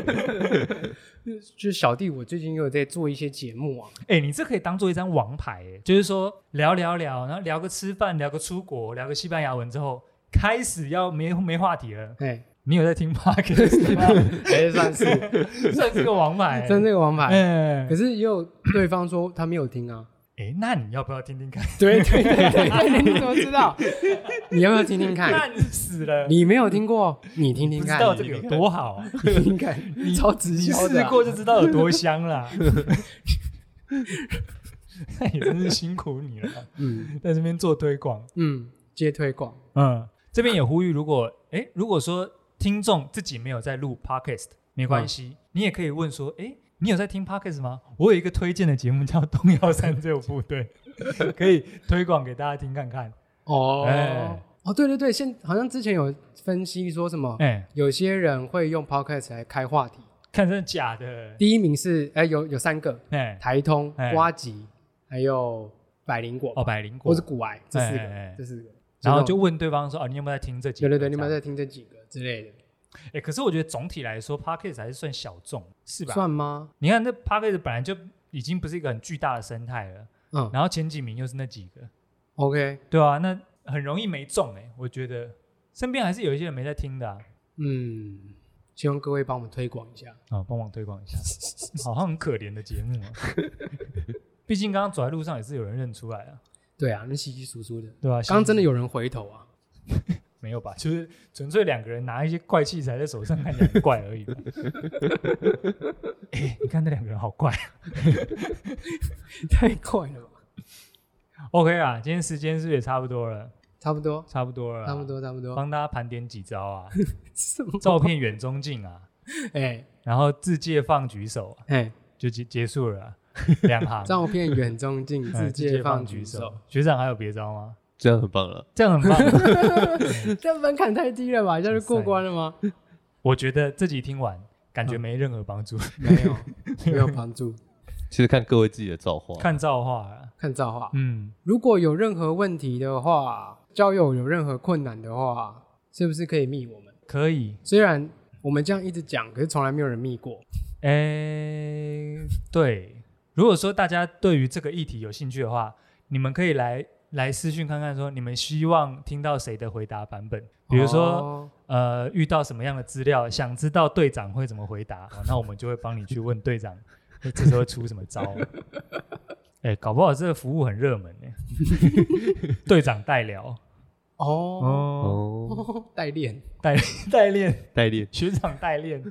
Speaker 1: [laughs]
Speaker 3: 就是小弟，我最近有在做一些节目啊。
Speaker 1: 哎、你这可以当做一张王牌、哎就是说聊聊聊，然后聊个吃饭，聊个出国，聊个西班牙文之后，开始要没没话题了。
Speaker 3: 哎， [laughs]
Speaker 1: 你有在听 podcast 吗？
Speaker 3: 哎，算是
Speaker 1: 算是个王牌、
Speaker 3: 真这个王
Speaker 1: [laughs] 哎、
Speaker 3: 牌。可是也有对方说他没有听
Speaker 1: [laughs]
Speaker 3: 啊。
Speaker 1: 哎那你要不要听听看？
Speaker 3: 对对对 [laughs] 对对，你怎么
Speaker 1: [laughs]
Speaker 3: 知道？你要不要听听看？
Speaker 1: 烂死了！
Speaker 3: 你没有听过，你听
Speaker 1: 不
Speaker 3: 听
Speaker 1: 知
Speaker 3: 看，
Speaker 1: 道这个有多好、 [laughs] 啊，
Speaker 3: 你听听看，超直
Speaker 1: 你
Speaker 3: 销
Speaker 1: 试
Speaker 3: 的啊。
Speaker 1: 过就知道有多香啦。 [laughs] 那也真是辛苦你了，啊
Speaker 3: 嗯
Speaker 1: 在这边做推广。
Speaker 3: 嗯，接推广。
Speaker 1: 嗯，这边也呼吁，如果哎，如果说听众自己没有在录 podcast，没关系，你也可以问说，哎，你有在听 podcast 吗？我有一个推荐的节目叫《东幺三六部队》， [laughs] 可以推广给大家听看看。
Speaker 3: 哦
Speaker 1: 哎
Speaker 3: 哦，对对对，现好像之前有分析说什么，
Speaker 1: 哎，
Speaker 3: 有些人会用 podcast 来开话题。
Speaker 1: 看真的假的？
Speaker 3: 第一名是哎，有有三个，
Speaker 1: 哎，
Speaker 3: 台通
Speaker 1: 哎、
Speaker 3: 瓜吉，还有百灵果，
Speaker 1: 哦，百灵果
Speaker 3: 或是古癌这四
Speaker 1: 哎哎
Speaker 3: 个
Speaker 1: 哎，
Speaker 3: 这四个。
Speaker 1: 然后
Speaker 3: 这
Speaker 1: 就
Speaker 3: 种
Speaker 1: 问对方说：“哦，你有没有在听这集？”
Speaker 3: 对对对，你们
Speaker 1: 这
Speaker 3: 在
Speaker 1: 样。
Speaker 3: 听这几个之类的，
Speaker 1: 哎，可是我觉得总体来说，Podcast 还是算小众，是吧？
Speaker 3: 算吗？
Speaker 1: 你看，那 Podcast 本来就已经不是一个很巨大的生态了，
Speaker 3: 嗯
Speaker 1: 然后前几名又是那几个，
Speaker 3: ，OK，
Speaker 1: 对啊，那很容易没中哎、我觉得身边还是有一些人没在听的啊，
Speaker 3: 嗯，希望各位帮我们推广一下。
Speaker 1: 啊，帮忙推广一下，好像很可怜的节目啊。 [laughs] 毕竟刚刚走在路上也是有人认出来啊，
Speaker 3: 对啊，那稀稀疏疏的，
Speaker 1: 对吧、啊？
Speaker 3: 刚刚真的有人回头啊。 [laughs]
Speaker 1: 没有吧？就是纯粹两个人拿一些怪器材在手上，看起来很怪而已 [laughs]
Speaker 3: [laughs]
Speaker 1: 吧。哎、你看那两个人好怪。啊
Speaker 3: 太快了吧？
Speaker 1: OK 啊，今天时间是不是也差不多了？
Speaker 3: 差不多，
Speaker 1: 差不多了，
Speaker 3: 差不，多，差不多。
Speaker 1: 啊帮大家盘点几招啊， [laughs]
Speaker 3: 什么？
Speaker 1: 照片远中近啊，
Speaker 3: [laughs] 哎
Speaker 1: 然后自介放举手啊，
Speaker 3: 哎，
Speaker 1: 就结结束了
Speaker 3: [laughs]
Speaker 1: 啊、两行。
Speaker 3: 照片
Speaker 1: [laughs]
Speaker 3: 远中近，
Speaker 1: 嗯
Speaker 3: 自介放举手。。
Speaker 1: 学长还有别招吗？
Speaker 2: 这样很棒了。
Speaker 3: [laughs]
Speaker 1: 这样很棒。
Speaker 3: 这门槛太低了吧？一下就过关了吗？
Speaker 1: 我觉得自己听完感觉没任何帮助，
Speaker 3: [laughs] 没有没有帮助，
Speaker 2: 其实看各位自己的造化。
Speaker 1: 看造化啦。
Speaker 3: 看造化。
Speaker 1: 嗯，
Speaker 3: 如果有任何问题的话，交友有任何困难的话，是不是可以密我们？
Speaker 1: 可以。
Speaker 3: 虽然我们这样一直讲，可是从来没有人密过。
Speaker 1: 哎、对，如果说大家对于这个议题有兴趣的话，你们可以来来私讯看看，说你们希望听到谁的回答版本。比如说，
Speaker 3: 哦
Speaker 1: 呃，遇到什么样的资料，想知道队长会怎么回答，啊那我们就会帮你去问队长，那这时候会出什么招？哎、搞不好这个服务很热门呢、队长代聊
Speaker 3: 哦，
Speaker 1: 哦，
Speaker 2: 哦，
Speaker 3: 代练 [laughs]
Speaker 1: 代练
Speaker 2: 代练
Speaker 1: 学长代练，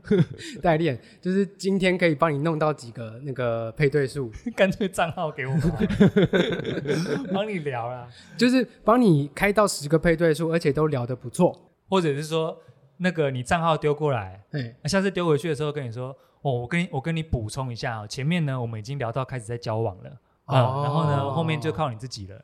Speaker 3: 代练，就是今天可以帮你弄到几个那个配对数，
Speaker 1: 干脆账号给我们好了，帮你聊啦。
Speaker 3: 就是帮你开到十个配对数，而且都聊得不错。
Speaker 1: 或者是说，那个你账号丢过来，啊
Speaker 3: 哎，
Speaker 1: 下次丢回去的时候跟你说，哦，我跟你我跟你补充一下、哦，前面呢我们已经聊到开始在交往了。啊、然后
Speaker 3: 哦
Speaker 1: 呢，后面就靠你自己了。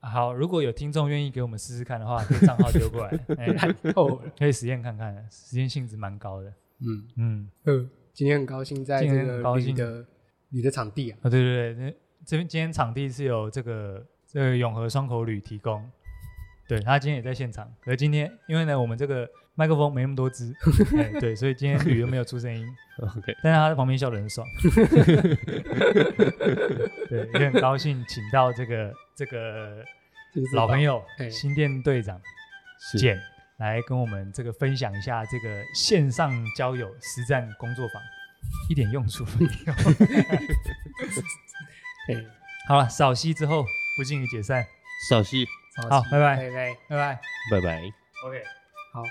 Speaker 1: 啊好，如果有听众愿意给我们试试看的话，可以账号丢过来，哎， [laughs]
Speaker 3: 透了。
Speaker 1: 可以实验看看，实验性质蛮高的。
Speaker 3: 哦嗯，
Speaker 1: 嗯，
Speaker 3: 呃，今天很高兴在
Speaker 1: 今
Speaker 3: 这
Speaker 1: 天很
Speaker 3: 个
Speaker 1: 高
Speaker 3: 你
Speaker 1: 兴
Speaker 3: 的你的场地啊，
Speaker 1: 啊，对对对，那这边今天场地是由这个这个永和双口旅提供，对他今天也在现场，可是今天因为呢，我们这个麦克风没那么多支，哎，对，所以今天旅又没有出声音，
Speaker 2: ，OK，
Speaker 1: 但是他在旁边笑得很爽， [laughs] 对，也很高兴请到这个这个
Speaker 3: 是不是
Speaker 1: 老朋友
Speaker 3: 嘿
Speaker 1: 新店队长。
Speaker 2: 是
Speaker 1: 简来跟我们这个分享一下这个线上交友实战工作坊，一点用处没有。
Speaker 3: 哎，
Speaker 1: 好了，扫息之后不敬礼解散，
Speaker 2: 少熙，
Speaker 1: 好拜拜
Speaker 3: 拜拜。
Speaker 1: 拜拜。
Speaker 2: 拜拜。
Speaker 3: [laughs]
Speaker 1: OK，
Speaker 3: 好，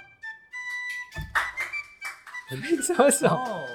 Speaker 3: 很什么手？
Speaker 1: 哦。